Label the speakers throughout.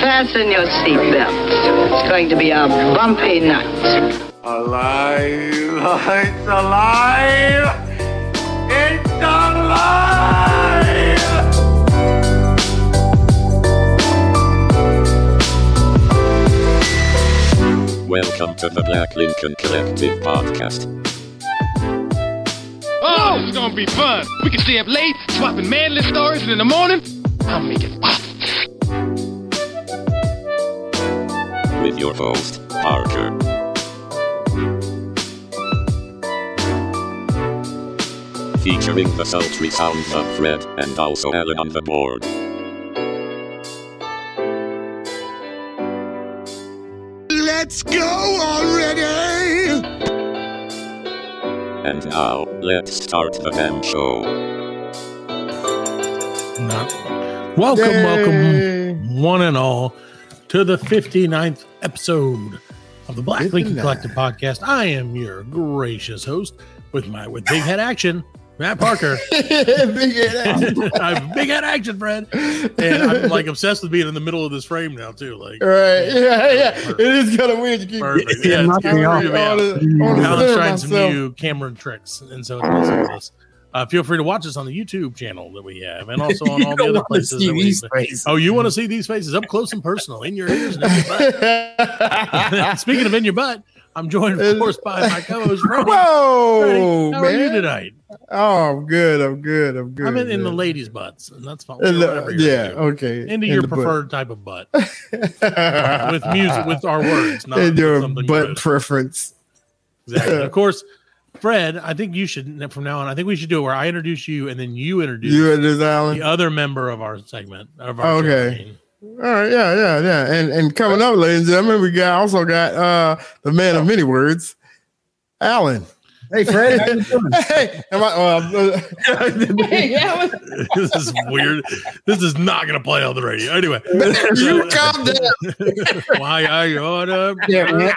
Speaker 1: Fasten your seatbelts. It's going to be a bumpy night.
Speaker 2: Alive! It's alive! It's alive!
Speaker 3: Welcome to the Black Lincoln Collective podcast.
Speaker 4: Oh, it's gonna be fun. We can stay up late, swapping manly stories, and in the morning, I'll make it pop.
Speaker 3: with your host, Parker. Featuring the sultry sounds of Fred and also Alan on the board.
Speaker 5: Let's go already!
Speaker 3: And now, let's start the damn show.
Speaker 6: Welcome, welcome, one and all, to the 59th episode of the Black Lincoln
Speaker 5: 59.
Speaker 6: Collective Podcast. I am your gracious host with my with big head action, Matt Parker.
Speaker 5: Big head ass.
Speaker 6: I'm big head action, Fred. And I'm like obsessed with being in the middle of this frame now, too. Like
Speaker 5: Right. Yeah, yeah. It is kind of weird to keep
Speaker 6: Perfect. Yeah, it's
Speaker 5: I'm
Speaker 6: getting
Speaker 5: on
Speaker 6: weird.
Speaker 5: the- on
Speaker 6: Yeah.
Speaker 5: the- on the
Speaker 6: Alan's
Speaker 5: third
Speaker 6: trying some
Speaker 5: myself.
Speaker 6: new camera tricks, and so it's awesome with us. Uh, feel free to watch us on the YouTube channel that we have, and also on
Speaker 7: You
Speaker 6: all
Speaker 7: don't
Speaker 6: the other
Speaker 7: wanna
Speaker 6: places.
Speaker 7: see
Speaker 6: That we,
Speaker 7: these faces.
Speaker 6: oh, you want to see these faces up close and personal in your ears? And in your butt. Speaking of in your butt, I'm joined, of course, by my co-host Ronnie.
Speaker 5: Whoa,
Speaker 6: Ronnie, How are you
Speaker 5: man.
Speaker 6: tonight?
Speaker 5: Oh, I'm good. I'm good. I'm good.
Speaker 6: I'm in, in the
Speaker 5: man.
Speaker 6: ladies' butts, and that's fine.
Speaker 5: In the-
Speaker 6: Whatever you're
Speaker 5: yeah,
Speaker 6: into.
Speaker 5: okay.
Speaker 6: into
Speaker 5: In
Speaker 6: your
Speaker 5: the butt.
Speaker 6: preferred type of butt with music, with our words, not
Speaker 5: in
Speaker 6: with
Speaker 5: your
Speaker 6: something
Speaker 5: butt
Speaker 6: gross.
Speaker 5: preference.
Speaker 6: Exactly. of course, Fred, I think you should from now on. I think we should do it where I introduce you and then you introduce
Speaker 5: You and this island.
Speaker 6: the other member of our segment. Of our show,
Speaker 5: Okay.
Speaker 6: I mean.
Speaker 5: All right, yeah, yeah, yeah. And and coming up, ladies and gentlemen, we got also got uh the man of many words, Alan.
Speaker 7: Hey, Fred. how you doing?
Speaker 5: hey, am I? Uh,
Speaker 6: this is weird. This is not going to play on the radio. Anyway,
Speaker 5: you calm down.
Speaker 6: why I oughta.
Speaker 7: Yeah, man.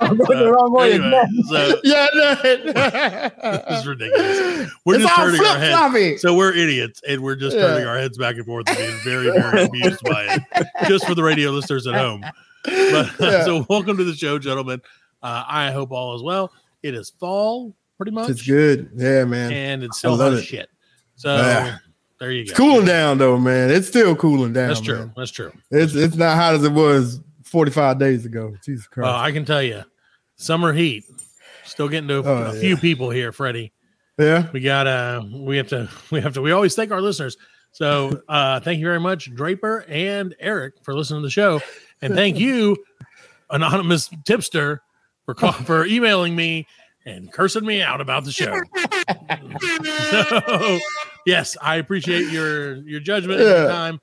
Speaker 7: I'm going the wrong way.
Speaker 6: Uh, Anyway, so
Speaker 5: Yeah,
Speaker 6: this is
Speaker 5: no.
Speaker 6: ridiculous. We're
Speaker 5: It's
Speaker 6: just
Speaker 5: all
Speaker 6: turning our heads.
Speaker 5: flip-floppy.
Speaker 6: So we're idiots and we're just
Speaker 5: Yeah.
Speaker 6: turning our heads back and forth and being very, very amused by it, just for the radio listeners at home. But
Speaker 5: Yeah.
Speaker 6: so, welcome to the show, gentlemen. Uh, I hope all is well. It is fall, pretty much,
Speaker 5: It's good. Yeah, man.
Speaker 6: and it's still
Speaker 5: I love
Speaker 6: hot
Speaker 5: it.
Speaker 6: as shit. So
Speaker 5: Yeah.
Speaker 6: there you go.
Speaker 5: It's cooling down though, man. It's still cooling down.
Speaker 6: That's true.
Speaker 5: man.
Speaker 6: That's true.
Speaker 5: It's it's not hot as it was 45 days ago. Jesus
Speaker 6: Well,
Speaker 5: Christ.
Speaker 6: Uh, I can tell you, summer heat. Still getting to a,
Speaker 5: Oh,
Speaker 6: a
Speaker 5: yeah.
Speaker 6: few people here, Freddie.
Speaker 5: yeah.
Speaker 6: We got uh we have to we have to we always thank our listeners. So uh thank you very much, Draper and Eric, for listening to the show. And thank you, anonymous tipster, for call, for emailing me and cursing me out about the show. so yes, I appreciate your your judgment at
Speaker 5: Yeah.
Speaker 6: the time.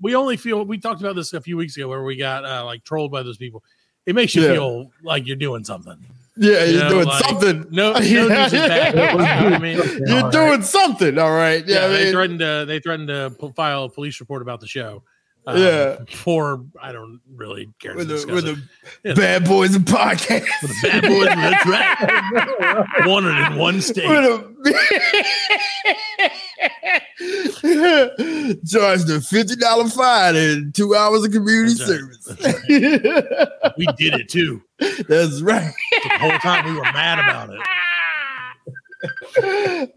Speaker 6: We only feel we talked about this a few weeks ago where we got uh, like trolled by those people. It makes you
Speaker 5: Yeah.
Speaker 6: feel like you're doing something.
Speaker 5: Yeah,
Speaker 6: You
Speaker 5: you're
Speaker 6: know,
Speaker 5: doing
Speaker 6: like,
Speaker 5: something.
Speaker 6: No, no
Speaker 5: Yeah.
Speaker 6: news is bad. You know what I mean?
Speaker 5: You're doing something. All right.
Speaker 6: yeah,
Speaker 5: Yeah,
Speaker 6: they
Speaker 5: man.
Speaker 6: threatened to they threatened to p- file a police report about the show.
Speaker 5: Yeah.
Speaker 6: for I don't really care. To
Speaker 5: with the,
Speaker 6: discuss
Speaker 5: with
Speaker 6: it.
Speaker 5: the bad boys and podcast.
Speaker 6: With the bad boys, that's right. Wanted in one state.
Speaker 5: Charged a fifty dollar fine and two hours of community
Speaker 6: That's right.
Speaker 5: service. That's
Speaker 6: We did it too.
Speaker 5: right.
Speaker 6: The whole time we were mad about it.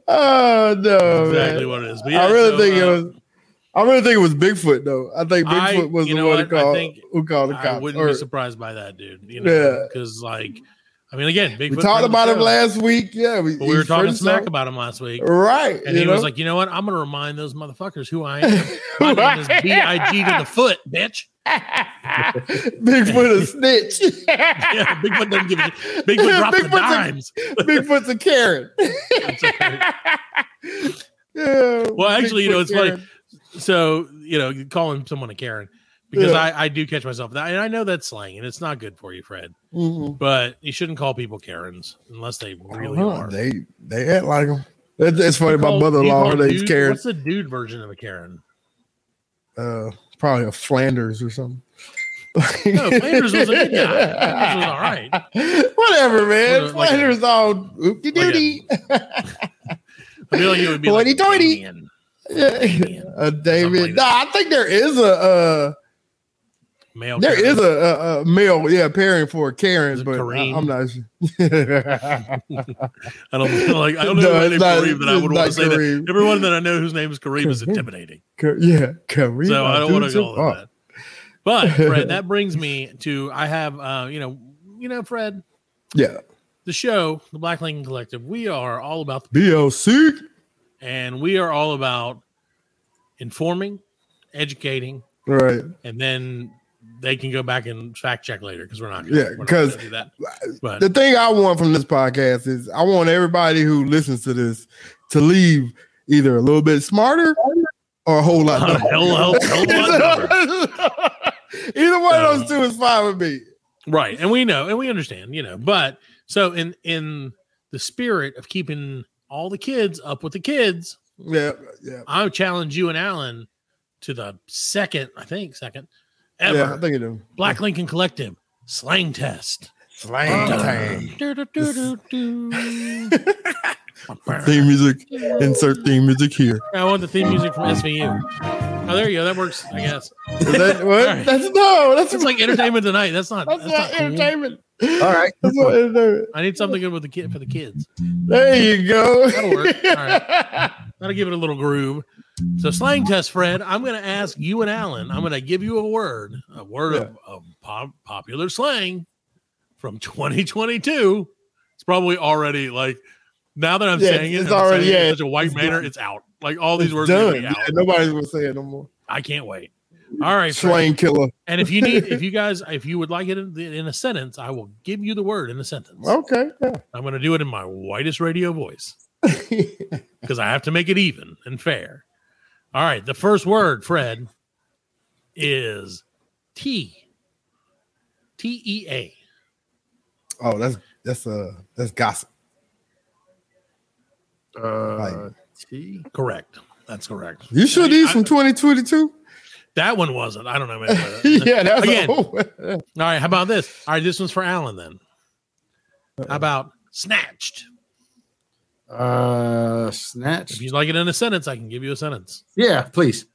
Speaker 5: Oh no,
Speaker 6: Exactly
Speaker 5: man.
Speaker 6: what it is. But yeah,
Speaker 5: I really
Speaker 6: so,
Speaker 5: think
Speaker 6: uh,
Speaker 5: it was. I really think it was Bigfoot though. I think
Speaker 6: I-
Speaker 5: Bigfoot was
Speaker 6: you
Speaker 5: the
Speaker 6: know
Speaker 5: one who
Speaker 6: what? I
Speaker 5: called,
Speaker 6: think
Speaker 5: who called the
Speaker 6: I
Speaker 5: cops.
Speaker 6: wouldn't
Speaker 5: Or-
Speaker 6: be surprised by that, dude. You know,
Speaker 5: Yeah.
Speaker 6: because like, I mean, again, Bigfoot
Speaker 5: we
Speaker 6: friend
Speaker 5: talked
Speaker 6: of the
Speaker 5: about him
Speaker 6: show,
Speaker 5: last week. Yeah, we,
Speaker 6: but we were
Speaker 5: he's
Speaker 6: talking
Speaker 5: friends
Speaker 6: smack
Speaker 5: now.
Speaker 6: about him last week,
Speaker 5: right.
Speaker 6: and
Speaker 5: you
Speaker 6: he was
Speaker 5: know?
Speaker 6: like, you know what? I'm going to remind those motherfuckers who I am. My name is B I G to the foot, bitch.
Speaker 5: Bigfoot a snitch.
Speaker 6: yeah, Bigfoot doesn't give a shit. Bigfoot
Speaker 5: Yeah,
Speaker 6: drops the
Speaker 5: Bigfoot's a-
Speaker 6: dimes.
Speaker 5: Bigfoot's a carrot.
Speaker 6: It's okay.
Speaker 5: Yeah,
Speaker 6: Well, actually, you know,
Speaker 5: Bigfoot
Speaker 6: it's funny.
Speaker 5: Karen.
Speaker 6: so you know, calling someone a Karen because
Speaker 5: Yeah.
Speaker 6: I, I do catch myself that, and I know that's slang, and it's not good for you, Fred.
Speaker 5: Mhm.
Speaker 6: But you shouldn't call people Karens unless they really
Speaker 5: Uh-huh,
Speaker 6: are.
Speaker 5: They they act like them. That's, that's funny.
Speaker 6: You
Speaker 5: My
Speaker 6: call- you
Speaker 5: mother-in-law,
Speaker 6: call
Speaker 5: her name's
Speaker 6: dude-
Speaker 5: Karen.
Speaker 6: What's the dude version of a Karen?
Speaker 5: Uh, probably a Flanders or something.
Speaker 6: No, Flanders was a good guy. Flanders was all right.
Speaker 5: Whatever, man.
Speaker 6: Like a- like a-
Speaker 5: Flanders all oopty doody.
Speaker 6: I feel like it would be like a
Speaker 5: Hoity-toity.
Speaker 6: Damien.
Speaker 5: Yeah.
Speaker 6: Damien.
Speaker 5: a David.
Speaker 6: like
Speaker 5: nah, I think there is a uh
Speaker 6: male.
Speaker 5: There
Speaker 6: Karen.
Speaker 5: is a, a, a male, yeah, pairing for Karen,
Speaker 6: Is it
Speaker 5: but I,
Speaker 6: Kareem?
Speaker 5: am not sure.
Speaker 6: I don't feel like I don't know
Speaker 5: No,
Speaker 6: anybody
Speaker 5: it's not-
Speaker 6: Kareem that I
Speaker 5: it's
Speaker 6: would want
Speaker 5: not
Speaker 6: to say that.
Speaker 5: Kareem.
Speaker 6: Everyone that I know whose name is Kareem is intimidating.
Speaker 5: Ka- yeah, Kareem.
Speaker 6: so I don't want to go
Speaker 5: Abdul-Jabbar.
Speaker 6: with that. But Fred, that brings me to I have uh, you know, you know, Fred,
Speaker 5: Yeah,
Speaker 6: the show, the Black Lincoln Collective, we are all about the
Speaker 5: BLC.
Speaker 6: and we are all about informing, educating,
Speaker 5: Right.
Speaker 6: and then they can go back and fact check later because we're not
Speaker 5: Yeah,
Speaker 6: we're not
Speaker 5: 'cause
Speaker 6: do that. But
Speaker 5: The thing I want from this podcast is I want everybody who listens to this to leave either a little bit smarter or a whole lot.
Speaker 6: a
Speaker 5: dumber.
Speaker 6: hell, hell, hell of a lot dumber. Um,
Speaker 5: Either one of those two is fine with me.
Speaker 6: right and we know and we understand you know but so in in the spirit of keeping all the kids up with the kids
Speaker 5: Yeah, yeah,
Speaker 6: i challenge you and alan to the second i think second ever
Speaker 5: yeah. I think it is.
Speaker 6: black lincoln collective slang test
Speaker 5: Slang
Speaker 6: Uh,
Speaker 5: time.
Speaker 6: Do-do-do-do-do.
Speaker 5: Theme music. Insert theme music here.
Speaker 6: i want the theme music from svu oh there you go that works i guess
Speaker 5: Is that what?
Speaker 6: All right.
Speaker 5: That's no. That's,
Speaker 6: it's like entertainment tonight that's not
Speaker 5: that's,
Speaker 6: that's,
Speaker 5: not
Speaker 6: not cool.
Speaker 5: entertainment.
Speaker 1: All right.
Speaker 5: That's not entertainment.
Speaker 6: i need something good with the kid for the kids
Speaker 5: There you go.
Speaker 6: That'll work. All right. That'll give it a little groove. So, slang test, Fred. I'm going to ask you and Alan. I'm going to give you a word, a word of, of pop, popular slang from 2022. It's probably already like now that I'm
Speaker 5: Yeah,
Speaker 6: saying it,
Speaker 5: it's
Speaker 6: I'm
Speaker 5: already-
Speaker 6: saying it in
Speaker 5: yeah,
Speaker 6: such a white
Speaker 5: it's
Speaker 6: manner.
Speaker 5: done.
Speaker 6: It's out. Like all these
Speaker 5: It's
Speaker 6: words are
Speaker 5: done.
Speaker 6: gonna be
Speaker 5: Yeah,
Speaker 6: out.
Speaker 5: nobody's gonna say it no more.
Speaker 6: I can't wait. All right, Fred.
Speaker 5: Slang killer.
Speaker 6: And if you need, if you guys, if you would like it in, in a sentence, I will give you the word in a sentence.
Speaker 5: Okay. yeah.
Speaker 6: I'm going to do it in my whitest radio voice because I have to make it even and fair. All right. The first word, Fred, is T. T E A.
Speaker 5: oh, that's that's uh that's gossip.
Speaker 2: Uh, T.
Speaker 6: Correct. That's correct.
Speaker 5: You sure these from 2022?
Speaker 6: That one wasn't. I don't know. Man.
Speaker 5: yeah, that's
Speaker 6: Again.
Speaker 5: all.
Speaker 6: All right. How about this? All right. This one's for Alan then. How about snatched?
Speaker 7: Uh,
Speaker 6: If
Speaker 7: snatch.
Speaker 6: you'd like it in a sentence, I can give you a sentence.
Speaker 7: Yeah, please.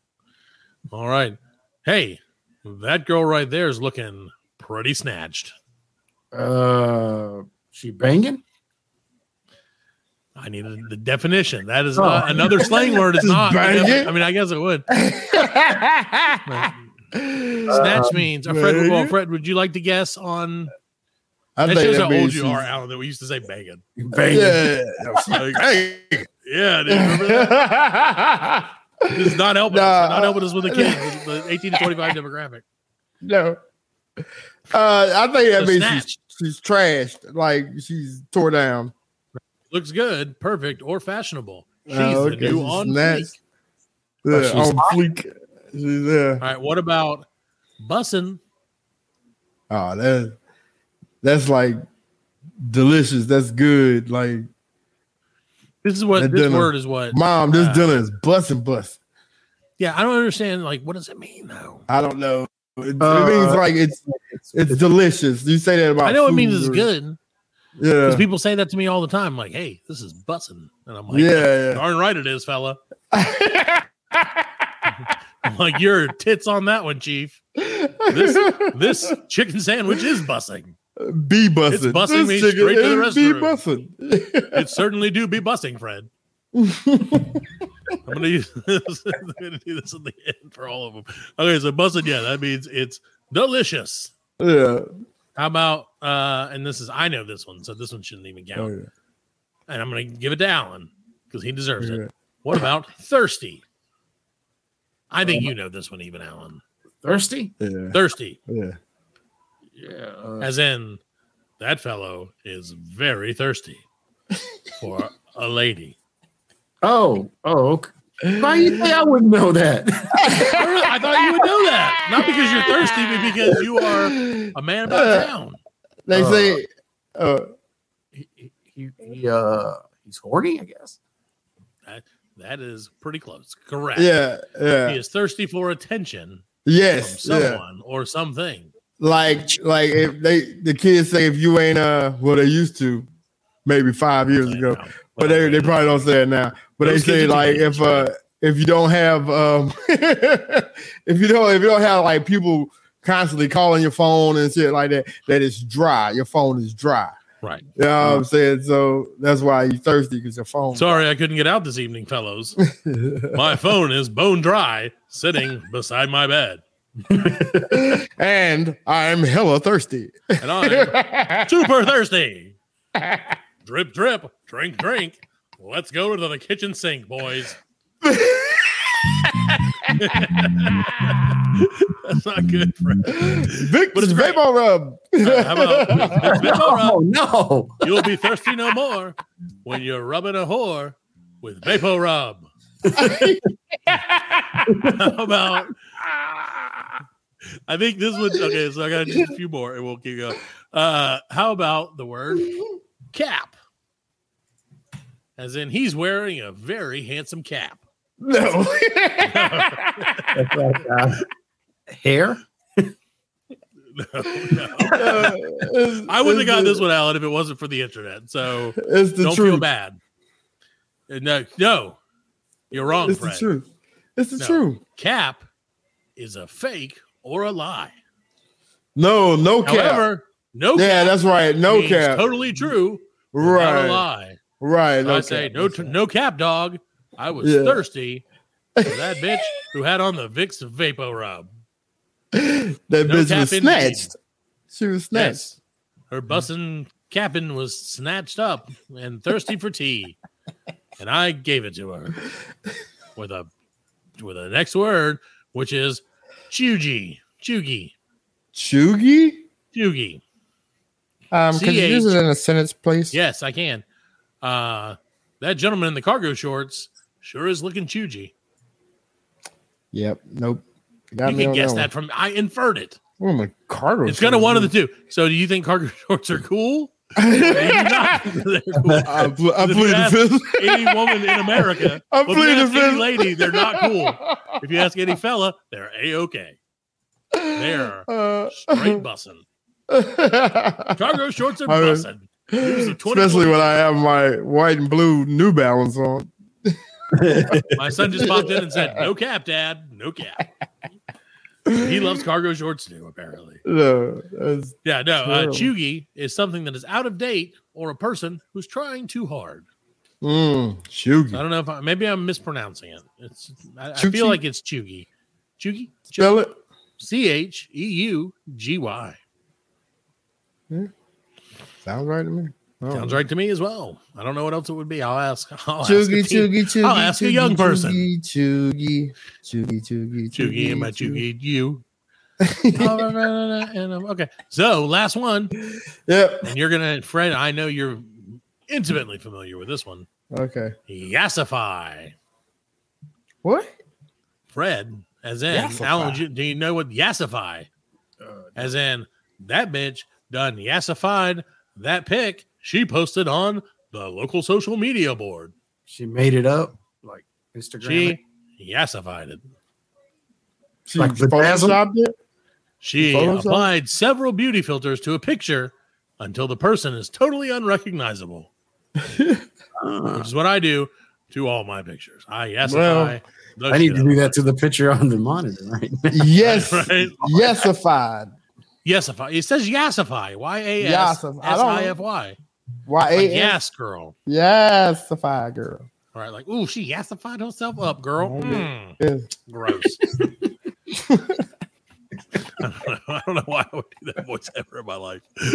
Speaker 6: All right. Hey, that girl right there is looking pretty snatched.
Speaker 7: Uh, she banging.
Speaker 6: I needed the definition. That is
Speaker 7: Oh.
Speaker 6: not, another slang word. Is
Speaker 5: Just
Speaker 6: not.
Speaker 5: bang
Speaker 6: I mean,
Speaker 5: it.
Speaker 6: I mean, I guess it would. But snatch means. Uh,
Speaker 5: bang
Speaker 6: Fred, well,
Speaker 5: it.
Speaker 6: Fred, would you like to guess on?
Speaker 5: I
Speaker 6: That
Speaker 5: think
Speaker 6: shows
Speaker 5: that
Speaker 6: how old
Speaker 5: means
Speaker 6: you are,
Speaker 5: she's-
Speaker 6: Alan. That we used to say banging.
Speaker 7: Banging.
Speaker 5: Yeah.
Speaker 6: Like,
Speaker 5: Hey.
Speaker 6: yeah, dude, remember that? It's not helping. us. They're
Speaker 5: Nah.
Speaker 6: not helping us with the kids, the eighteen to twenty-five demographic.
Speaker 5: no. Uh, I think that
Speaker 6: So
Speaker 5: means
Speaker 6: snatched.
Speaker 5: she's, she's trashed, like she's tore down.
Speaker 6: Looks good, perfect, or fashionable. She's
Speaker 5: Oh,
Speaker 6: the
Speaker 5: okay.
Speaker 6: new
Speaker 5: She's
Speaker 6: on.
Speaker 5: snatched.
Speaker 6: fleek.
Speaker 5: Yeah,
Speaker 7: she's
Speaker 5: on fleek. She's, yeah.
Speaker 6: All right, what about bussin'?
Speaker 5: Oh, that that's like delicious. That's good. Like
Speaker 6: This is what
Speaker 5: That
Speaker 6: this
Speaker 5: dinner.
Speaker 6: word is what.
Speaker 5: mom, this
Speaker 6: Uh,
Speaker 5: dinner is busting bust.
Speaker 6: Yeah, I don't understand. Like, what does it mean though?
Speaker 5: I don't know. It,
Speaker 7: Uh,
Speaker 5: it means like it's it's delicious. You say that about.
Speaker 6: I know it
Speaker 5: food
Speaker 6: means it's
Speaker 5: or-
Speaker 6: good.
Speaker 5: Yeah.
Speaker 6: Because people say that to me all the time, like, "Hey, this is bussin'," and I'm like,
Speaker 5: yeah, yeah.
Speaker 6: darn right it is, fella." I'm like, "Your tits on that one, chief. This this chicken sandwich is bussing.
Speaker 5: Be busting.
Speaker 6: It's busing means straight to the
Speaker 5: Be
Speaker 6: restroom.
Speaker 5: busting.
Speaker 6: It certainly do be bussing, Fred." I'm gonna use this. I'm gonna do this at the end for all of them. Okay, so bussin', yeah, that means it's delicious.
Speaker 5: yeah.
Speaker 6: How about uh and this is I know this one, so this one shouldn't even count.
Speaker 5: Oh, yeah.
Speaker 6: And I'm gonna give it to Alan because he deserves
Speaker 5: Yeah.
Speaker 6: it. What about thirsty? I
Speaker 5: Oh
Speaker 6: think you know this one, even Alan.
Speaker 7: Thirsty.
Speaker 5: Yeah.
Speaker 6: Thirsty,
Speaker 5: Yeah.
Speaker 7: Yeah. Uh,
Speaker 6: as in that fellow is very thirsty for a lady.
Speaker 7: oh. Oh. Okay. Why you think I wouldn't know that?
Speaker 6: I thought you would know that, not because you're thirsty, but because you are a man about town.
Speaker 5: They
Speaker 7: Uh,
Speaker 5: say uh,
Speaker 7: he, he- he, he, uh, he's horny, I guess.
Speaker 6: That is pretty close. Correct.
Speaker 5: yeah,
Speaker 6: He
Speaker 5: yeah.
Speaker 6: is thirsty for attention from
Speaker 5: Yes. Yeah.
Speaker 6: someone or something.
Speaker 5: like like if they the kids say if you ain't uh well they used to maybe five years ago but they, they probably don't say it now but they
Speaker 6: Those kids
Speaker 5: say
Speaker 6: are
Speaker 5: like
Speaker 6: teenagers,
Speaker 5: if uh if you don't have um if you don't if you don't have like people constantly calling your phone and shit like that, that it's dry. Your phone is dry.
Speaker 6: Right.
Speaker 5: You know
Speaker 6: Mm-hmm.
Speaker 5: what I'm saying? So that's why you're thirsty because your phone.
Speaker 6: Sorry, I couldn't get out this evening, fellows. my phone is bone dry, sitting beside my bed,
Speaker 5: and I'm hella thirsty.
Speaker 6: and I'm super thirsty. Drip, drip, drink, drink. Let's go to the kitchen sink, boys. That's not good, friend.
Speaker 5: Vic,
Speaker 6: But it's great.
Speaker 5: Vapor Rub.
Speaker 6: Uh, how about Vicks
Speaker 8: No, Oh, no.
Speaker 6: You'll be thirsty no more when you're rubbing a whore with Vapo Rub. How about? I think this would okay. So I got just a few more, and we'll keep going. Uh, how about the word cap? As in, he's wearing a very handsome cap.
Speaker 5: No.
Speaker 8: That's like, uh, hair.
Speaker 6: I wouldn't have got this one, Alan, if it wasn't for the internet. So
Speaker 5: It's the
Speaker 6: don't
Speaker 5: truth.
Speaker 6: feel bad. Uh, No, no, you're wrong,
Speaker 5: It's
Speaker 6: Fred.
Speaker 5: the truth. It's the
Speaker 6: No.
Speaker 5: truth.
Speaker 6: cap is a fake or a lie.
Speaker 5: No, no cap.
Speaker 6: However, no
Speaker 5: yeah,
Speaker 6: cap
Speaker 5: that's right. No
Speaker 6: means
Speaker 5: cap.
Speaker 6: totally true, not a
Speaker 5: right.
Speaker 6: lie.
Speaker 5: Right.
Speaker 6: So I say
Speaker 5: cap.
Speaker 6: no, t- no cap, dog. I was
Speaker 5: Yeah.
Speaker 6: thirsty for that bitch who had on the Vicks Vapo Rub.
Speaker 5: That
Speaker 6: no
Speaker 5: bitch
Speaker 6: cap
Speaker 5: was
Speaker 6: indeed.
Speaker 5: snatched. She was snatched.
Speaker 6: Yes, her bussin' cap'n was snatched up and thirsty for tea, and I gave it to her with a with the next word, which is chugi, chugi,
Speaker 5: Chugi?
Speaker 6: chugi.
Speaker 5: Um, could you
Speaker 6: CH.
Speaker 5: use it in a sentence, please?
Speaker 6: Yes, I can. Uh, that gentleman in the cargo shorts sure is looking choogy.
Speaker 5: Yep. Nope. Got
Speaker 6: you
Speaker 5: me
Speaker 6: can
Speaker 5: on
Speaker 6: guess
Speaker 5: that.
Speaker 6: that from I inferred it.
Speaker 5: One. Oh my cargo.
Speaker 6: It's kind of
Speaker 5: shorts.
Speaker 6: one of the two. So, do you think cargo shorts are cool? Maybe not. They're cool.
Speaker 5: I, ple- I
Speaker 6: If you
Speaker 5: plead the
Speaker 6: ask
Speaker 5: fifth.
Speaker 6: Any woman in America,
Speaker 5: I'm
Speaker 6: well, if you
Speaker 5: pleading
Speaker 6: ask any
Speaker 5: fifth.
Speaker 6: lady, they're not cool. If you ask any fella, they're a okay. They're
Speaker 5: Uh,
Speaker 6: straight bussin'. Cargo shorts are
Speaker 5: I was-
Speaker 6: bussin'. Use the 20
Speaker 5: Especially when I have my white and blue New Balance on.
Speaker 6: My son just popped in and said, "No cap, Dad. No cap." he loves cargo shorts too, apparently.
Speaker 5: No, that's-
Speaker 6: Yeah, no. Uh,
Speaker 5: Terrible.
Speaker 6: chuggy is something that is out of date or a person who's trying too hard.
Speaker 5: mm,
Speaker 6: I
Speaker 5: Chugi.
Speaker 6: don't know if I, maybe I'm mispronouncing it. It's I, I
Speaker 5: Chuchi?
Speaker 6: feel like it's chuggy. Chuggy,
Speaker 5: Spell it.
Speaker 6: C H E U G Y.
Speaker 5: Sounds right to me. Oh.
Speaker 6: Sounds right to me as well. I don't know what else it would be. I'll ask. I'll
Speaker 5: Chuggy,
Speaker 6: ask a teen-
Speaker 5: chuggy, chuggy.
Speaker 6: I'll ask a young
Speaker 5: chuggy,
Speaker 6: person.
Speaker 5: Chuggy, chuggy, chuggy,
Speaker 6: Chuggy and my chuggy you. And I'm- okay, so last one.
Speaker 5: Yep.
Speaker 6: And you're gonna, Fred. I know you're intimately familiar with this one.
Speaker 5: Okay.
Speaker 6: Yassify,
Speaker 5: What?
Speaker 6: Fred. As in,
Speaker 8: Yassify.
Speaker 6: Alan, do you, do you know what yassify? as in, that bitch done yassified that pic she posted on the local social media board.
Speaker 8: She made it up, like Instagram.
Speaker 6: She yassified it.
Speaker 5: She
Speaker 8: Like Bedazzled?
Speaker 5: photoshopped it?
Speaker 6: She
Speaker 5: Photoshop?
Speaker 6: applied several beauty filters to a picture until the person is totally unrecognizable, which is what I do to all my pictures. I yassify.
Speaker 5: Well,
Speaker 6: the
Speaker 8: I need
Speaker 6: shit
Speaker 8: to
Speaker 6: out
Speaker 8: do
Speaker 6: of
Speaker 8: that to the picture on the monitor right now.
Speaker 5: Yes.
Speaker 6: Right.
Speaker 5: Yesified.
Speaker 6: Yassify. It says yassify. Y A S S
Speaker 5: Yassif- I don't-
Speaker 6: I F Y.
Speaker 5: Y
Speaker 6: Like
Speaker 5: A S.
Speaker 6: Yes, girl.
Speaker 5: Yesified girl.
Speaker 6: All right. Like, ooh, she yassified herself up, girl. Mm,
Speaker 5: Yeah.
Speaker 6: gross. I, don't know, I don't know why I would do that voice ever in my life.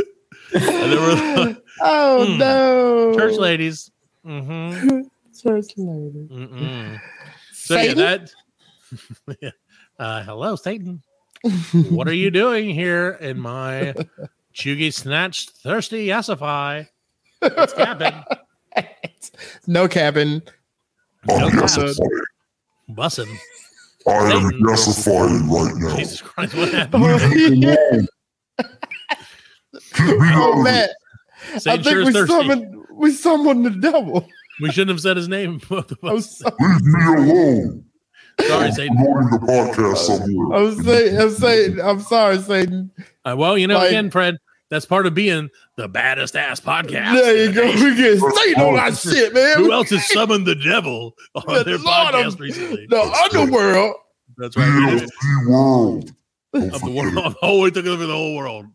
Speaker 6: And there were
Speaker 5: Oh
Speaker 6: Hmm.
Speaker 5: no.
Speaker 6: church ladies. Mm-hmm.
Speaker 5: Church lady.
Speaker 6: Mm-mm. So yeah, that. uh, hello, Satan. what are you doing here in my chuggy snatched thirsty yassify? It's happened.
Speaker 5: No cabin.
Speaker 6: No
Speaker 5: So-
Speaker 6: cops. Bussin'.
Speaker 9: I am
Speaker 6: Satan.
Speaker 9: gasifying right now. Keep
Speaker 6: Jesus Christ, what happened?
Speaker 5: oh
Speaker 6: Oh,
Speaker 9: me out of it.
Speaker 5: man. I
Speaker 6: Satan
Speaker 5: think
Speaker 6: sure is
Speaker 5: we
Speaker 6: thirsty.
Speaker 5: summoned we summoned the devil.
Speaker 6: We shouldn't have said his name. Both of
Speaker 5: I
Speaker 6: us.
Speaker 5: was so-
Speaker 9: Leave me alone.
Speaker 6: Sorry, Oh,
Speaker 9: I'm
Speaker 6: Satan.
Speaker 9: promoting the podcast somewhere.
Speaker 5: I was saying, I'm saying, I'm sorry, Satan.
Speaker 6: Uh, well, you know,
Speaker 5: Like-
Speaker 6: again, Fred, that's part of being the baddest ass podcast.
Speaker 5: there you go. We get
Speaker 9: Oh,
Speaker 5: Satan on our shit, man.
Speaker 6: Who else has summoned the devil on
Speaker 5: The
Speaker 6: their
Speaker 5: Lord of-
Speaker 6: podcast recently?
Speaker 5: The underworld.
Speaker 6: That's right.
Speaker 9: DFD world.
Speaker 6: of the world. Oh, it took over the whole world.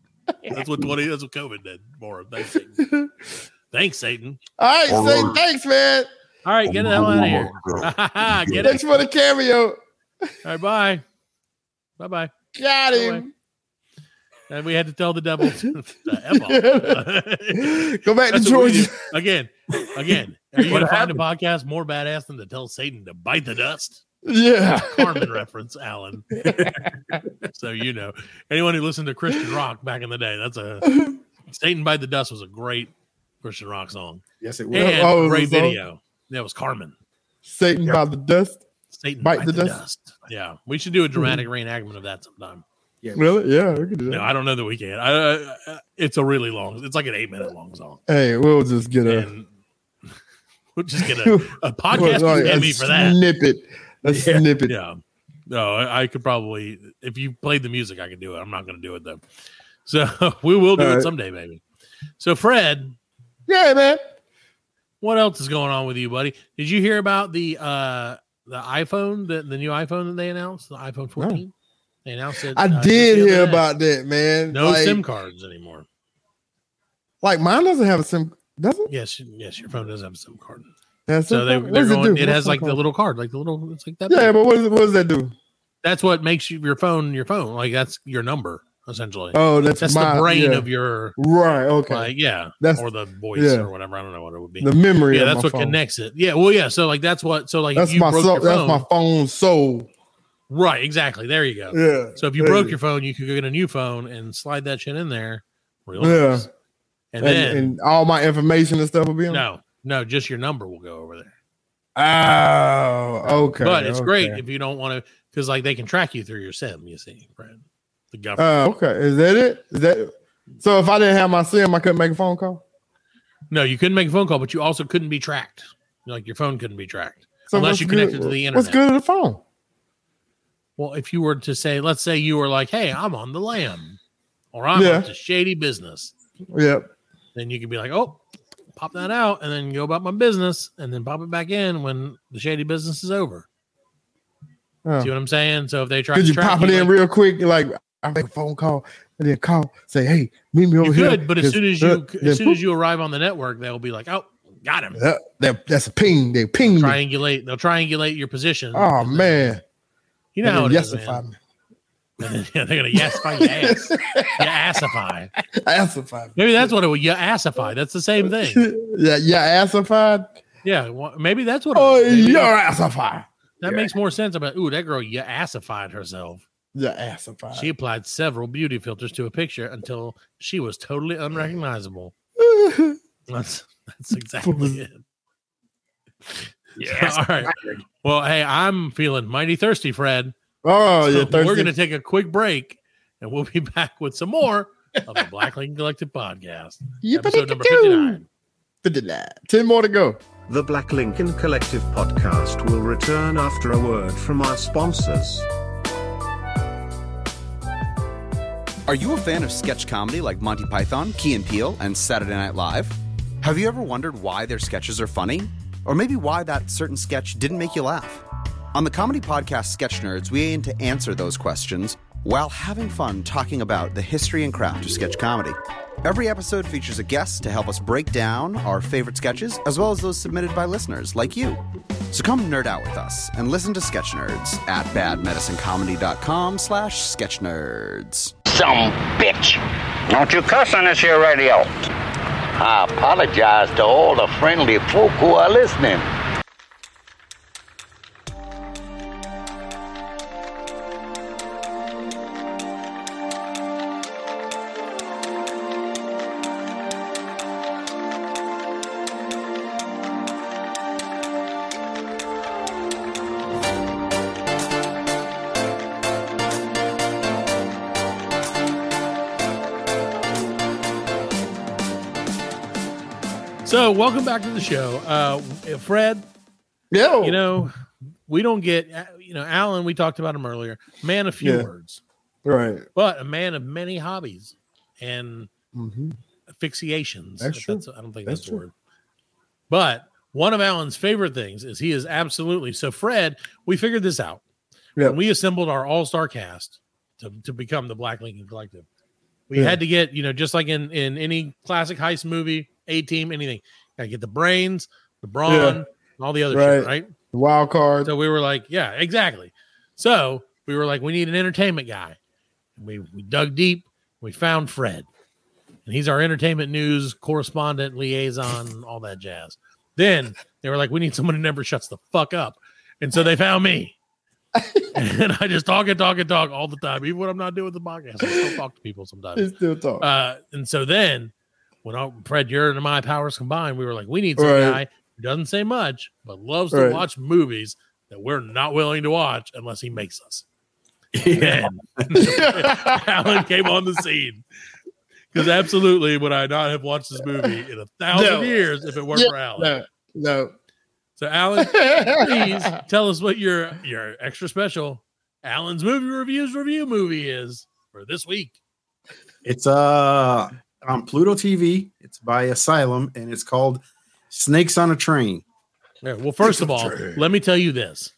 Speaker 6: That's what 20, that's what COVID did. More thanks, Satan. thanks, Satan.
Speaker 5: All right,
Speaker 9: All
Speaker 5: say
Speaker 9: right.
Speaker 5: thanks, man.
Speaker 6: All right, get the hell out of here. get
Speaker 5: Thanks
Speaker 6: it.
Speaker 5: for the cameo.
Speaker 6: All right, bye. Bye bye.
Speaker 5: Got him.
Speaker 6: And we had to tell the devil to F off.
Speaker 5: Go back to
Speaker 6: That's what we
Speaker 5: Georgia.
Speaker 6: do. Again, again. Are you
Speaker 8: What
Speaker 6: going to find a podcast more badass than to tell Satan to bite the dust?
Speaker 5: Yeah.
Speaker 6: Carmen reference, Alan. so you know, anyone who listened to Christian rock back in the day, that's a Satan bite the dust was a great Christian rock song
Speaker 8: Yes,
Speaker 5: Yeah.
Speaker 8: it will.
Speaker 6: and
Speaker 5: Oh, it was
Speaker 6: great
Speaker 5: a song?
Speaker 6: video. That was Carmen.
Speaker 5: Satan by the dust.
Speaker 6: Satan bite, the, dust. Yeah, we should do a dramatic reenactment of that sometime.
Speaker 8: Yeah.
Speaker 5: Really? Yeah, we could do that.
Speaker 6: No, I don't know that we can. I, I, I- it's a really long. It's like an eight minute long song,
Speaker 5: hey, we'll just get a,
Speaker 6: and we'll just get a, a podcast
Speaker 5: we'll-
Speaker 6: with
Speaker 5: a
Speaker 6: Emmy for that.
Speaker 5: snippet. A
Speaker 8: Yeah.
Speaker 5: snippet.
Speaker 6: Yeah. No, I, I could probably if you played the music, I could do it. I'm not going to do it though. So we will do
Speaker 5: All
Speaker 6: it
Speaker 5: right.
Speaker 6: someday, baby. So Fred,
Speaker 5: Yeah, man.
Speaker 6: what else is going on with you, buddy? Did you hear about the uh the iPhone, the, the new iPhone that they announced, the iPhone 14? They announced it.
Speaker 5: I
Speaker 6: uh, just
Speaker 5: did
Speaker 6: the other
Speaker 5: hear
Speaker 6: day.
Speaker 5: about that, man.
Speaker 6: no
Speaker 5: like,
Speaker 6: SIM cards anymore.
Speaker 5: like mine doesn't have a SIM. Doesn't
Speaker 6: Yes, yes, your phone does have a SIM card.
Speaker 5: Has
Speaker 6: So
Speaker 5: SIM
Speaker 6: they
Speaker 5: card? What
Speaker 6: they're
Speaker 5: does it
Speaker 6: going.
Speaker 5: do?
Speaker 6: It,
Speaker 5: What's
Speaker 6: has
Speaker 5: SIM
Speaker 6: like the
Speaker 5: card?
Speaker 6: little card, like the little. It's like that.
Speaker 5: Yeah,
Speaker 6: big.
Speaker 5: but what, does- what does that do?
Speaker 6: that's what makes you, your phone your phone. Like that's your number essentially.
Speaker 5: Oh, that's,
Speaker 6: that's
Speaker 5: my
Speaker 6: the brain
Speaker 5: yeah.
Speaker 6: of your
Speaker 5: right. Okay,
Speaker 6: like yeah
Speaker 5: That's-
Speaker 6: or the voice
Speaker 5: yeah.
Speaker 6: or whatever i don't know what it would be
Speaker 5: the memory.
Speaker 6: yeah
Speaker 5: of
Speaker 6: that's
Speaker 5: my
Speaker 6: what
Speaker 5: phone.
Speaker 6: connects it yeah well yeah so like that's what so like if
Speaker 5: That's
Speaker 6: you
Speaker 5: my
Speaker 6: broke
Speaker 5: soul.
Speaker 6: your
Speaker 5: That's
Speaker 6: phone
Speaker 5: my phone soul.
Speaker 6: right exactly there you go
Speaker 5: Yeah.
Speaker 6: so if you
Speaker 5: there
Speaker 6: broke
Speaker 5: go.
Speaker 6: your phone you could go get a new phone and slide that shit in there real
Speaker 5: Yeah.
Speaker 6: nice. oh, and,
Speaker 5: and,
Speaker 6: then
Speaker 5: and all my information and stuff will be on.
Speaker 6: no no just your number will go over there
Speaker 5: Oh, okay.
Speaker 6: but it's great
Speaker 5: okay.
Speaker 6: if you don't want to because like they can track you through your sim you see Brad. the government
Speaker 5: Uh, okay, is that it? Is that so? If I didn't have my SIM, I couldn't make a phone call.
Speaker 6: no you couldn't make a phone call but you also couldn't be tracked like your phone couldn't be tracked
Speaker 5: So
Speaker 6: Unless
Speaker 5: what's
Speaker 6: you
Speaker 5: good-
Speaker 6: connected to the
Speaker 5: What's
Speaker 6: internet.
Speaker 5: good at the phone?
Speaker 6: Well, if you were to say, let's say you were like, hey, I'm on the lam or I'm
Speaker 5: Yeah.
Speaker 6: up to shady business,
Speaker 5: Yep.
Speaker 6: then you could be like, oh, pop that out and then go about my business and then pop it back in when the shady business is over.
Speaker 5: Oh.
Speaker 6: See what I'm saying? So if they try
Speaker 5: Could
Speaker 6: to
Speaker 5: you
Speaker 6: track
Speaker 5: pop it in
Speaker 6: like-
Speaker 5: real quick? Like I make a phone call and then call, say, "Hey, meet me over
Speaker 6: you
Speaker 5: here."
Speaker 6: could, but as
Speaker 5: Just,
Speaker 6: soon as
Speaker 5: uh,
Speaker 6: you
Speaker 5: then
Speaker 6: as soon as you arrive on the network, they'll be like, oh, got him.
Speaker 5: boop. Uh, that- that's a ping. They ping me.
Speaker 6: Triangulate. They'll triangulate your position.
Speaker 5: Oh man,
Speaker 6: you know how it
Speaker 5: yes,
Speaker 6: is, man. They're gonna yasify your ass. You assify.
Speaker 5: Assified.
Speaker 6: Maybe that's what it was. You assify. That's the same thing.
Speaker 5: yeah, yeah, assified.
Speaker 6: Yeah. wha- Maybe that's what. it
Speaker 5: Oh,
Speaker 6: was. Maybe
Speaker 5: you're assified.
Speaker 6: That
Speaker 8: Yeah.
Speaker 6: makes more sense about ooh, that girl you assified herself.
Speaker 5: You're assified.
Speaker 6: She applied several beauty filters to a picture until she was totally unrecognizable.
Speaker 5: Oh,
Speaker 6: That's that's exactly it.
Speaker 8: Yes.
Speaker 6: All right. Well, hey, I'm feeling mighty thirsty, Fred.
Speaker 5: oh,
Speaker 6: So
Speaker 5: yeah. Thirsty.
Speaker 6: we're gonna take a quick break and we'll be back with some more of the Black Lincoln Collective podcast. Episode number 59.
Speaker 5: 59. Ten more to go.
Speaker 10: The Black Lincoln Collective podcast will return after a word from our sponsors.
Speaker 11: Are you a fan of sketch comedy like Monty Python, Key and Peele, and Saturday Night Live? Have you ever wondered why their sketches are funny? Or maybe why that certain sketch didn't make you laugh? On the comedy podcast Sketch Nerds, we aim to answer those questions while having fun talking about the history and craft of sketch comedy. Every episode features a guest to help us break down our favorite sketches, as well as those submitted by listeners like you. So come nerd out with us and listen to Sketch Nerds at badmedicinecomedy.com slash sketchnerds.
Speaker 1: Some bitch. Don't you cuss on this here radio. I apologize to all the friendly folk who are listening.
Speaker 6: So welcome back to the show. Uh Fred,
Speaker 5: Yeah.
Speaker 6: you know, we don't get, uh, you know, Alan, we talked about him earlier, man of few
Speaker 5: Yeah.
Speaker 6: words,
Speaker 5: right.
Speaker 6: but a man of many hobbies and
Speaker 5: Mm-hmm.
Speaker 6: asphyxiations.
Speaker 5: That's
Speaker 6: if
Speaker 5: true.
Speaker 6: I don't think that's, the
Speaker 5: That's true.
Speaker 6: word. But one of Alan's favorite things is he is absolutely so. Fred, we figured this out
Speaker 5: Yeah.
Speaker 6: when we assembled our all star cast to to, to become the Black Lincoln Collective. We
Speaker 12: Yeah.
Speaker 6: had to get, you know, just like in, in any classic heist movie, A team, anything. Got to get the brains, the brawn,
Speaker 5: Yeah.
Speaker 6: and all the other shit, right?
Speaker 5: The wild card.
Speaker 6: So we were like, yeah, exactly. So we were like, we need an entertainment guy. And we, we dug deep. We found Fred. And he's our entertainment news correspondent, liaison, all that jazz. Then they were like, we need someone who never shuts the fuck up. And so they found me. and I just talk and talk and talk all the time, even when I'm not doing the podcast. I still talk to people sometimes.
Speaker 5: They still talk.
Speaker 6: Uh, and so then when all, Fred, your and my powers combined, we were like, we need some
Speaker 5: Right.
Speaker 6: guy who doesn't say much, but loves
Speaker 5: Right.
Speaker 6: to watch movies that we're not willing to watch unless he makes us. And Alan came on the scene. Because absolutely would I not have watched this movie in a thousand
Speaker 5: No.
Speaker 6: years if it weren't
Speaker 5: Yeah,
Speaker 6: for Alan.
Speaker 5: No, no.
Speaker 6: So Alan, please tell us what your your extra special Alan's movie reviews review movie is for this week.
Speaker 8: It's uh on Pluto TV. It's by Asylum and it's called Snakes on a Train.
Speaker 6: Yeah, well, first of all, let me tell you this.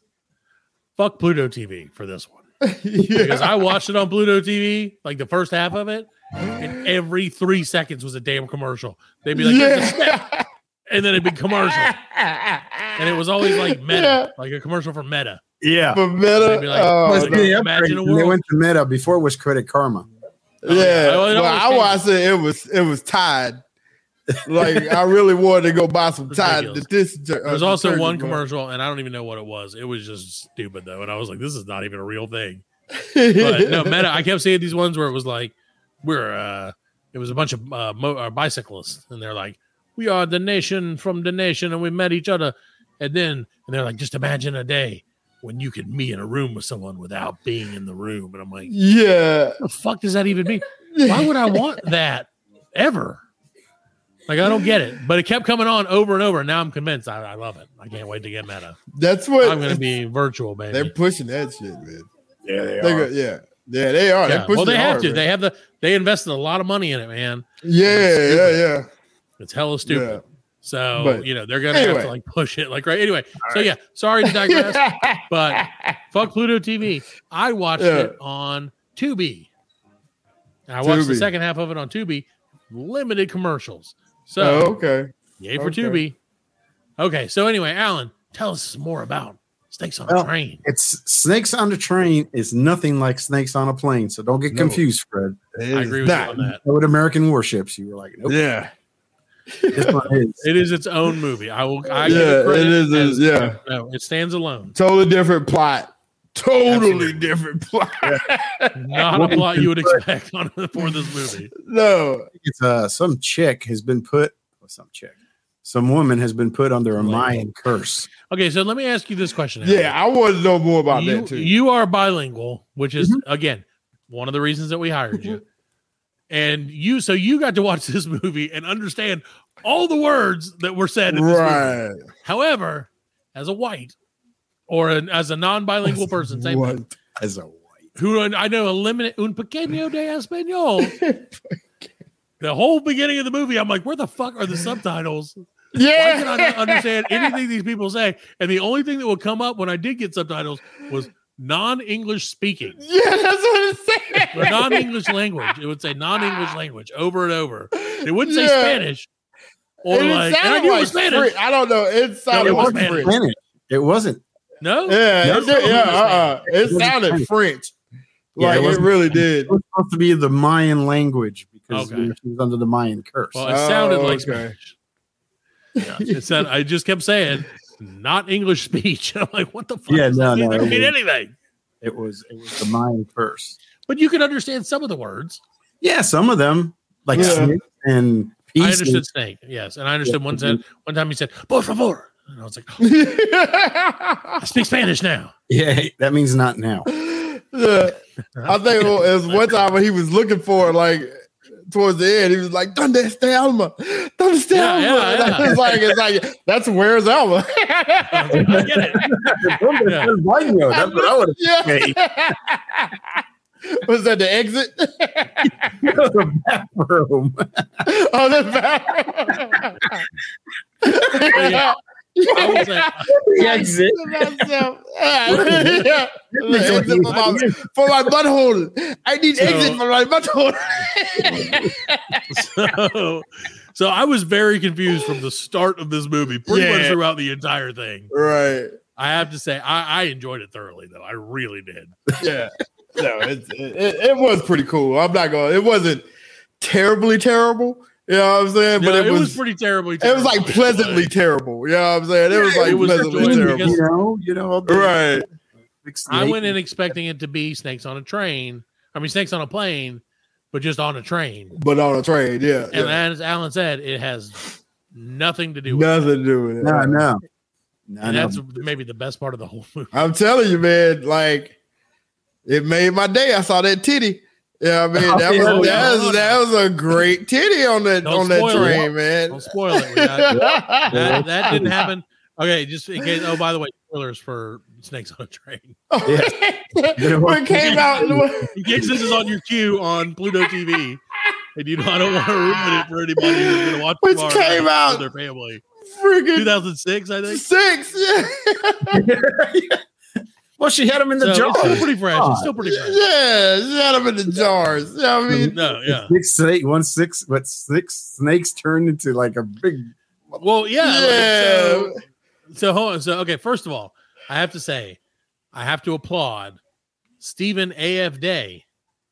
Speaker 6: Fuck Pluto TV for this one. Because I watched it on Pluto TV, like the first half of it, and every three seconds was a damn commercial. They'd be like, "There's a step," and then it'd be commercial. And it was always like meta,
Speaker 5: Yeah.
Speaker 6: like a commercial for meta.
Speaker 8: Yeah.
Speaker 5: For Meta,
Speaker 6: They'd be like,
Speaker 5: oh,
Speaker 6: "Let's
Speaker 8: Must be the
Speaker 6: imagine a
Speaker 8: upgrade. They
Speaker 6: world."
Speaker 8: went to Meta before it was Credit Karma.
Speaker 5: Yeah,
Speaker 8: Oh, it
Speaker 5: well,
Speaker 8: always
Speaker 5: I
Speaker 8: came-
Speaker 5: watched it. It was it was tied. Like I really wanted to go buy some Tide.
Speaker 6: Ridiculous.
Speaker 5: This uh,
Speaker 6: There was also one commercial, and I don't even know what it was. It was just stupid though, and I was like, "This is not even a real thing." But no, Meta. I kept seeing these ones where it was like, "We're," uh it was a bunch of uh, mo- uh, bicyclists, and they're like, "We are the nation from the nation, and we met each other," and then and they're like, "Just imagine a day." When you could be in a room with someone without being in the room, and I'm like,
Speaker 5: Yeah.
Speaker 6: what the fuck does that even mean? Why would I want that ever? Like I don't get it, but it kept coming on over and over, and now I'm convinced. I, I love it. I can't wait to get meta.
Speaker 5: That's what
Speaker 6: I'm going to be virtual, baby.
Speaker 5: They're pushing that shit, man.
Speaker 8: Yeah,
Speaker 6: they
Speaker 5: They
Speaker 6: are.
Speaker 5: go- yeah, yeah, they
Speaker 6: Yeah.
Speaker 5: are. They're pushing
Speaker 6: Well, they
Speaker 5: it
Speaker 6: have
Speaker 5: hard,
Speaker 6: to.
Speaker 5: man.
Speaker 6: They have the. They invested a lot of money in it, man.
Speaker 5: Yeah, yeah, yeah.
Speaker 6: It's hella stupid.
Speaker 5: Yeah.
Speaker 6: So
Speaker 5: But
Speaker 6: you know they're gonna have
Speaker 5: anyway.
Speaker 6: to like push it like right anyway. So yeah, sorry to digress, but fuck Pluto TV. I watched
Speaker 5: Yeah.
Speaker 6: it on Tubi. I watched the
Speaker 5: Tubi.
Speaker 6: second half of it on Tubi, limited commercials. So
Speaker 5: Oh, okay.
Speaker 6: yay for
Speaker 5: Okay.
Speaker 6: Tubi. Okay, so anyway, Alan, tell us more about Snakes on a
Speaker 8: Well,
Speaker 6: Train.
Speaker 8: It's Snakes on a Train is nothing like Snakes on a Plane, so don't get
Speaker 6: No.
Speaker 8: confused, Fred.
Speaker 6: I agree with you on that.
Speaker 8: With American warships, you were like, nope.
Speaker 5: Yeah.
Speaker 8: This one is.
Speaker 6: It is its own movie. I will. I give
Speaker 5: Yeah,
Speaker 6: it,
Speaker 5: it
Speaker 6: credit
Speaker 5: is a-
Speaker 6: as-
Speaker 5: yeah.
Speaker 6: No, it stands alone.
Speaker 5: Totally different plot. Totally different plot.
Speaker 6: Not a plot you would expect on, for this movie.
Speaker 5: No.
Speaker 8: It's uh, some chick has been put, well, some chick, some woman has been put under a Mayan curse.
Speaker 6: Okay, so let me ask you this question. Alan.
Speaker 5: Yeah, I want to know more about
Speaker 6: you,
Speaker 5: that too. Mm-hmm.
Speaker 6: you are bilingual, which is again one of the reasons that we hired you. and you, so you got to watch this movie and understand all the words that were said. In this
Speaker 5: Right.
Speaker 6: movie. However, as a white or an, as a non-bilingual person, same thing,
Speaker 8: As a
Speaker 6: who I know eliminate un pequeño de español. the whole beginning of the movie, I'm like, where the fuck are the subtitles?
Speaker 5: Yeah.
Speaker 6: Why can I not understand anything these people say? And the only thing that would come up when I did get subtitles was non-English speaking.
Speaker 5: Yeah, that's what it
Speaker 6: Or non-English language. It would say non-English language over and over. It wouldn't say
Speaker 5: Yeah.
Speaker 6: Spanish. Or
Speaker 5: And it
Speaker 6: like, and I
Speaker 5: sounded
Speaker 6: knew it
Speaker 5: like
Speaker 6: was Spanish.
Speaker 5: French. I don't know. It sounded
Speaker 6: it was
Speaker 5: like
Speaker 6: Spanish.
Speaker 5: French.
Speaker 8: It wasn't.
Speaker 6: No?
Speaker 5: Yeah,
Speaker 6: No,
Speaker 5: it, did-
Speaker 6: it
Speaker 5: yeah,
Speaker 6: wasn't
Speaker 5: uh-uh.
Speaker 6: Spanish.
Speaker 5: it sounded French. Like it,
Speaker 8: wasn't-
Speaker 5: really did.
Speaker 8: It was supposed to be the Mayan language because
Speaker 6: Okay.
Speaker 8: she was under the Mayan curse.
Speaker 6: Well, it sounded
Speaker 5: Oh,
Speaker 6: like
Speaker 5: okay.
Speaker 6: Spanish. Yeah, it said I just kept saying not English speech. I'm like, what the fuck?
Speaker 8: Yeah,
Speaker 6: does
Speaker 8: no,
Speaker 6: that mean?
Speaker 8: no,
Speaker 6: That
Speaker 8: it
Speaker 6: mean
Speaker 8: was-
Speaker 6: anything.
Speaker 8: It was it was the Mayan curse.
Speaker 6: But you could understand some of the words.
Speaker 8: Yeah, some of them like
Speaker 6: Yeah.
Speaker 8: snake and
Speaker 6: I
Speaker 8: peace.
Speaker 6: understood snake, yes, and I understood
Speaker 8: Yeah.
Speaker 6: one said one time he said "por favor," and I was like, "Oh, I speak Spanish now.
Speaker 8: Yeah, that means not now.
Speaker 5: Yeah. I think it was one time when he was looking for it, like towards the end, he was like, Donde está Alma? Donde está
Speaker 7: Yeah,
Speaker 5: Alma?
Speaker 7: yeah,
Speaker 5: And I
Speaker 7: yeah.
Speaker 5: was like, it's like, that's where's Alma?
Speaker 8: Yeah. Baño, that's what I would have
Speaker 5: Yeah. was that the exit?
Speaker 8: the bathroom.
Speaker 5: oh, the bathroom.
Speaker 6: Yeah. I was like,
Speaker 7: Exit.
Speaker 5: Yeah. Exit for my, for my butthole. I need
Speaker 6: So-
Speaker 5: exit for my butthole.
Speaker 6: so, "Oh." so I was very confused from the start of this movie, pretty much
Speaker 5: Yeah.
Speaker 6: throughout the entire thing.
Speaker 5: right.
Speaker 6: I have to say, I, I enjoyed it thoroughly, though. I really did.
Speaker 5: Yeah. No, it, it, it- it was pretty cool. I'm not going. to It wasn't terribly terrible. You know what I'm saying?
Speaker 6: No,
Speaker 5: but it, was,
Speaker 6: pretty terribly.
Speaker 5: It was like pleasantly terrible. You know what I'm saying? It was
Speaker 6: Yeah,
Speaker 5: like
Speaker 6: it was
Speaker 5: pleasantly
Speaker 6: enjoyable
Speaker 5: terrible.
Speaker 6: because- You
Speaker 8: know, you know,
Speaker 5: right?
Speaker 6: I went in expecting it to be snakes on a train. I mean, snakes on a plane, but just on a train.
Speaker 5: but on a train. Yeah,
Speaker 6: And
Speaker 5: yeah.
Speaker 6: as Alan said, it has nothing to do with
Speaker 5: nothing to do with it.
Speaker 6: No, no.
Speaker 5: no,
Speaker 6: And that's maybe the best part of the whole movie.
Speaker 5: I'm telling you, man. Like, it made my day. I saw that titty. Yeah, I mean
Speaker 6: Oh,
Speaker 5: that
Speaker 6: yeah.
Speaker 5: was that
Speaker 6: Hold
Speaker 5: was,
Speaker 6: on.
Speaker 5: that was a great titty on that
Speaker 6: Don't
Speaker 5: on that
Speaker 6: spoil it.
Speaker 5: train, man.
Speaker 6: Don't spoil it. We got- that, that didn't happen. Okay, just in case. Oh, by the way, spoilers for Snakes on a Train.
Speaker 5: it came out.
Speaker 6: In case this is on your queue on Pluto TV, and you know I don't want to ruin it for anybody who's going to watch
Speaker 5: Which
Speaker 6: tomorrow
Speaker 5: came
Speaker 6: with
Speaker 5: out
Speaker 6: their family.
Speaker 5: Friggin'
Speaker 6: 2006, I think.
Speaker 5: Six. Yeah.
Speaker 8: Well, she had him in the
Speaker 6: So
Speaker 8: jar.
Speaker 6: it's still pretty fresh. It's still pretty fresh.
Speaker 5: Yeah, shut them in the jars. You know what I mean,
Speaker 6: No, yeah.
Speaker 8: Six snake, one six, but six snakes turned into like a big.
Speaker 6: Well, yeah. like,
Speaker 5: Yeah.
Speaker 6: so, so hold on. So okay, first of all, I have to say, I have to applaud Stephen A.F. Day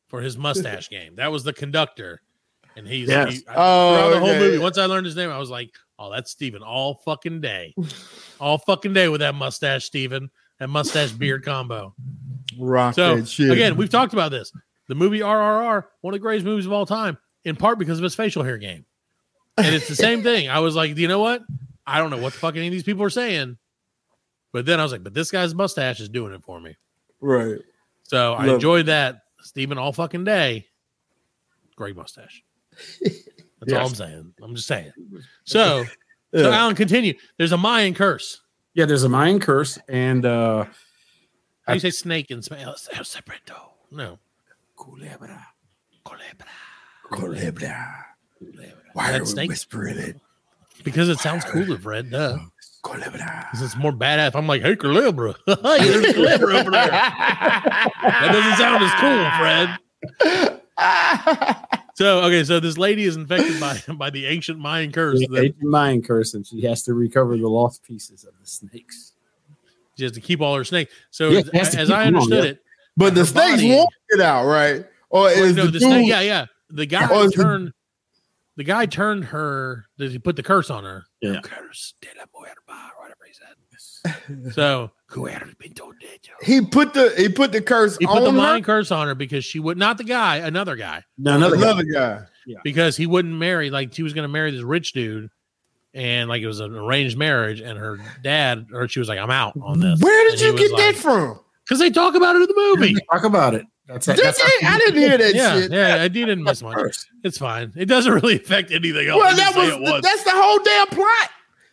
Speaker 6: for his mustache game. That was the conductor, and he's
Speaker 8: Yes.
Speaker 6: he- I-
Speaker 5: Oh,
Speaker 6: throughout the whole
Speaker 5: okay.
Speaker 6: movie. Once I learned his name, I was like, oh, that's Stephen all fucking day, all fucking day with that mustache, Stephen, that mustache beard combo.
Speaker 5: rock
Speaker 6: So
Speaker 5: that shit.
Speaker 6: again, we've talked about this. The movie RRR, one of the greatest movies of all time, in part because of his facial hair game. And it's the same thing. I was like, you know what? I don't know what the fuck any of these people are saying. But then I was like, but this guy's mustache is doing it for me.
Speaker 5: right.
Speaker 6: So I
Speaker 5: Love-
Speaker 6: enjoyed that. Steven all fucking day. Great mustache. That's all
Speaker 8: Yes.
Speaker 6: I'm saying. I'm just saying. So, so Alan, continue. There's a Mayan curse.
Speaker 8: Yeah, there's a Mayan curse, and uh,
Speaker 6: How do you say snake in uh, Spanish? El serpento. No.
Speaker 5: Culebra.
Speaker 6: That snake?
Speaker 5: whispering it?
Speaker 6: Because it sounds cooler, Fred. Duh. Because it's more badass. I'm like, hey, Calibra. hey, there's Calibra over there. That doesn't sound as cool, Fred. so, okay, so this lady is infected by by the ancient Mayan curse.
Speaker 8: the
Speaker 6: That
Speaker 8: ancient Mayan curse, and she has to recover the lost pieces of the snakes.
Speaker 6: she has to keep all her snakes. So,
Speaker 8: Yeah,
Speaker 6: as,
Speaker 8: she has to
Speaker 6: as
Speaker 8: keep
Speaker 6: I
Speaker 8: them all,
Speaker 6: understood
Speaker 8: yeah.
Speaker 6: it,
Speaker 5: But the
Speaker 6: her
Speaker 5: snakes
Speaker 6: body-
Speaker 5: won't get out, right? Or
Speaker 6: Wait,
Speaker 5: is
Speaker 6: no,
Speaker 5: the,
Speaker 6: the snake,
Speaker 5: dude-
Speaker 6: yeah, yeah. The guy
Speaker 8: Oh,
Speaker 5: Or is the-
Speaker 6: turned the guy turned her. Did he put the curse on her?
Speaker 8: Yeah.
Speaker 6: Curse de la mujer, or whatever he said. So
Speaker 5: He put the he put the curse
Speaker 6: he put
Speaker 5: on
Speaker 6: the
Speaker 5: her?
Speaker 6: mind curse on her because she would not the guy, another guy,
Speaker 8: No, another,
Speaker 5: another guy.
Speaker 6: because he wouldn't marry. Like she was going to marry this rich dude, and like it was an arranged marriage, and her dad or she was like, "I'm out on this."
Speaker 5: Where did you get that from?
Speaker 6: Because they talk about it in the movie.
Speaker 8: talk about it. That's it.
Speaker 5: Did they? I didn't hear that
Speaker 6: yeah,
Speaker 5: shit.
Speaker 6: yeah, I didn't miss much. It's fine. It doesn't really affect anything else.
Speaker 5: well,
Speaker 6: They just
Speaker 5: that
Speaker 6: say it
Speaker 5: was, that's the whole damn plot.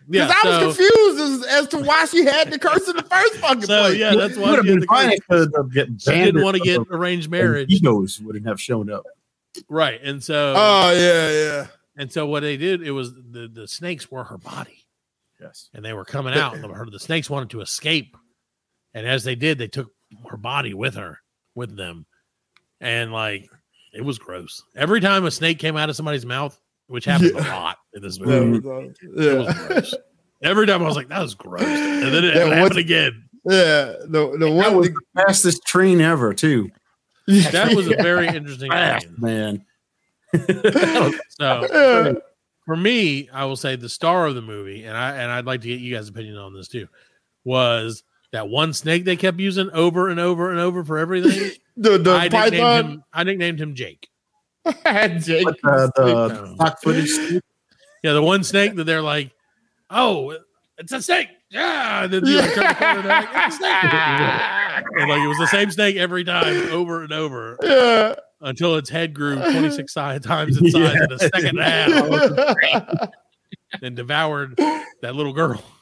Speaker 6: Yeah,
Speaker 5: Because I
Speaker 6: so-
Speaker 5: was confused as, as to why she had the curse in the first fucking
Speaker 6: So
Speaker 5: place.
Speaker 6: yeah, that's why
Speaker 8: would have
Speaker 6: she had
Speaker 8: been
Speaker 6: the
Speaker 8: fine
Speaker 6: curse.
Speaker 8: if the, the get
Speaker 6: She didn't
Speaker 8: bandit
Speaker 6: want to get
Speaker 8: of
Speaker 6: arranged
Speaker 8: the
Speaker 6: marriage,
Speaker 8: Egos wouldn't have shown up.
Speaker 6: right? And so,
Speaker 5: Oh yeah, yeah.
Speaker 6: and so what they did, it was the the snakes were her body,
Speaker 8: Yes.
Speaker 6: and they were coming out. And the, the snakes wanted to escape, and as they did, they took her body with her with them, and like it was gross. Every time a snake came out of somebody's mouth, which happens a lot in this
Speaker 5: That
Speaker 6: movie,
Speaker 5: was-
Speaker 6: Mm. it was
Speaker 5: yeah.
Speaker 6: gross. Every time I was like, "That was gross," and then it
Speaker 5: Yeah,
Speaker 6: happened
Speaker 5: what's-
Speaker 6: again.
Speaker 5: Yeah, the the
Speaker 8: That
Speaker 5: one
Speaker 8: was the fastest train ever, too.
Speaker 6: That was a very interesting.
Speaker 8: Fast,
Speaker 6: scene.
Speaker 8: man.
Speaker 6: So
Speaker 5: Yeah.
Speaker 6: for me, I will say the star of the movie, and I and I'd like to get you guys' opinion on this too, was that one snake they kept using over and over and over for everything.
Speaker 5: the,
Speaker 6: I
Speaker 5: the
Speaker 6: nicknamed
Speaker 5: python.
Speaker 6: him. I nicknamed him Jake.
Speaker 5: Jake.
Speaker 8: But, uh, the stock footage. snake,
Speaker 6: Yeah, the one snake that they're like, "Oh, it's a snake!" Yeah, and then you like, turn the corner and they're like, "It's a snake!" And, like it was the same snake every time, over and over,
Speaker 5: Yeah.
Speaker 6: until its head grew twenty six times in size in a second and a half. and devoured that little girl.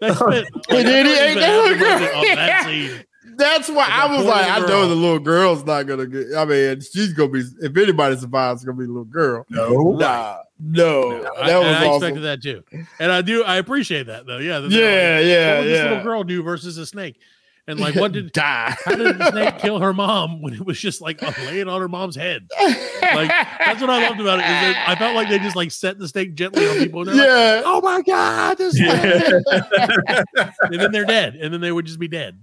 Speaker 6: They spent
Speaker 5: And then he
Speaker 6: I don't
Speaker 5: ate
Speaker 6: even
Speaker 5: that
Speaker 6: have
Speaker 5: little
Speaker 6: the budget
Speaker 5: girl.
Speaker 6: on that scene.
Speaker 5: That's why I was
Speaker 7: poor
Speaker 5: like, I
Speaker 7: little
Speaker 5: know
Speaker 7: girl.
Speaker 5: the little girl's not gonna get. I mean, she's gonna be. If anybody survives, it's gonna be the little girl.
Speaker 8: No.
Speaker 5: nah, no.
Speaker 6: I- and
Speaker 5: that was
Speaker 6: I
Speaker 5: awesome.
Speaker 6: expected that too, and I do. I appreciate that though. Yeah,
Speaker 5: Yeah, yeah,
Speaker 6: what would This
Speaker 5: yeah.
Speaker 6: little girl do versus a snake, and like, what did
Speaker 5: die?
Speaker 6: How did the snake kill her mom when it was just like laying on her mom's head? Like that's what I loved about it. Is that I felt like they just like set the snake gently on people. And they're
Speaker 5: yeah.
Speaker 6: oh my god, this snake.
Speaker 7: Yeah.
Speaker 6: and then they're dead, and then they would just be dead.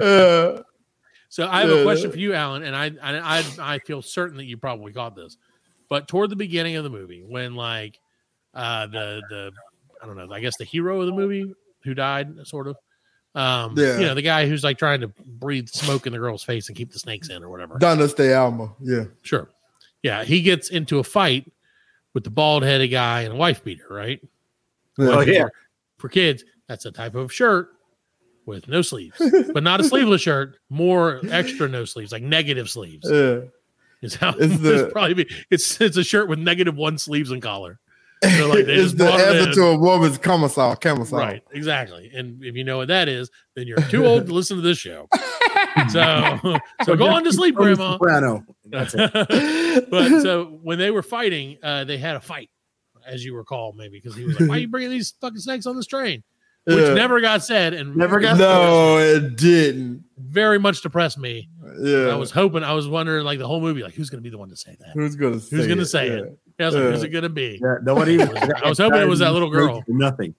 Speaker 5: Uh,
Speaker 6: So I have a
Speaker 5: Yeah.
Speaker 6: question for you, Alan, and I, I I I feel certain that you probably caught this, but toward the beginning of the movie, when like uh the the I don't know, I guess the hero of the movie who died, sort of, um,
Speaker 5: Yeah.
Speaker 6: you know, the guy who's like trying to breathe smoke in the girl's face and keep the snakes in or whatever.
Speaker 5: Donna Stay Alma. Yeah.
Speaker 6: Sure, yeah, he gets into a fight with the bald headed guy and a wife beater, right?
Speaker 5: Yeah.
Speaker 6: Well,
Speaker 5: Oh, yeah.
Speaker 6: For, for kids, that's a type of shirt with no sleeves, but not a sleeveless shirt. More extra no sleeves, like negative sleeves.
Speaker 5: Yeah.
Speaker 6: Is how
Speaker 5: It's
Speaker 6: it's
Speaker 5: Uh, the-
Speaker 6: probably be, it's it's a shirt with negative one sleeves and collar. So like they
Speaker 5: it's
Speaker 6: just
Speaker 5: the
Speaker 6: brought it
Speaker 5: answer
Speaker 6: in.
Speaker 5: to a woman's camisole. Camisole.
Speaker 6: right, exactly. And if you know what that is, then you're too old to listen to this show. So so go on to sleep,
Speaker 8: Tony
Speaker 6: Grandma.
Speaker 8: Soprano. That's it.
Speaker 6: but uh, so when they were fighting, uh, they had a fight, as you recall, maybe because he was like, "Why are you bringing these fucking snakes on this train?" Which
Speaker 5: Yeah.
Speaker 6: never got said, and
Speaker 8: Never got
Speaker 5: No, it didn't.
Speaker 6: very much depressed me.
Speaker 5: Yeah.
Speaker 6: I was hoping, I was wondering, like the whole movie, like who's going to be the one to say that?
Speaker 5: Who's gonna say
Speaker 6: Who's going to
Speaker 5: it?
Speaker 6: say
Speaker 5: Yeah.
Speaker 6: it? Yeah, I was like, who's
Speaker 5: Yeah.
Speaker 6: it going to be?
Speaker 8: Yeah, nobody.
Speaker 6: I was hoping it was that little girl.
Speaker 8: Nothing.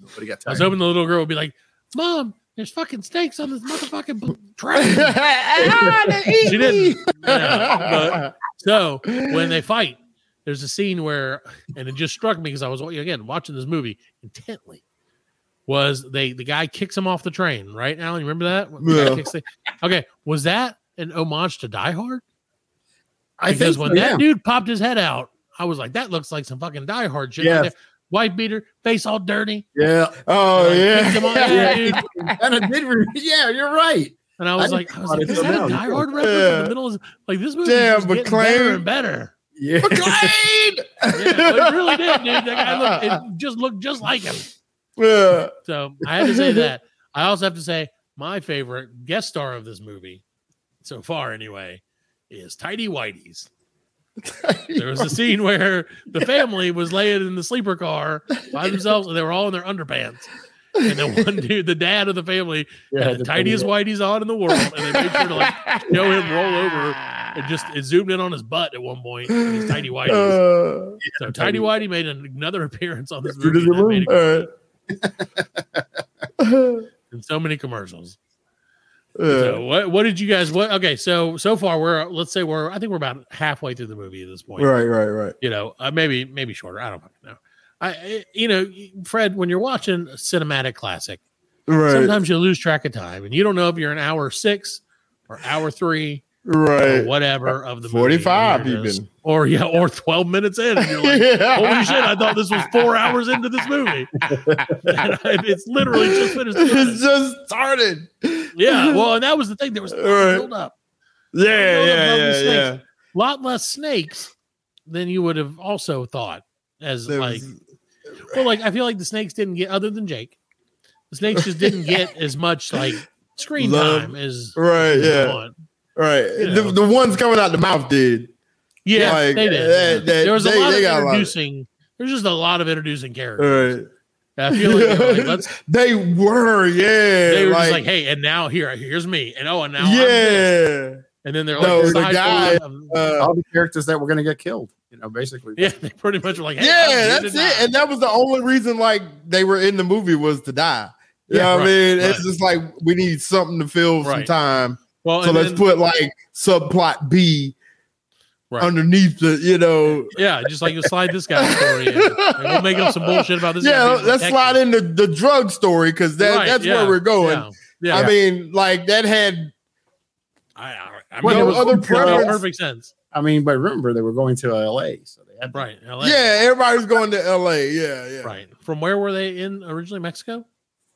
Speaker 8: Nobody got
Speaker 6: I was
Speaker 8: tired.
Speaker 6: hoping the little girl would be like, "Mom, there's fucking snakes on this motherfucking bl- train." she didn't. Yeah, but- so when they fight, there's a scene where, and it just struck me because I was again watching this movie intently. Was they the guy kicks him off the train, right? Alan, you remember that? When the guy
Speaker 5: Yeah.
Speaker 6: kicks the- okay, was that an homage to Die Hard?
Speaker 8: I think
Speaker 6: because when
Speaker 8: so,
Speaker 6: that
Speaker 8: yeah.
Speaker 6: dude popped his head out, I was like, that looks like some fucking Die Hard shit.
Speaker 8: Yes.
Speaker 6: Right there. White beater, face all dirty.
Speaker 8: Yeah.
Speaker 5: Oh
Speaker 6: Like,
Speaker 5: yeah.
Speaker 6: kicked him on the head,
Speaker 8: Yeah,
Speaker 6: dude.
Speaker 8: and I did. Re- yeah, you're right.
Speaker 6: And I was
Speaker 8: I
Speaker 6: like,
Speaker 8: just
Speaker 6: I was
Speaker 8: thought
Speaker 6: like,
Speaker 8: it
Speaker 6: is
Speaker 8: was
Speaker 6: that a
Speaker 8: out.
Speaker 6: Die Hard reference in
Speaker 5: Yeah.
Speaker 6: the middle? Of, like this movie
Speaker 5: Damn,
Speaker 6: was getting
Speaker 5: McClane.
Speaker 6: better and better.
Speaker 8: Yeah.
Speaker 6: Yeah, it really did, dude. That guy looked, it just looked just like him.
Speaker 5: Yeah.
Speaker 6: So I had to say that. I also have to say my favorite guest star of this movie so far, anyway, is Tidy Whitey's. There was a scene where the family was laying in the sleeper car by themselves, and they were all in their underpants. And the one dude, the dad of the family,
Speaker 8: Yeah,
Speaker 6: had the
Speaker 8: the
Speaker 6: tiniest whitey's on in the world, and they made sure to
Speaker 5: Uh,
Speaker 6: like show him roll over. and just it zoomed in on his butt at one point. and His tiny whitey.
Speaker 5: Uh,
Speaker 6: so tiny whitey made an, another appearance on this
Speaker 8: Through
Speaker 6: movie.
Speaker 8: the
Speaker 6: and that made it
Speaker 5: all right.
Speaker 6: in so many commercials.
Speaker 5: Uh,
Speaker 6: So what what did you guys what okay, so so far we're let's say we're I think we're about halfway through the movie at this point.
Speaker 5: right, right, right.
Speaker 6: You know, uh, maybe maybe shorter. I don't fucking know. I- I you know, Fred, when you're watching a cinematic classic,
Speaker 5: Right.
Speaker 6: sometimes you lose track of time and you don't know if you're an hour six or hour three or
Speaker 5: right.
Speaker 6: whatever of the movie.
Speaker 5: 45
Speaker 6: You're just-
Speaker 5: even.
Speaker 6: or yeah, or 12 minutes in. And you're like,
Speaker 5: Yeah.
Speaker 6: holy shit, I thought this was four hours into this movie. And I- it's literally just finished.
Speaker 5: It's just started.
Speaker 6: Yeah. Well, and that was the thing. There was a lot of
Speaker 5: Right.
Speaker 6: buildup.
Speaker 5: Yeah,
Speaker 6: Buildup
Speaker 5: yeah,
Speaker 6: of
Speaker 5: yeah,
Speaker 6: these
Speaker 5: yeah.
Speaker 6: snakes. lot less snakes than you would have also thought. As
Speaker 5: There
Speaker 6: like,
Speaker 5: was-
Speaker 6: well, like I feel like the snakes didn't get other than Jake. The snakes just didn't get as much like screen
Speaker 5: Love.
Speaker 6: time as
Speaker 5: Right,
Speaker 6: as you
Speaker 5: yeah.
Speaker 6: want.
Speaker 5: Right.
Speaker 6: You know.
Speaker 5: The, the ones coming out the mouth did.
Speaker 6: Yeah,
Speaker 5: Like,
Speaker 6: they did.
Speaker 5: that- that-
Speaker 6: there was
Speaker 5: they-
Speaker 6: a lot
Speaker 5: they got a
Speaker 6: of
Speaker 5: lot of-
Speaker 6: introducing. There's just a lot of introducing characters.
Speaker 5: Right.
Speaker 6: I feel like, they were like, let's.
Speaker 5: they were, Uh, yeah.
Speaker 6: They were
Speaker 5: like,
Speaker 6: just like, "Hey, and now here, here's me, and oh, and now I'm this." Oh,
Speaker 5: yeah.
Speaker 6: and then they're
Speaker 5: No,
Speaker 6: like,
Speaker 5: the
Speaker 6: side
Speaker 5: guy,
Speaker 6: of-
Speaker 5: Uh,
Speaker 8: All the characters that were going to get killed. You know, basically.
Speaker 6: yeah, they pretty much were like, "Hey, I'm here
Speaker 5: yeah,
Speaker 6: to
Speaker 5: that's
Speaker 6: die."
Speaker 5: it. And that was the only reason like they were in the movie was to die. You
Speaker 6: Yeah,
Speaker 5: know what
Speaker 6: right,
Speaker 5: I mean?
Speaker 6: right.
Speaker 5: It's just like we need something to fill some
Speaker 6: Right.
Speaker 5: time.
Speaker 6: Well,
Speaker 5: so
Speaker 6: and
Speaker 5: let's
Speaker 6: then-
Speaker 5: put like subplot B
Speaker 6: Right.
Speaker 5: underneath the, you know.
Speaker 6: yeah, just like you slide this guy's story in. Like, we'll make up some bullshit about this. guy
Speaker 5: yeah,
Speaker 6: being
Speaker 5: let's
Speaker 6: protected.
Speaker 5: slide in the, the drug story because that,
Speaker 6: Right,
Speaker 5: that's
Speaker 6: yeah,
Speaker 5: where we're going.
Speaker 6: Yeah, yeah.
Speaker 5: I mean, like that had
Speaker 6: I, I, I mean,
Speaker 8: Well,
Speaker 6: it
Speaker 5: no
Speaker 6: was,
Speaker 5: other
Speaker 6: it made
Speaker 5: preference.
Speaker 6: perfect sense.
Speaker 8: I mean, but remember they were going to L.A., so they had
Speaker 6: Right. LA.
Speaker 5: Yeah, everybody was going to LA. Yeah, yeah.
Speaker 6: Right. From where were they in originally? Mexico.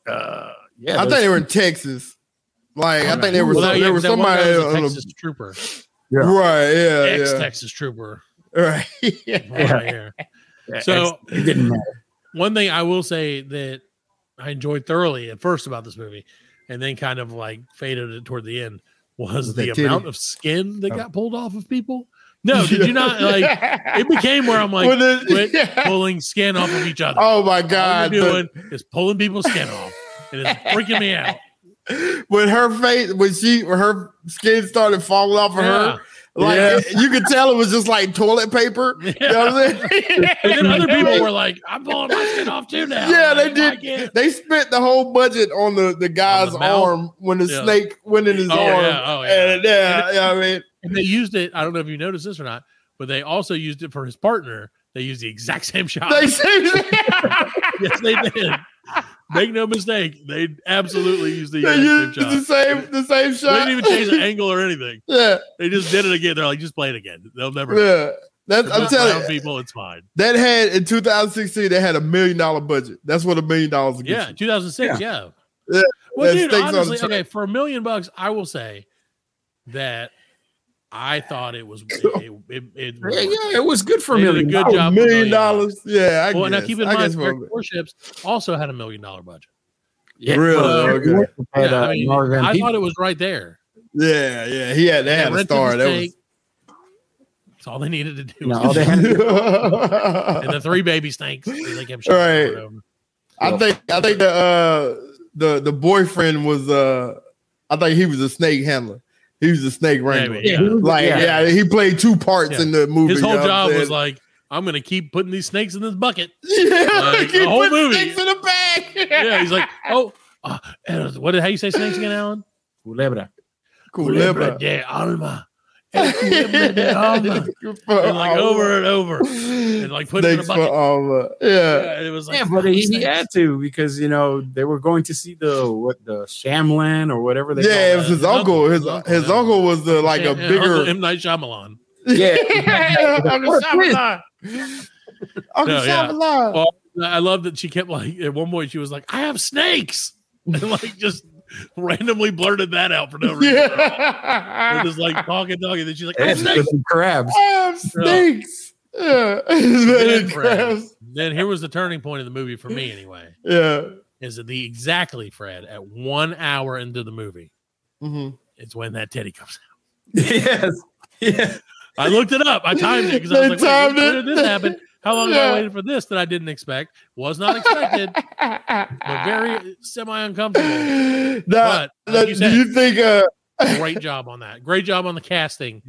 Speaker 8: Uh, yeah,
Speaker 5: I
Speaker 8: those-
Speaker 5: think they were in Texas. Like I think there was
Speaker 6: Well,
Speaker 5: some,
Speaker 6: yeah,
Speaker 5: there was
Speaker 6: 'cause that one guy
Speaker 5: somebody
Speaker 6: was
Speaker 5: on
Speaker 6: a
Speaker 5: a-
Speaker 6: Texas trooper,
Speaker 8: Yeah.
Speaker 5: right. Yeah,
Speaker 6: ex
Speaker 5: yeah.
Speaker 6: Texas trooper.
Speaker 5: Right.
Speaker 6: Right here.
Speaker 8: yeah,
Speaker 6: So
Speaker 8: it's- it didn't matter.
Speaker 6: one thing I will say that I enjoyed thoroughly at first about this movie and then kind of like faded it toward the end was
Speaker 5: With
Speaker 6: the
Speaker 5: that titty.
Speaker 6: amount of skin that
Speaker 5: Oh.
Speaker 6: got pulled off of people. No, did you not like? It became where I'm like,
Speaker 5: With the-
Speaker 6: quit
Speaker 5: yeah.
Speaker 6: pulling skin off of each other.
Speaker 5: Oh my
Speaker 6: All
Speaker 5: God,
Speaker 6: you're
Speaker 5: the-
Speaker 6: doing is pulling people's skin off, and it's freaking me out.
Speaker 5: when her face when she when her skin started falling off of
Speaker 6: Yeah.
Speaker 5: her like
Speaker 6: Yeah.
Speaker 5: you could tell it was just like toilet paper you know what I'm saying?
Speaker 6: And then other people were like, "I'm pulling my skin off too now."
Speaker 5: yeah they
Speaker 6: Like, I
Speaker 5: did they spent the whole budget on the the guy's
Speaker 6: mouth?
Speaker 5: arm when the
Speaker 6: Yeah.
Speaker 5: snake went in his
Speaker 6: Oh,
Speaker 5: arm
Speaker 6: yeah. Oh, yeah.
Speaker 5: and yeah,
Speaker 6: And it-
Speaker 5: yeah, i mean
Speaker 6: And they used it. I don't know if you noticed this or not, but they also used it for his partner. They used the exact same shot.
Speaker 5: They said-
Speaker 6: yes, they did. Make no mistake, they absolutely used the
Speaker 5: they
Speaker 6: exact same
Speaker 5: used
Speaker 6: shot.
Speaker 5: the same the same
Speaker 6: They
Speaker 5: shot
Speaker 6: didn't even change the angle or anything.
Speaker 5: yeah
Speaker 6: They just did it again. They're like, just play it again. They'll never.
Speaker 5: yeah that's
Speaker 6: They're
Speaker 5: i'm
Speaker 6: just
Speaker 5: telling
Speaker 6: clown
Speaker 5: you
Speaker 6: people, it's fine.
Speaker 5: that had in 2016 they had a million dollar budget that's what a million dollars would
Speaker 6: Yeah,
Speaker 5: get
Speaker 6: 2006.
Speaker 5: Yeah.
Speaker 6: Yeah.
Speaker 5: you. yeah
Speaker 6: Well,
Speaker 5: that
Speaker 6: dude,
Speaker 5: snakes on the
Speaker 6: honestly,
Speaker 5: track.
Speaker 6: okay, for a million bucks, I will say that I thought it was. It, it, it,
Speaker 8: Yeah, yeah, it was good for a
Speaker 6: They did
Speaker 8: million.
Speaker 6: good
Speaker 8: dollars.
Speaker 6: job.
Speaker 5: a
Speaker 6: for a
Speaker 5: million dollars yeah I
Speaker 6: well, now
Speaker 5: guess.
Speaker 6: keep in
Speaker 5: I
Speaker 6: mind,
Speaker 5: guess for a
Speaker 6: Eric
Speaker 5: million.
Speaker 6: Warships also had a million dollar budget.
Speaker 8: Yeah, Uh,
Speaker 5: Really?
Speaker 8: well,
Speaker 5: Okay.
Speaker 8: North had,
Speaker 6: Yeah,
Speaker 8: uh,
Speaker 6: I, mean,
Speaker 8: Northern
Speaker 6: I
Speaker 8: people.
Speaker 6: thought it was right there.
Speaker 5: Yeah, yeah, he had
Speaker 6: Rented
Speaker 5: that had a
Speaker 6: the
Speaker 5: star. That was
Speaker 6: steak. That's all they needed to do. was-
Speaker 8: No, all they had to
Speaker 6: and the three baby snakes. They kept
Speaker 5: All
Speaker 6: shooting
Speaker 5: right.
Speaker 6: over and over.
Speaker 5: I think I think the uh the the boyfriend was uh I think he was a snake handler. He was a snake wrangler.
Speaker 6: Maybe, yeah.
Speaker 5: Like
Speaker 6: Yeah.
Speaker 5: yeah. he played two parts
Speaker 6: Yeah.
Speaker 5: in the movie.
Speaker 6: His whole
Speaker 5: you know what I'm
Speaker 6: job was
Speaker 5: saying?
Speaker 6: like, I'm gonna keep putting these snakes in this bucket.
Speaker 5: yeah,
Speaker 6: like,
Speaker 5: keep
Speaker 6: the whole
Speaker 5: putting
Speaker 6: movie.
Speaker 5: snakes in the bag.
Speaker 6: Yeah, he's like, oh, uh, uh, what? How you say snakes again, Alan?
Speaker 8: Culebra.
Speaker 6: Culebra
Speaker 5: Culebra.
Speaker 6: de alma. El culebra de alma.
Speaker 5: For
Speaker 6: And like
Speaker 5: all-
Speaker 6: over and over, and like putting it in a
Speaker 5: Snakes Oh. for
Speaker 6: bucket.
Speaker 5: all, uh, yeah.
Speaker 6: Yeah, it was like,
Speaker 8: yeah, but he, he
Speaker 6: snakes.
Speaker 8: had to because you know they were going to see the what the Shamlan or whatever they
Speaker 5: Yeah, it was
Speaker 6: that.
Speaker 5: his uncle. His his
Speaker 6: yeah.
Speaker 5: uncle was the, like a
Speaker 6: And- and Uncle
Speaker 5: bigger.
Speaker 6: M Night Shyamalan.
Speaker 8: call it. yeah.
Speaker 5: Uncle Shyamalan. Uncle
Speaker 6: No, yeah.
Speaker 5: Shyamalan.
Speaker 6: Well, I love that she kept like at one point she was like, "I have snakes," and like just randomly blurted that out for no reason.
Speaker 5: Yeah.
Speaker 6: It was like talking, talking. Then she's like, "I have
Speaker 8: And
Speaker 6: snakes."
Speaker 8: with the crabs.
Speaker 5: I have snakes. Yeah.
Speaker 6: Then,
Speaker 5: It's very
Speaker 6: Fred,
Speaker 5: gross.
Speaker 6: then here was the turning point of the movie for me, anyway.
Speaker 5: yeah.
Speaker 6: Is that the exactly Fred at one hour into the movie?
Speaker 5: Mhm.
Speaker 6: It's when that teddy comes out.
Speaker 8: yes. Yeah.
Speaker 6: I looked it up. I timed it because I
Speaker 5: They
Speaker 6: was like, Wait,
Speaker 5: timed
Speaker 6: when
Speaker 5: it.
Speaker 6: did this happen? How long have
Speaker 5: Yeah.
Speaker 6: I waited for this that I didn't expect? Was not expected,
Speaker 5: Ah.
Speaker 6: but very uh, semi uncomfortable.
Speaker 5: Now,
Speaker 6: But, like
Speaker 5: do
Speaker 6: you said-
Speaker 5: you think? Uh,
Speaker 6: Great job on that. Great job on the casting.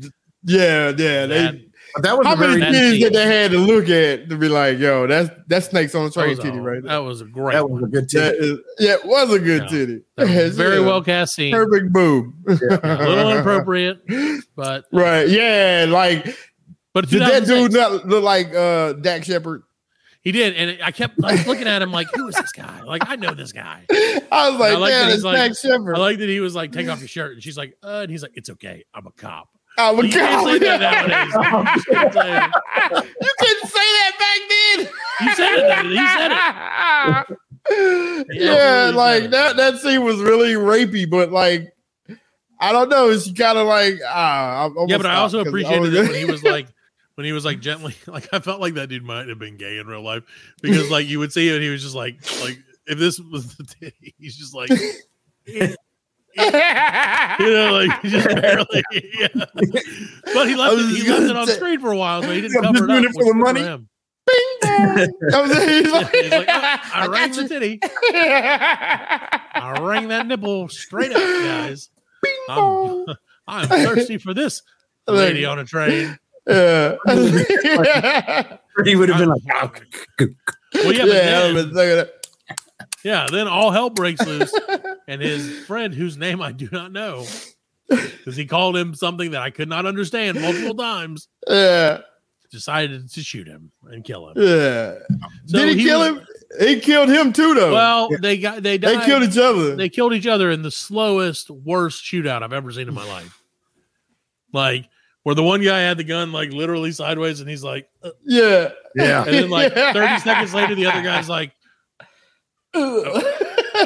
Speaker 5: yeah, yeah.
Speaker 6: That-
Speaker 5: They,
Speaker 8: But that was
Speaker 5: how
Speaker 8: a
Speaker 5: many
Speaker 8: very
Speaker 6: that
Speaker 5: kids
Speaker 6: scene.
Speaker 5: did they had to look at to be like, "Yo, that's that's snakes on a
Speaker 6: That
Speaker 5: train
Speaker 6: was, a,
Speaker 5: titty right
Speaker 6: that
Speaker 5: there."
Speaker 6: was a great
Speaker 8: that was
Speaker 6: one.
Speaker 8: a good
Speaker 5: That
Speaker 8: tip.
Speaker 5: is, yeah, it was a good
Speaker 6: Yeah.
Speaker 5: titty.
Speaker 6: That was a very
Speaker 5: Yeah.
Speaker 6: well cast scene.
Speaker 5: Perfect boob.
Speaker 6: A little inappropriate, but
Speaker 5: right? Yeah, like
Speaker 6: but
Speaker 5: did that
Speaker 6: 2006
Speaker 5: dude not look like uh Dak Shepard?
Speaker 6: He did, and I kept like, looking at him like, "Who is this guy? Like, I know this guy."
Speaker 5: I was
Speaker 6: I
Speaker 5: like,
Speaker 6: like that
Speaker 5: "Man,
Speaker 6: he's
Speaker 5: it's
Speaker 6: like-
Speaker 5: Dak Shepard."
Speaker 6: I like that he was like, "Take off your shirt," and she's like, "Uh," and he's like, "It's okay, I'm a cop."
Speaker 5: I'm a
Speaker 6: You can't say that nowadays. You can't say it.
Speaker 5: You couldn't say that back then.
Speaker 6: You said it. though. He said it.
Speaker 5: yeah,
Speaker 6: absolutely
Speaker 5: like
Speaker 6: said it.
Speaker 5: that that scene was really rapey, but like I don't know. She kind of like ah. I'm
Speaker 6: Yeah, but I also appreciated it
Speaker 5: it
Speaker 6: when he was like. When he was like gently, like I felt like that dude might have been gay in real life because like you would see it, and he was just like, like if this was the day, he's just like, you know, like just barely. Yeah. But he
Speaker 5: I
Speaker 6: left
Speaker 5: was
Speaker 6: it, he left
Speaker 5: just gonna
Speaker 6: it on
Speaker 5: say-
Speaker 6: screen for a while, so he didn't
Speaker 5: Yeah,
Speaker 6: cover it up.
Speaker 5: just doing it
Speaker 6: which is
Speaker 5: for the
Speaker 6: good
Speaker 5: money.
Speaker 6: him.
Speaker 5: he's like,
Speaker 6: He's like, "Oh, I,
Speaker 5: I
Speaker 6: rang
Speaker 5: got
Speaker 6: the
Speaker 5: you."
Speaker 6: titty. I rang that nipple straight up, guys. I'm, I'm thirsty for this lady on a train.
Speaker 5: yeah.
Speaker 8: He would have been like, "Oh,
Speaker 6: Well, yeah, but
Speaker 5: yeah, I
Speaker 6: then,
Speaker 5: was thinking that.
Speaker 6: yeah, then all hell breaks loose, and his friend, whose name I do not know, because he called him something that I could not understand multiple times,
Speaker 5: yeah,
Speaker 6: decided to shoot him and kill him.
Speaker 5: yeah.
Speaker 6: So
Speaker 5: Did he, kill
Speaker 6: was-
Speaker 5: him? He killed him too, though.
Speaker 6: Well, they got they
Speaker 5: they
Speaker 6: died.
Speaker 5: killed each other.
Speaker 6: they killed each other in the slowest, worst shootout I've ever seen in my life. Like where the one guy had the gun like literally sideways, and he's like, uh,
Speaker 5: yeah,
Speaker 8: yeah.
Speaker 6: and then like thirty seconds later, the other guy's like,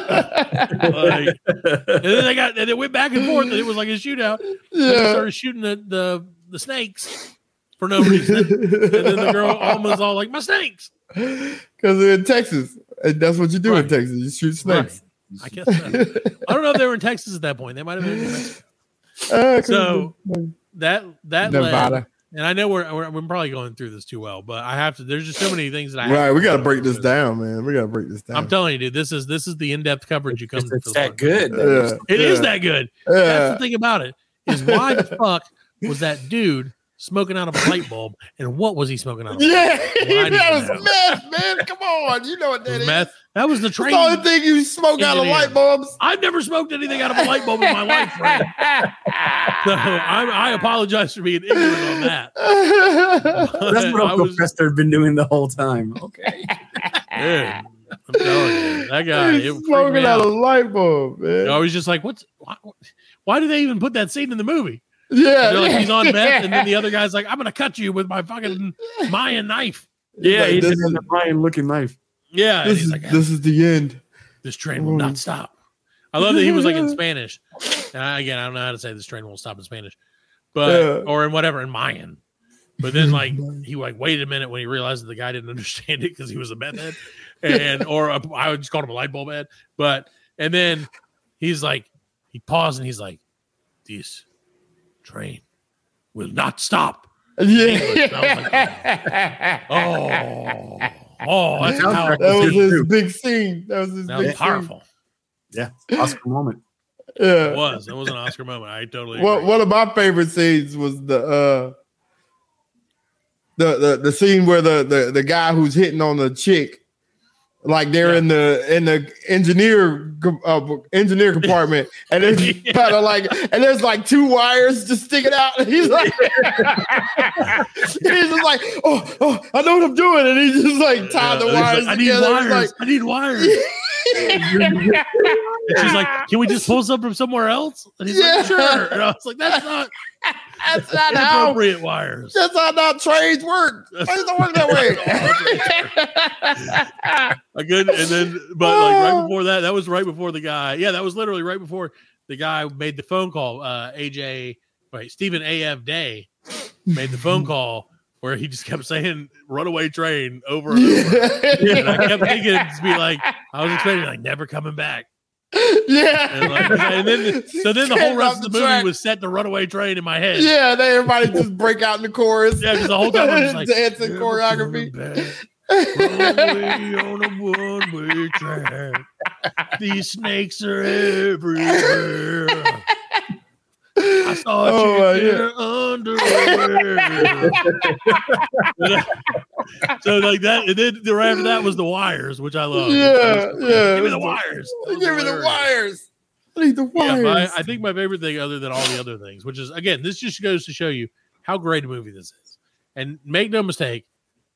Speaker 6: like, and then they got and it went back and forth, and it was like a shootout. And they
Speaker 5: yeah.
Speaker 6: started shooting the, the the snakes for no reason, and then the girl almost all like my snakes.
Speaker 5: Because in Texas, and that's what you do in
Speaker 6: Right. Uh,
Speaker 5: Texas. You shoot snakes.
Speaker 6: I guess not. I don't know if they were in Texas at that point. They might have been. In New Mexico.
Speaker 5: Uh,
Speaker 6: so that that led-
Speaker 5: Nevada.
Speaker 6: and I know we're, we're we're probably going through this too well, but I have to. There's just so many things that I have
Speaker 5: Right,
Speaker 6: to
Speaker 5: we got to
Speaker 6: go
Speaker 5: break this
Speaker 6: over.
Speaker 5: down, man. We got to break this down.
Speaker 6: I'm telling you, dude, this is this is the in-depth coverage you come.
Speaker 5: It's-
Speaker 6: to
Speaker 5: it's
Speaker 6: for the
Speaker 5: that
Speaker 6: podcast.
Speaker 5: good.
Speaker 6: It is
Speaker 5: Yeah. Yeah.
Speaker 6: that good.
Speaker 5: Yeah.
Speaker 6: That's the thing about it is why the fuck was that dude smoking out of a light bulb, and what was he smoking out of?
Speaker 5: Yeah,
Speaker 6: Why do you
Speaker 5: that
Speaker 6: know?
Speaker 5: was meth, man. Come on, you know what that is.
Speaker 6: meth. That was the train.
Speaker 5: the only thing you smoke out of
Speaker 6: engineer.
Speaker 5: light bulbs.
Speaker 6: I've never smoked anything out of a light bulb in my life, friend. So I'm, I apologize for being ignorant on that.
Speaker 8: That's what
Speaker 6: I
Speaker 8: Uncle Chester had been doing the whole time. Okay.
Speaker 6: Dude, I'm telling you, that guy. It
Speaker 5: He's
Speaker 6: freaked me
Speaker 5: smoking out
Speaker 6: out.
Speaker 5: of light bulb, man.
Speaker 6: I was just like, what's why, why do they even put that scene in the movie?
Speaker 5: Yeah,
Speaker 6: They're like, he's on
Speaker 5: yeah.
Speaker 6: meth, and then the other guy's like, I'm gonna cut you with my fucking Mayan knife.
Speaker 8: Yeah,
Speaker 5: Like,
Speaker 8: he
Speaker 5: this
Speaker 8: did
Speaker 5: is-
Speaker 8: the lion looking knife.
Speaker 6: Yeah, and
Speaker 5: This
Speaker 6: he's
Speaker 5: is
Speaker 6: like,
Speaker 5: this is the end.
Speaker 6: this train will not stop. I love that he was like in Spanish. And I, again, I don't know how to say this train won't stop in Spanish, but
Speaker 5: Yeah.
Speaker 6: or in whatever in Mayan. But then like he like waited a minute when he realized that the guy didn't understand it because he was a meth head, and or a, I would just call him a light bulb head. But and then he's like he paused and he's like, this train will not stop. English. And I was like, oh, oh, that's
Speaker 5: that
Speaker 6: powerful.
Speaker 5: was his big scene. That was his
Speaker 6: That
Speaker 5: big
Speaker 6: was powerful.
Speaker 8: Yeah, Oscar moment.
Speaker 5: Scene. Yeah.
Speaker 6: It was. It was an Oscar moment. I totally.
Speaker 5: One-
Speaker 6: agree.
Speaker 5: one of my favorite scenes was the uh the the, the scene where the, the the guy who's hitting on the chick like they're in the in the engineer co- uh, engineer compartment and it's kind of like and there's like two wires just sticking out and he's like he's just like oh, oh I know what I'm doing and he's just like tied the
Speaker 6: Yeah,
Speaker 5: wires
Speaker 6: he's like, I need wires.
Speaker 5: together He's like
Speaker 6: I need wires. and she's like, "Can we just pull some from somewhere else?" And he's
Speaker 5: Yeah.
Speaker 6: like, "Sure." And I was like, "That's not
Speaker 5: that's not how
Speaker 6: inappropriate wires."
Speaker 5: that's not how trades work trades don't work that way
Speaker 6: A good, and then, but like right before that, that was right before the guy. Yeah, that was literally right before the guy made the phone call. Uh, AJ, right? Stephen A.F. Day made the phone call where he just kept saying "runaway train" over and over. And I kept thinking it'd be like I was expecting like never coming back.
Speaker 5: yeah
Speaker 6: And, like, and then so then the whole
Speaker 5: Straight
Speaker 6: rest
Speaker 5: off
Speaker 6: of the
Speaker 5: the
Speaker 6: movie
Speaker 5: track.
Speaker 6: was set to runaway train in my head.
Speaker 5: Yeah, they everybody just break out in the chorus.
Speaker 6: Yeah, 'cause the whole time I'm just like,
Speaker 5: dance and
Speaker 6: "Never
Speaker 5: choreography.
Speaker 6: Runaway on a one-way track. These snakes are everywhere. I saw a
Speaker 5: Oh,
Speaker 6: oh,
Speaker 5: my
Speaker 6: chick in her underwear. so like that, and then right after that was the wires, which I love.
Speaker 5: Yeah, yeah.
Speaker 6: Give me the wires.
Speaker 5: Give me the wires. I need the
Speaker 6: Yeah,
Speaker 5: wires.
Speaker 6: my, I think my favorite thing, other than all the other things, which is again, this just goes to show you how great a movie this is. And make no mistake,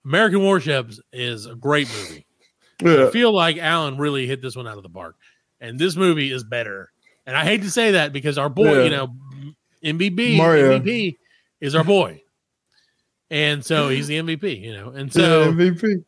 Speaker 6: American Warships is a great movie. I
Speaker 5: yeah.
Speaker 6: feel like Alan really hit this one out of the park, and this movie is better. And I hate to say that because our boy,
Speaker 5: Yeah.
Speaker 6: you know, MVB,
Speaker 5: Mario.
Speaker 6: MVP is our boy, and so he's the MVP, you know, and
Speaker 5: Yeah,
Speaker 6: so
Speaker 5: MVP.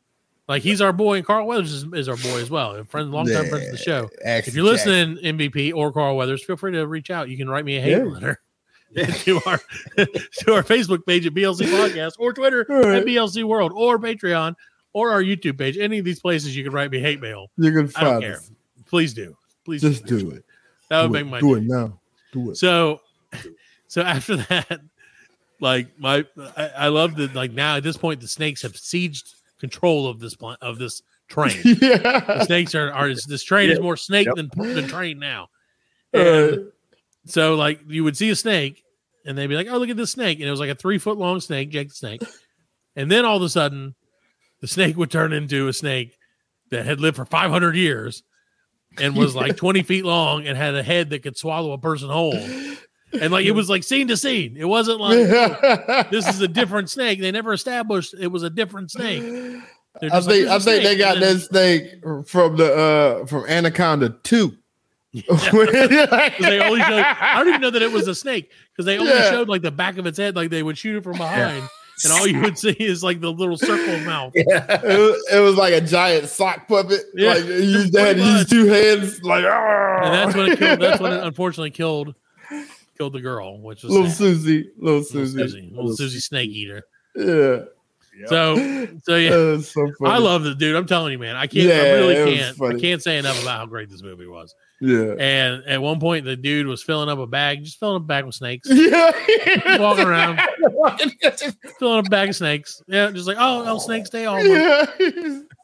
Speaker 6: like he's our boy, and Carl Weathers is, is our boy as well, and friend, long time friends of the show.
Speaker 5: Axe
Speaker 6: If you're
Speaker 5: Jack.
Speaker 6: listening, MVP or Carl Weathers, feel free to reach out. You can write me a hate
Speaker 5: Yeah.
Speaker 6: letter to our to our Facebook page at BLC Podcast or Twitter
Speaker 5: All right.
Speaker 6: at BLC World or Patreon or our YouTube page. Any of these places you can write me hate mail.
Speaker 5: you can
Speaker 6: I don't
Speaker 5: find
Speaker 6: care.
Speaker 5: us.
Speaker 6: Please do. Please
Speaker 5: Just
Speaker 6: do.
Speaker 5: do it.
Speaker 6: That would
Speaker 5: do
Speaker 6: make
Speaker 5: it.
Speaker 6: my
Speaker 5: do
Speaker 6: day.
Speaker 5: it now. Do it.
Speaker 6: so so after that, like my I, I love that like now at this point the snakes have sieged control of this pla- of this train. the
Speaker 5: yeah.
Speaker 6: snakes are, are this train is more snake than, than train now. And
Speaker 5: Uh,
Speaker 6: so like you would see a snake and they'd be like, Oh, look at this snake. And it was like a three foot long snake, Jake the Snake. And then all of a sudden, the snake would turn into a snake that had lived for 500 years and was like 20 feet long and had a head that could swallow a person whole. And like it was like scene to scene. It wasn't like this is a different snake. They never established it was a different snake. They're
Speaker 5: I
Speaker 6: just like,
Speaker 5: think
Speaker 6: "Here's
Speaker 5: I
Speaker 6: a
Speaker 5: think they
Speaker 6: snake,"
Speaker 5: got
Speaker 6: and then-
Speaker 5: that snake from the uh from Anaconda 2.
Speaker 6: 'Cause they only showed, I don't even know that it was a snake because they only
Speaker 5: Yeah.
Speaker 6: showed like the back of its head, like they would shoot it from behind, and all you would see is like the little circle mouth.
Speaker 5: it, was, it was like a giant sock puppet.
Speaker 6: Yeah,
Speaker 5: like you
Speaker 6: pretty
Speaker 5: had to use
Speaker 6: much.
Speaker 5: two hands. Like, "Ah." "Arr!"
Speaker 6: And that's when it killed. That's when it unfortunately killed killed the girl, which was
Speaker 5: little
Speaker 6: sad.
Speaker 5: Susie, little
Speaker 6: Little
Speaker 5: Susie.
Speaker 6: Susie, little Susie snake eater.
Speaker 5: Yeah,
Speaker 6: So, so yeah,
Speaker 5: Uh, it's so funny.
Speaker 6: I love the dude. I'm telling you, man, I can't.
Speaker 5: Yeah,
Speaker 6: I
Speaker 5: it
Speaker 6: really
Speaker 5: was
Speaker 6: can't. I
Speaker 5: funny.
Speaker 6: can't say enough about how great this movie was.
Speaker 5: Yeah.
Speaker 6: And at one point, the dude was filling up a bag, just filling up a bag with snakes.
Speaker 5: Yeah.
Speaker 6: walking around, filling up a bag of snakes. Yeah, just like oh, no snakes stay on
Speaker 5: Yeah.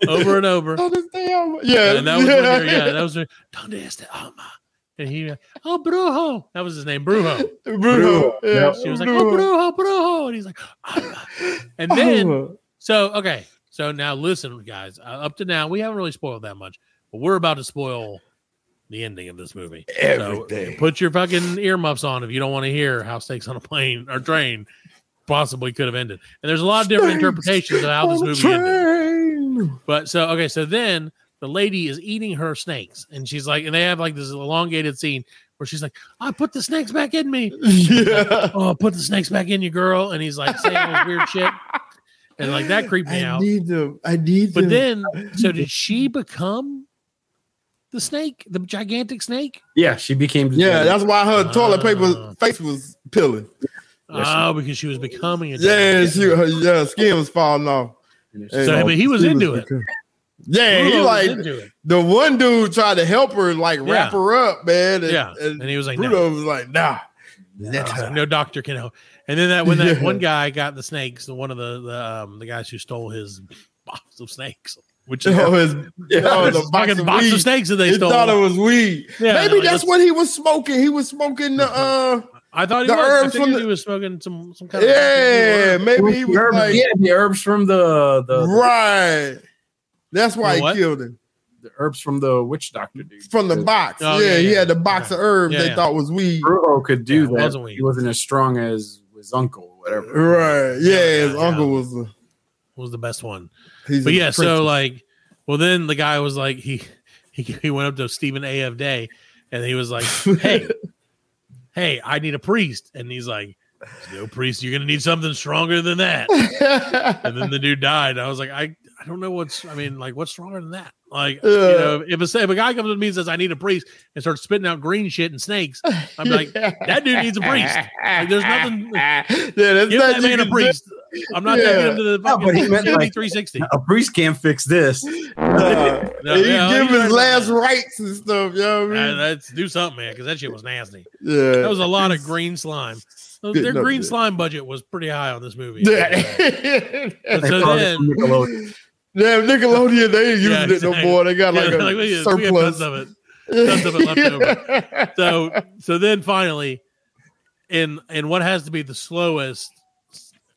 Speaker 6: over and over.
Speaker 5: Oh, this day I'm- yeah.
Speaker 6: and that was when they were- yeah, that
Speaker 5: was
Speaker 6: was when- don't do this to Alma. And he, oh, Brujo, that was his name, Brujo.
Speaker 5: Brujo, yeah,
Speaker 6: She was like, oh,
Speaker 5: Brujo.
Speaker 6: Brujo, Brujo, and he's like, Alma. and
Speaker 5: Oh.
Speaker 6: then so okay, so now listen, guys. Uh, up to now, we haven't really spoiled that much, but we're about to spoil the ending of this movie. So,
Speaker 5: Everything.
Speaker 6: put your fucking earmuffs on if you don't want to hear how snakes on a plane or train possibly could have ended. And there's a lot of different
Speaker 5: Snakes
Speaker 6: interpretations of how this
Speaker 5: on a
Speaker 6: movie ended.
Speaker 5: train.
Speaker 6: But so okay, so then the lady is eating her snakes, and she's like, and they have like this elongated scene where she's like, "I put the snakes back in me." She's like, oh, put the snakes back in you, girl. And he's like saying all this weird shit, and like that creeped me
Speaker 5: I
Speaker 6: out.
Speaker 5: need them. I need
Speaker 6: But
Speaker 5: them.
Speaker 6: then, so did she become the snake, the gigantic snake?
Speaker 8: Yeah, she became.
Speaker 5: Yeah, that's why her toilet
Speaker 6: Ah.
Speaker 5: paper face was peeling.
Speaker 6: Oh, because she was becoming a
Speaker 5: Yeah, she, her, yeah, her skin was falling off.
Speaker 6: So, but he was
Speaker 5: she
Speaker 6: into it.
Speaker 5: becoming- Yeah,
Speaker 6: Bruno
Speaker 5: he
Speaker 6: was
Speaker 5: like
Speaker 6: into it.
Speaker 5: the one dude tried to help her, like wrap
Speaker 6: Yeah.
Speaker 5: her up, man. And,
Speaker 6: Yeah, and he was like, no.
Speaker 5: uh, Bruno was like, nah.
Speaker 6: I was like, no doctor can help. And then that when that
Speaker 5: Yeah.
Speaker 6: one guy got the snakes, the one of the the, um, the guys who stole his box of snakes, which
Speaker 5: Oh, his- oh, the
Speaker 6: His
Speaker 5: box
Speaker 6: fucking
Speaker 5: of
Speaker 6: box
Speaker 5: weed.
Speaker 6: of snakes that they
Speaker 5: He
Speaker 6: stole.
Speaker 5: thought it was weed.
Speaker 6: Yeah,
Speaker 5: Maybe
Speaker 6: they're like,
Speaker 5: that's
Speaker 6: "Let's-"
Speaker 5: what he was smoking. He was smoking the uh
Speaker 6: I thought he
Speaker 5: the
Speaker 6: was.
Speaker 5: herbs
Speaker 6: I
Speaker 5: from
Speaker 6: figured
Speaker 5: the-
Speaker 6: he was smoking some some kind
Speaker 5: Yeah,
Speaker 6: of
Speaker 5: maybe he was
Speaker 8: herbs,
Speaker 5: like,
Speaker 8: yeah, the herbs from the the, the-
Speaker 5: right. That's why
Speaker 8: The what?
Speaker 5: he killed him.
Speaker 8: the herbs from the witch doctor dude
Speaker 5: From the box.
Speaker 8: Oh,
Speaker 5: yeah,
Speaker 8: yeah,
Speaker 5: he
Speaker 8: yeah.
Speaker 5: had the box of herbs
Speaker 8: Yeah,
Speaker 5: they
Speaker 8: yeah.
Speaker 5: thought was weed.
Speaker 8: Bruno could do
Speaker 5: it
Speaker 8: that.
Speaker 5: wasn't
Speaker 8: he wasn't as strong as his uncle, or whatever.
Speaker 5: Right. Yeah, his uncle was the
Speaker 6: was the best one.
Speaker 5: He's
Speaker 6: but
Speaker 5: a
Speaker 6: yeah, so
Speaker 5: princess.
Speaker 6: like, well, then the guy was like, he he, he went up to Stephen A. F. Day, and he was like, hey, hey, I need a priest, and he's like, "There's no priest, you're gonna need something stronger than that. and then the dude died. I was like, I I don't know what's, I mean, like, what's stronger than that? Like, you
Speaker 7: Yeah.
Speaker 6: know, if a, if a guy comes to me and says I need a priest and starts spitting out green shit and snakes, I'm like, that dude needs a priest. Like, there's nothing. Yeah,
Speaker 5: that's
Speaker 6: give
Speaker 5: nothing
Speaker 6: that
Speaker 5: you
Speaker 6: man a
Speaker 5: can
Speaker 6: priest. I'm not taking him to the
Speaker 8: No,
Speaker 6: fucking
Speaker 8: but he meant like,
Speaker 6: 360.
Speaker 8: a priest can't fix this.
Speaker 6: No,
Speaker 5: he
Speaker 6: yeah,
Speaker 5: give
Speaker 6: he's
Speaker 5: his
Speaker 6: right.
Speaker 5: last rites and stuff, you know what I
Speaker 6: Uh,
Speaker 5: mean?
Speaker 6: let's do something, man, because that shit was nasty.
Speaker 5: Yeah.
Speaker 6: that was a lot of green slime. So Their
Speaker 5: Spitting up
Speaker 6: green
Speaker 5: shit.
Speaker 6: slime budget was pretty high on this movie.
Speaker 5: Yeah.
Speaker 6: But so then,
Speaker 5: Damn, Nickelodeon, they ain't using
Speaker 6: Yeah,
Speaker 5: it no
Speaker 6: exactly.
Speaker 5: more. They got
Speaker 6: Yeah,
Speaker 5: like a
Speaker 6: they're we, we have
Speaker 5: surplus.
Speaker 6: tons of it, tons of it left over. So, so then finally, in in what has to be the slowest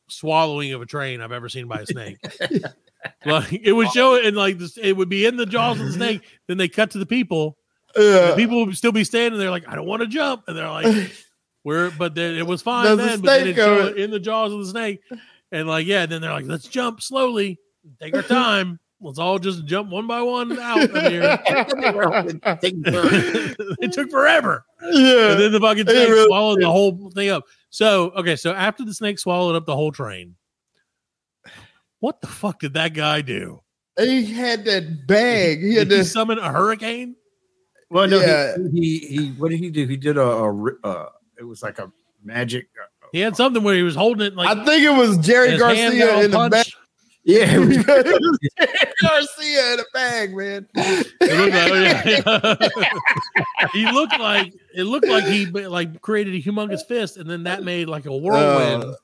Speaker 6: swallowing of a train I've ever seen by a snake, like it would show it, and like this, it would be in the jaws of the snake. Then they cut to the people.
Speaker 5: Yeah.
Speaker 6: The people would still be standing there, like I don't want to jump, and they're like, "We're," but then it was fine
Speaker 5: There's a
Speaker 6: then. But then
Speaker 5: snake
Speaker 6: it show
Speaker 5: going.
Speaker 6: it in the jaws of the snake, and like yeah, then they're like, "Let's jump slowly, take our time." Let's all just jump one by one out of here. it took forever.
Speaker 5: Yeah.
Speaker 6: And then the fucking
Speaker 5: Uh, It
Speaker 6: snake
Speaker 5: really
Speaker 6: swallowed
Speaker 5: did.
Speaker 6: the whole thing up. So, okay. So after the snake swallowed up the whole train, what the fuck did that guy do?
Speaker 5: He had that bag. He had
Speaker 6: Did he
Speaker 5: that.
Speaker 6: summon a hurricane?
Speaker 8: Well, no, he-
Speaker 5: Yeah.
Speaker 8: he, he what did he do? He did a, a ri- uh, it was like a magic. uh,
Speaker 6: He had something where he was holding it like
Speaker 5: I think it was Jerry
Speaker 6: his hand
Speaker 5: Garcia
Speaker 6: out
Speaker 5: in the
Speaker 6: punch.
Speaker 5: bag.
Speaker 8: Yeah, it was-
Speaker 5: Garcia in the bag, man. Uh,
Speaker 6: It looked like,
Speaker 5: oh,
Speaker 6: he looked like it looked like he like created a humongous fist, and then
Speaker 5: Oh.
Speaker 6: that made like a whirlwind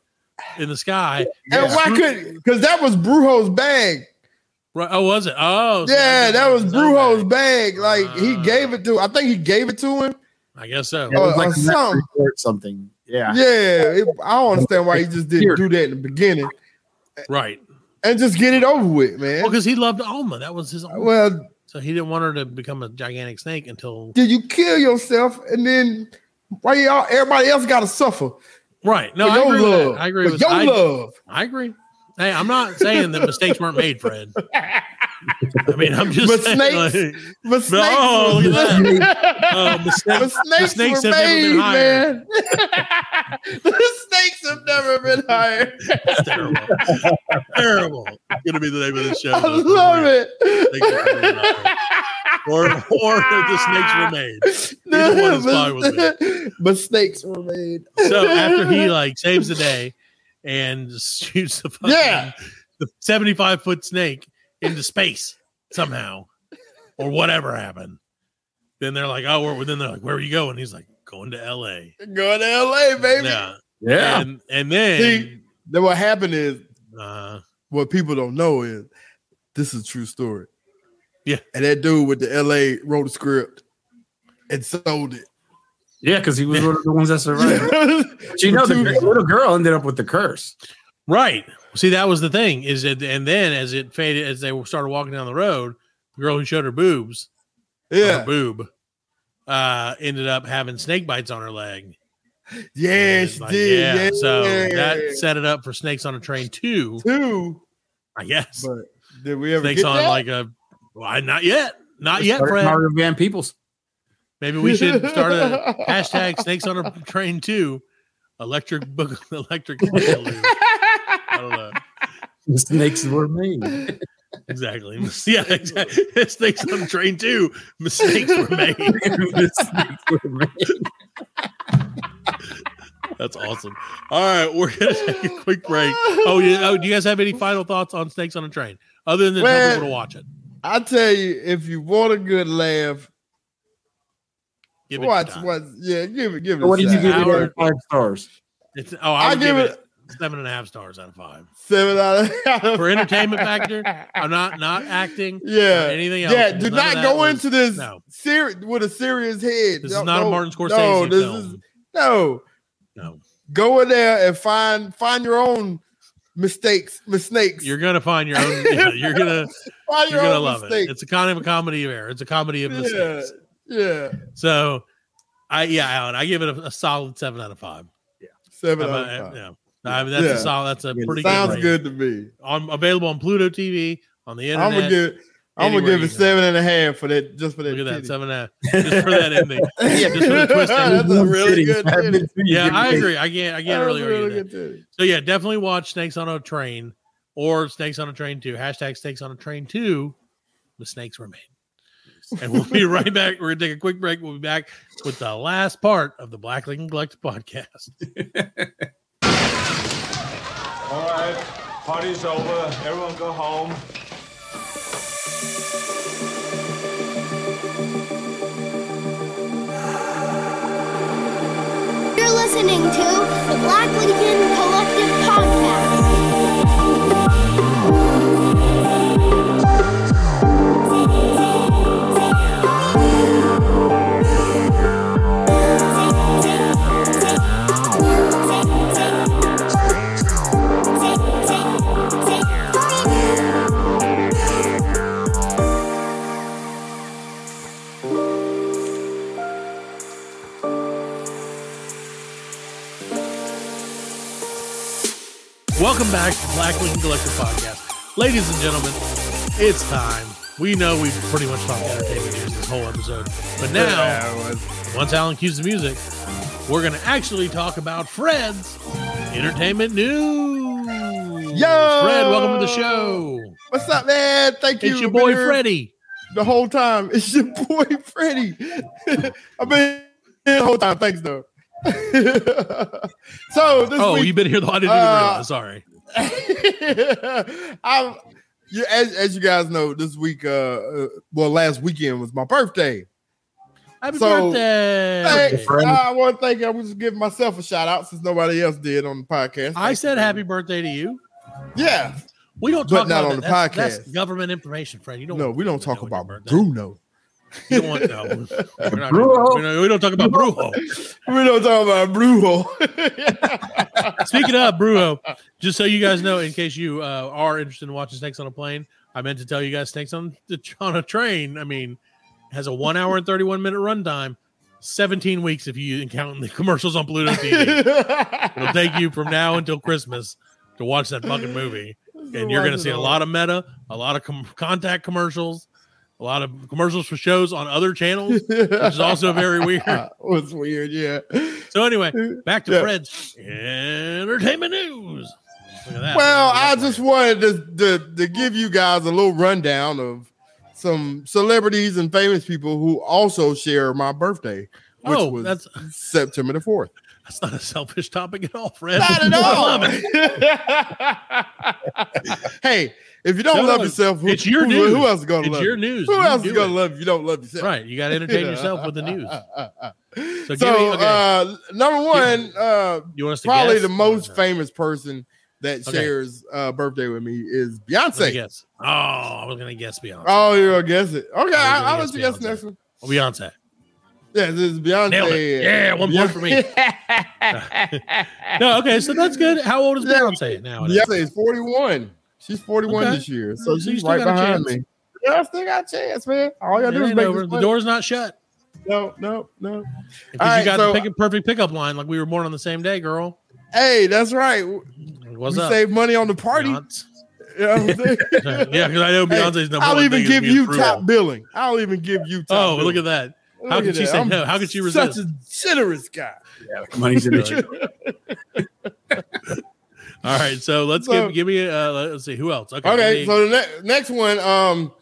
Speaker 6: in the sky.
Speaker 5: And why could? Because that was Brujo's bag.
Speaker 6: Right, oh, was it? Oh, so
Speaker 5: Yeah, that was
Speaker 6: his own
Speaker 5: Brujo's bag. Like
Speaker 6: Uh,
Speaker 5: he gave it to. I think he gave it to him.
Speaker 6: bag. I guess so.
Speaker 8: it was
Speaker 5: Uh,
Speaker 8: like
Speaker 5: uh,
Speaker 8: a magic
Speaker 5: some-
Speaker 8: report something. Yeah,
Speaker 5: Yeah, it- I don't understand why he just didn't do that in the beginning
Speaker 6: Right.
Speaker 5: and just get it over with, man.
Speaker 6: Well, because he loved Alma. That was his. Alma.
Speaker 5: Well-
Speaker 6: so he didn't want her to become a gigantic snake until
Speaker 5: Did you kill yourself and then why y'all? Everybody else got to suffer.
Speaker 6: right. No,
Speaker 5: For
Speaker 6: I
Speaker 5: your
Speaker 6: agree. With
Speaker 5: love.
Speaker 6: that. I agree
Speaker 5: For
Speaker 6: with
Speaker 5: your
Speaker 6: I,
Speaker 5: love.
Speaker 6: I agree. Hey, I'm not saying that mistakes weren't made, Fred. I mean, I'm just
Speaker 5: But
Speaker 6: saying,
Speaker 5: snakes-
Speaker 6: like-
Speaker 5: But snakes,
Speaker 6: oh,
Speaker 5: was-
Speaker 6: look at that. Oh, the snakes-
Speaker 5: But
Speaker 6: the
Speaker 5: snakes,
Speaker 6: snakes
Speaker 5: were
Speaker 6: have never been
Speaker 5: made,
Speaker 6: higher.
Speaker 5: man. the snakes have never been higher.
Speaker 6: terrible. It's gonna be the name of the show.
Speaker 5: I love it.
Speaker 6: Or, or the snakes were made. Either one is fine with me.
Speaker 5: but, but snakes were made.
Speaker 6: So after he like saves the day and shoots the fucking
Speaker 5: Yeah.
Speaker 6: the 75 foot snake into space somehow or whatever happened. Then they're like, oh, we're then they're like, where are you going? He's like, going to LA.
Speaker 5: Go to LA, baby.
Speaker 6: Yeah.
Speaker 5: Yeah.
Speaker 6: And, and then
Speaker 5: See, then what happened is
Speaker 6: uh,
Speaker 5: what people don't know is this is a true story.
Speaker 6: Yeah.
Speaker 5: And that dude with the LA wrote a script and sold it.
Speaker 8: Yeah, because he was one of the ones that survived. But you
Speaker 5: For
Speaker 8: know, the
Speaker 5: two-
Speaker 8: little girl ended up with the curse.
Speaker 6: Right. See, that was the thing is it, and then as it faded, as they started walking down the road, the girl who showed her boobs, or
Speaker 5: Yeah.
Speaker 6: her boob, uh, ended up having snake bites on her leg.
Speaker 5: Yeah,
Speaker 6: It's
Speaker 5: she
Speaker 6: like,
Speaker 5: did. Yeah,
Speaker 6: So that set it up for Snakes on a Train two.
Speaker 5: Two.
Speaker 6: I guess.
Speaker 5: But did we ever
Speaker 6: snakes
Speaker 5: get
Speaker 6: on
Speaker 5: that?
Speaker 6: like a why not yet? Not yet,
Speaker 8: Started
Speaker 6: Fred.
Speaker 8: Mario Van Peoples.
Speaker 6: Maybe we should start a hashtag Snakes on a Train two. Electric book, electric. Boogaloo. I don't know.
Speaker 8: The snakes were made.
Speaker 6: Exactly. Yeah, exactly. Mistakes on train two. Mistakes were made. That's awesome. All right, we're gonna take a quick break. Oh, yeah. Oh, do you guys have any final thoughts on Snakes on a Train? Other than tell
Speaker 5: Man.
Speaker 6: people to watch it.
Speaker 5: I tell you, if you want a good laugh,
Speaker 6: Give it
Speaker 5: watch
Speaker 6: a shot.
Speaker 5: what yeah, give it give it.
Speaker 8: What did you give it
Speaker 6: Howard-
Speaker 8: out of five stars?
Speaker 6: It's, oh, I,
Speaker 5: I
Speaker 6: would give
Speaker 5: give
Speaker 6: it, seven and a half stars out of five
Speaker 5: Seven out of
Speaker 6: for entertainment factor. I'm not not acting.
Speaker 5: Yeah.
Speaker 6: not anything else.
Speaker 5: Yeah, do
Speaker 6: None of
Speaker 5: not
Speaker 6: that
Speaker 5: go
Speaker 6: was-
Speaker 5: into this
Speaker 6: No,
Speaker 5: seri- with a serious head.
Speaker 6: this
Speaker 5: No,
Speaker 6: is not
Speaker 5: no,
Speaker 6: a Martin Scorsese
Speaker 5: No, this
Speaker 6: film.
Speaker 5: is no.
Speaker 6: no,
Speaker 5: Go in there and find find your own mistakes, mistakes.
Speaker 6: you're gonna find your own. yeah, you're gonna
Speaker 5: find
Speaker 6: you're
Speaker 5: your
Speaker 6: gonna
Speaker 5: own
Speaker 6: love it.
Speaker 5: mistakes.
Speaker 6: It's a kind of a comedy of error. It's a comedy of
Speaker 5: yeah,
Speaker 6: mistakes.
Speaker 5: yeah.
Speaker 6: So, I yeah, Alan, I give it a, a solid seven out of five.
Speaker 5: Seven
Speaker 6: How
Speaker 5: out
Speaker 6: about- uh,
Speaker 5: of five.
Speaker 6: yeah. I mean, that's
Speaker 5: Yeah.
Speaker 6: a solid. That's a
Speaker 5: Yeah,
Speaker 6: pretty
Speaker 5: sounds
Speaker 6: good.
Speaker 5: good to me.
Speaker 6: I'm available on Pluto TV on the internet.
Speaker 5: I'm gonna give I'm gonna
Speaker 6: anywhere
Speaker 5: give
Speaker 6: you
Speaker 5: it
Speaker 6: go.
Speaker 5: seven and a half for that just for that.
Speaker 6: Look at that
Speaker 5: titty.
Speaker 6: seven and a half just for that ending. Yeah, just for the twist.
Speaker 5: That's a
Speaker 6: ending.
Speaker 5: really good titty.
Speaker 6: Yeah, I agree. I can't. I
Speaker 5: That
Speaker 6: can't
Speaker 5: was
Speaker 6: really
Speaker 5: a
Speaker 6: argue that.
Speaker 5: good titty.
Speaker 6: So yeah, definitely watch Snakes on a Train or Snakes on a Train Two. Hashtag Snakes on a Train Two. The snakes were made. And we'll be right back. We're gonna take a quick break. We'll be back with the last part of the Black Lincoln Collective podcast.
Speaker 12: All right, party's over. Everyone go home.
Speaker 13: You're listening to the Black Lincoln Collective Podcast.
Speaker 6: Welcome back to the Black Lincoln Collective Podcast. Ladies and gentlemen, it's time. We know we've pretty much talked entertainment news this whole episode. But
Speaker 5: Yeah,
Speaker 6: now,
Speaker 5: it was-
Speaker 6: once Alan cues the music, we're going to actually talk about Fred's entertainment news.
Speaker 5: Yo,
Speaker 6: Fred, welcome to the show.
Speaker 5: What's up, man? Thank you.
Speaker 6: It's your boy,
Speaker 5: Been here
Speaker 6: Freddy.
Speaker 5: The whole time, it's your boy Freddy. I've been here the whole time. Thanks, though. so this
Speaker 6: Oh,
Speaker 5: week,
Speaker 6: you've been here the I didn't even
Speaker 5: uh,
Speaker 6: realize. Sorry.
Speaker 5: I'm, you, as, as you guys know, this week, uh, uh, well, last weekend was my birthday.
Speaker 6: Happy
Speaker 5: so-
Speaker 6: birthday.
Speaker 5: Thanks. I want to thank I was giving myself a shout out since nobody else did on the podcast.
Speaker 6: I said happy birthday to you.
Speaker 5: Yeah.
Speaker 6: We don't
Speaker 5: But
Speaker 6: talk
Speaker 5: not
Speaker 6: about
Speaker 5: on
Speaker 6: that.
Speaker 5: the
Speaker 6: That's-
Speaker 5: podcast.
Speaker 6: That's government information, Fred. You don't
Speaker 5: No, we don't talk about Bruno.
Speaker 6: You don't want no. We're not-
Speaker 5: Brujo.
Speaker 6: we don't- we don't talk about Brujo.
Speaker 5: We don't talk about Brujo.
Speaker 6: Speaking of Brujo, just so you guys know, in case you uh, are interested in watching Snakes on a Plane, I meant to tell you guys Snakes on the, on a Train. I mean, has a one hour and thirty one minute runtime. 17 weeks if you count the commercials on Pluto TV. It'll take you from now until Christmas to watch that fucking movie. And you're going to see a lot of meta, a lot of com- contact commercials, a lot of commercials for shows on other channels, which is also very weird.
Speaker 5: was weird, yeah.
Speaker 6: So anyway, back to
Speaker 5: Yeah.
Speaker 6: Fred's entertainment news. Look at that.
Speaker 5: Well, I just wanted to, to to give you guys a little rundown of some celebrities and famous people who also share my birthday, which
Speaker 6: Oh,
Speaker 5: was
Speaker 6: that's-
Speaker 5: September the fourth.
Speaker 6: That's not a selfish topic at all, Fred.
Speaker 5: Not at
Speaker 6: I
Speaker 5: all.
Speaker 6: love it.
Speaker 5: hey, if you don't
Speaker 6: No,
Speaker 5: love
Speaker 6: no,
Speaker 5: yourself, who,
Speaker 6: it's your
Speaker 5: who,
Speaker 6: news.
Speaker 5: who else is gonna
Speaker 6: It's
Speaker 5: love
Speaker 6: your
Speaker 5: you?
Speaker 6: news.
Speaker 5: Who
Speaker 6: You
Speaker 5: else is
Speaker 6: do
Speaker 5: gonna
Speaker 6: it.
Speaker 5: love you? You don't love yourself,
Speaker 6: Right, you gotta entertain yourself with the news.
Speaker 5: news.
Speaker 6: So
Speaker 5: So,
Speaker 6: give me- okay.
Speaker 5: uh, number one, uh,
Speaker 6: You want us to
Speaker 5: probably
Speaker 6: guess?
Speaker 5: the most famous person that
Speaker 6: Okay.
Speaker 5: shares uh, birthday with me is
Speaker 6: Let me
Speaker 5: Beyonce.
Speaker 6: guess. Oh, I was gonna guess Beyonce.
Speaker 5: Oh, you're gonna guess it. Okay,
Speaker 6: I was gonna
Speaker 5: I, I'll
Speaker 6: guess
Speaker 5: let you guess
Speaker 6: Beyonce.
Speaker 5: next one.
Speaker 6: Beyonce.
Speaker 5: Yeah, this is Beyonce.
Speaker 6: Nailed it. Yeah, one point for me. no, okay, so that's good. How old is Beyonce now?
Speaker 5: Beyonce is 41. She's 41
Speaker 6: Okay.
Speaker 5: this year,
Speaker 6: So
Speaker 5: so
Speaker 6: you
Speaker 5: she's
Speaker 6: still
Speaker 5: right
Speaker 6: got a
Speaker 5: behind
Speaker 6: chance.
Speaker 5: me. Yeah, I still got a chance, man. All y'all
Speaker 6: It
Speaker 5: do is
Speaker 6: ain't
Speaker 5: make
Speaker 6: over.
Speaker 5: this
Speaker 6: The
Speaker 5: play.
Speaker 6: door's not shut.
Speaker 5: No, no, no.
Speaker 6: Because
Speaker 5: All
Speaker 6: you
Speaker 5: right,
Speaker 6: got
Speaker 5: so-
Speaker 6: the pick, perfect pickup line, like we were born on the same day, girl.
Speaker 5: Hey, that's right.
Speaker 6: What's
Speaker 5: we
Speaker 6: up?
Speaker 5: save money on the party. You know what I'm saying?
Speaker 6: yeah, because I know Beyonce's number
Speaker 5: I'll
Speaker 6: one thing
Speaker 5: even
Speaker 6: is
Speaker 5: give
Speaker 6: being
Speaker 5: you
Speaker 6: frugal.
Speaker 5: top billing. I'll even give you top
Speaker 6: Oh,
Speaker 5: billing.
Speaker 6: look at that. How
Speaker 5: Look
Speaker 6: could
Speaker 5: at
Speaker 6: she
Speaker 5: that.
Speaker 6: say
Speaker 5: I'm
Speaker 6: no? How could she
Speaker 5: Such
Speaker 6: resist?
Speaker 5: a generous guy.
Speaker 8: Money's in the chicken.
Speaker 6: All right, so let's
Speaker 5: So-
Speaker 6: give give me uh let's see who else. Okay,
Speaker 5: Okay,
Speaker 6: give me-
Speaker 5: so the ne- next one, um,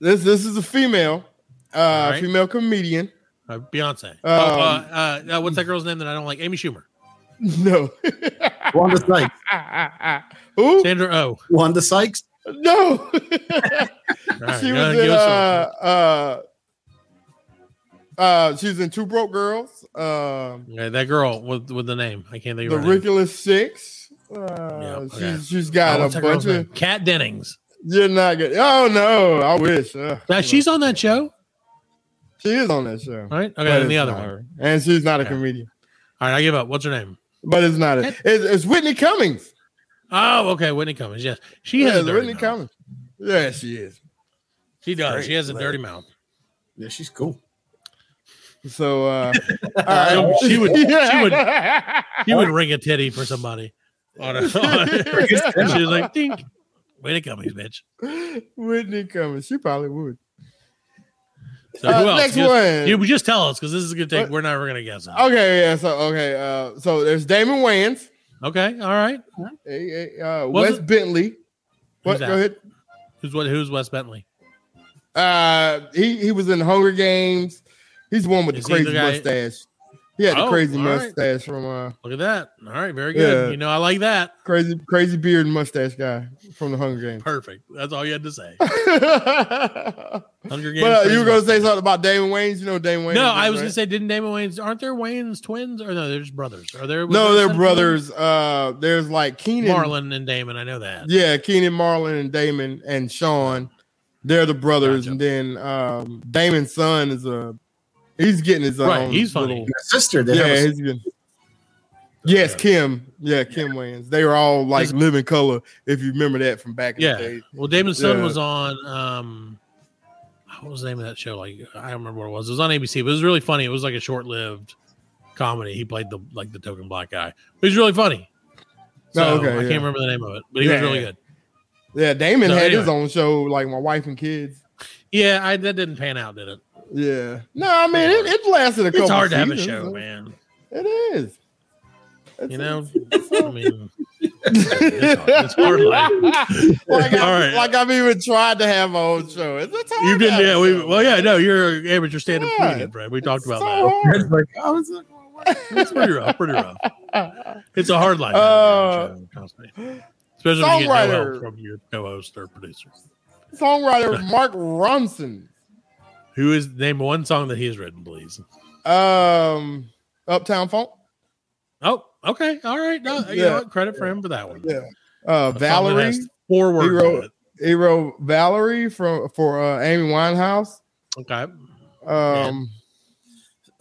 Speaker 5: this this is a female, uh,
Speaker 6: right.
Speaker 5: female comedian.
Speaker 6: uh, Beyonce. oh,
Speaker 5: Um,
Speaker 6: uh, uh, uh, what's that girl's name that I don't like? Amy Schumer.
Speaker 5: No,
Speaker 8: Wanda Sykes.
Speaker 5: Who?
Speaker 6: Sandra Oh.
Speaker 8: Wanda Sykes.
Speaker 5: no. she was in uh, uh, uh, she's in Two Broke Girls, um,
Speaker 6: Okay, that girl with with the name. I can't think
Speaker 5: The
Speaker 6: of her name.
Speaker 5: Ridiculous Six. Uh,
Speaker 6: okay.
Speaker 5: she's, she's
Speaker 6: Oh,
Speaker 5: got
Speaker 6: what's
Speaker 5: a
Speaker 6: that girl's
Speaker 5: bunch of.
Speaker 6: name? Cat Dennings.
Speaker 5: You're not good. Oh no, I wish. Uh,
Speaker 6: Now she's on that show.
Speaker 5: she is on that show.
Speaker 6: Right? Okay,
Speaker 5: But
Speaker 6: and the
Speaker 5: it's
Speaker 6: other
Speaker 5: not
Speaker 6: one.
Speaker 5: her. And she's not a
Speaker 6: Okay.
Speaker 5: comedian.
Speaker 6: All right, I give up. What's her name?
Speaker 5: But it's not a, it's, it's Whitney Cummings.
Speaker 6: Oh, okay, Whitney Cummings. Yes, she
Speaker 5: yeah,
Speaker 6: has a
Speaker 5: it's
Speaker 6: dirty
Speaker 5: Whitney
Speaker 6: mouth.
Speaker 5: Cummings. Yeah, she is.
Speaker 6: She does.
Speaker 5: Great
Speaker 6: she has a dirty
Speaker 5: lady.
Speaker 6: mouth.
Speaker 8: Yeah, she's cool.
Speaker 5: So uh all
Speaker 6: So
Speaker 5: right.
Speaker 6: she would. She would.
Speaker 5: Yeah.
Speaker 6: She would ring a titty for somebody. On her, and she was like, "Dink, Whitney Cummings, bitch."
Speaker 5: Whitney Cummings. She probably would.
Speaker 6: So
Speaker 5: Uh,
Speaker 6: who else?
Speaker 5: next
Speaker 6: You just-
Speaker 5: one.
Speaker 6: You just tell us because this is gonna take. We're never gonna guess. it.
Speaker 5: Okay, yeah. So okay, uh so there's Damon Wayans,
Speaker 6: Okay. All right.
Speaker 5: eh, eh, uh,
Speaker 6: Was
Speaker 5: Wes
Speaker 6: it-
Speaker 5: Bentley. What
Speaker 6: Who's that?
Speaker 5: go ahead.
Speaker 6: Who's what? Who's Wes Bentley?
Speaker 5: Uh he he was in Hunger Games. He's the one with
Speaker 6: Is
Speaker 5: the
Speaker 6: he the
Speaker 5: crazy
Speaker 6: guy-
Speaker 5: mustache. He had the
Speaker 6: Oh,
Speaker 5: crazy
Speaker 6: all right.
Speaker 5: mustache from uh
Speaker 6: Look at that. All right. Very good.
Speaker 5: Yeah.
Speaker 6: You know, I like that.
Speaker 5: crazy crazy beard and mustache guy from the Hunger Games.
Speaker 6: Perfect. That's all you had to say. Hunger Games.
Speaker 5: But uh, you were
Speaker 6: Christmas.
Speaker 5: gonna say something about Damon Wayne's. You know Damon Wayne.
Speaker 6: no, I was gonna say, didn't Damon Wayans? Aren't there Wayans twins? Or no, they're just brothers. Are there? was
Speaker 5: no,
Speaker 6: there
Speaker 5: they're
Speaker 6: something-
Speaker 5: brothers. Uh, there's like Keenan
Speaker 6: Marlon and Damon. I know that.
Speaker 5: Yeah, Keenan Marlon and Damon and Sean. They're the brothers, and then um, Damon's son is a. He's getting his own.
Speaker 6: Right, he's funny.
Speaker 5: little-
Speaker 8: Her sister. That
Speaker 5: yeah,
Speaker 8: yeah,
Speaker 5: he's getting. Yes, Kim. Yeah, Kim Wayans. They were all like
Speaker 6: Is-
Speaker 5: living color. If you remember that from back in the
Speaker 6: Yeah.
Speaker 5: day.
Speaker 6: Well, Damon's son
Speaker 5: Yeah.
Speaker 6: was on. um What was the name of that show? Like I don't remember what it was. It was on ABC, but it was really funny. It was like a short-lived comedy. He played the like the token black guy. But he's really funny. So
Speaker 5: Oh, okay,
Speaker 6: I
Speaker 5: yeah.
Speaker 6: can't remember the name of it, but he was
Speaker 5: Yeah,
Speaker 6: really
Speaker 5: yeah.
Speaker 6: good.
Speaker 5: Yeah, Damon
Speaker 6: So,
Speaker 5: had his
Speaker 6: anyway.
Speaker 5: own show, like My Wife and Kids.
Speaker 6: Yeah, I, that didn't pan out, did it?
Speaker 5: Yeah. No, I mean it, it lasted a couple.
Speaker 6: It's hard to have a
Speaker 5: seasons.
Speaker 6: show, man.
Speaker 5: It is.
Speaker 6: You know, I mean, it's hard, it's hard life.
Speaker 5: Like,
Speaker 6: All
Speaker 5: I,
Speaker 6: right.
Speaker 5: like I've even tried to have my own show. It's, it's hard
Speaker 6: You've
Speaker 5: to
Speaker 6: been,
Speaker 5: have a
Speaker 6: yeah,
Speaker 5: show.
Speaker 6: we, well, yeah, no, you're an amateur stand up
Speaker 5: Yeah,
Speaker 6: comedian, Brad. We talked about
Speaker 5: so
Speaker 6: that.
Speaker 5: hard.
Speaker 8: like, "Oh, I was like,
Speaker 6: It's pretty rough, pretty rough. It's a hard life,
Speaker 5: Uh,
Speaker 6: especially when you get no help
Speaker 5: songwriter.
Speaker 6: from your co host or producer.
Speaker 5: songwriter Mark Ronson.
Speaker 6: Who is name one song that he has written, please?
Speaker 5: Um, Uptown Funk.
Speaker 6: Oh, okay, all right. No, you know
Speaker 5: Yeah.
Speaker 6: what? Credit for him for that one.
Speaker 5: Yeah.
Speaker 6: A
Speaker 5: Uh,
Speaker 6: song that
Speaker 5: Valerie.
Speaker 6: has Four
Speaker 5: He
Speaker 6: words. in
Speaker 5: wrote,
Speaker 6: it.
Speaker 5: he wrote Valerie from for uh, Amy Winehouse.
Speaker 6: Okay.
Speaker 5: Um,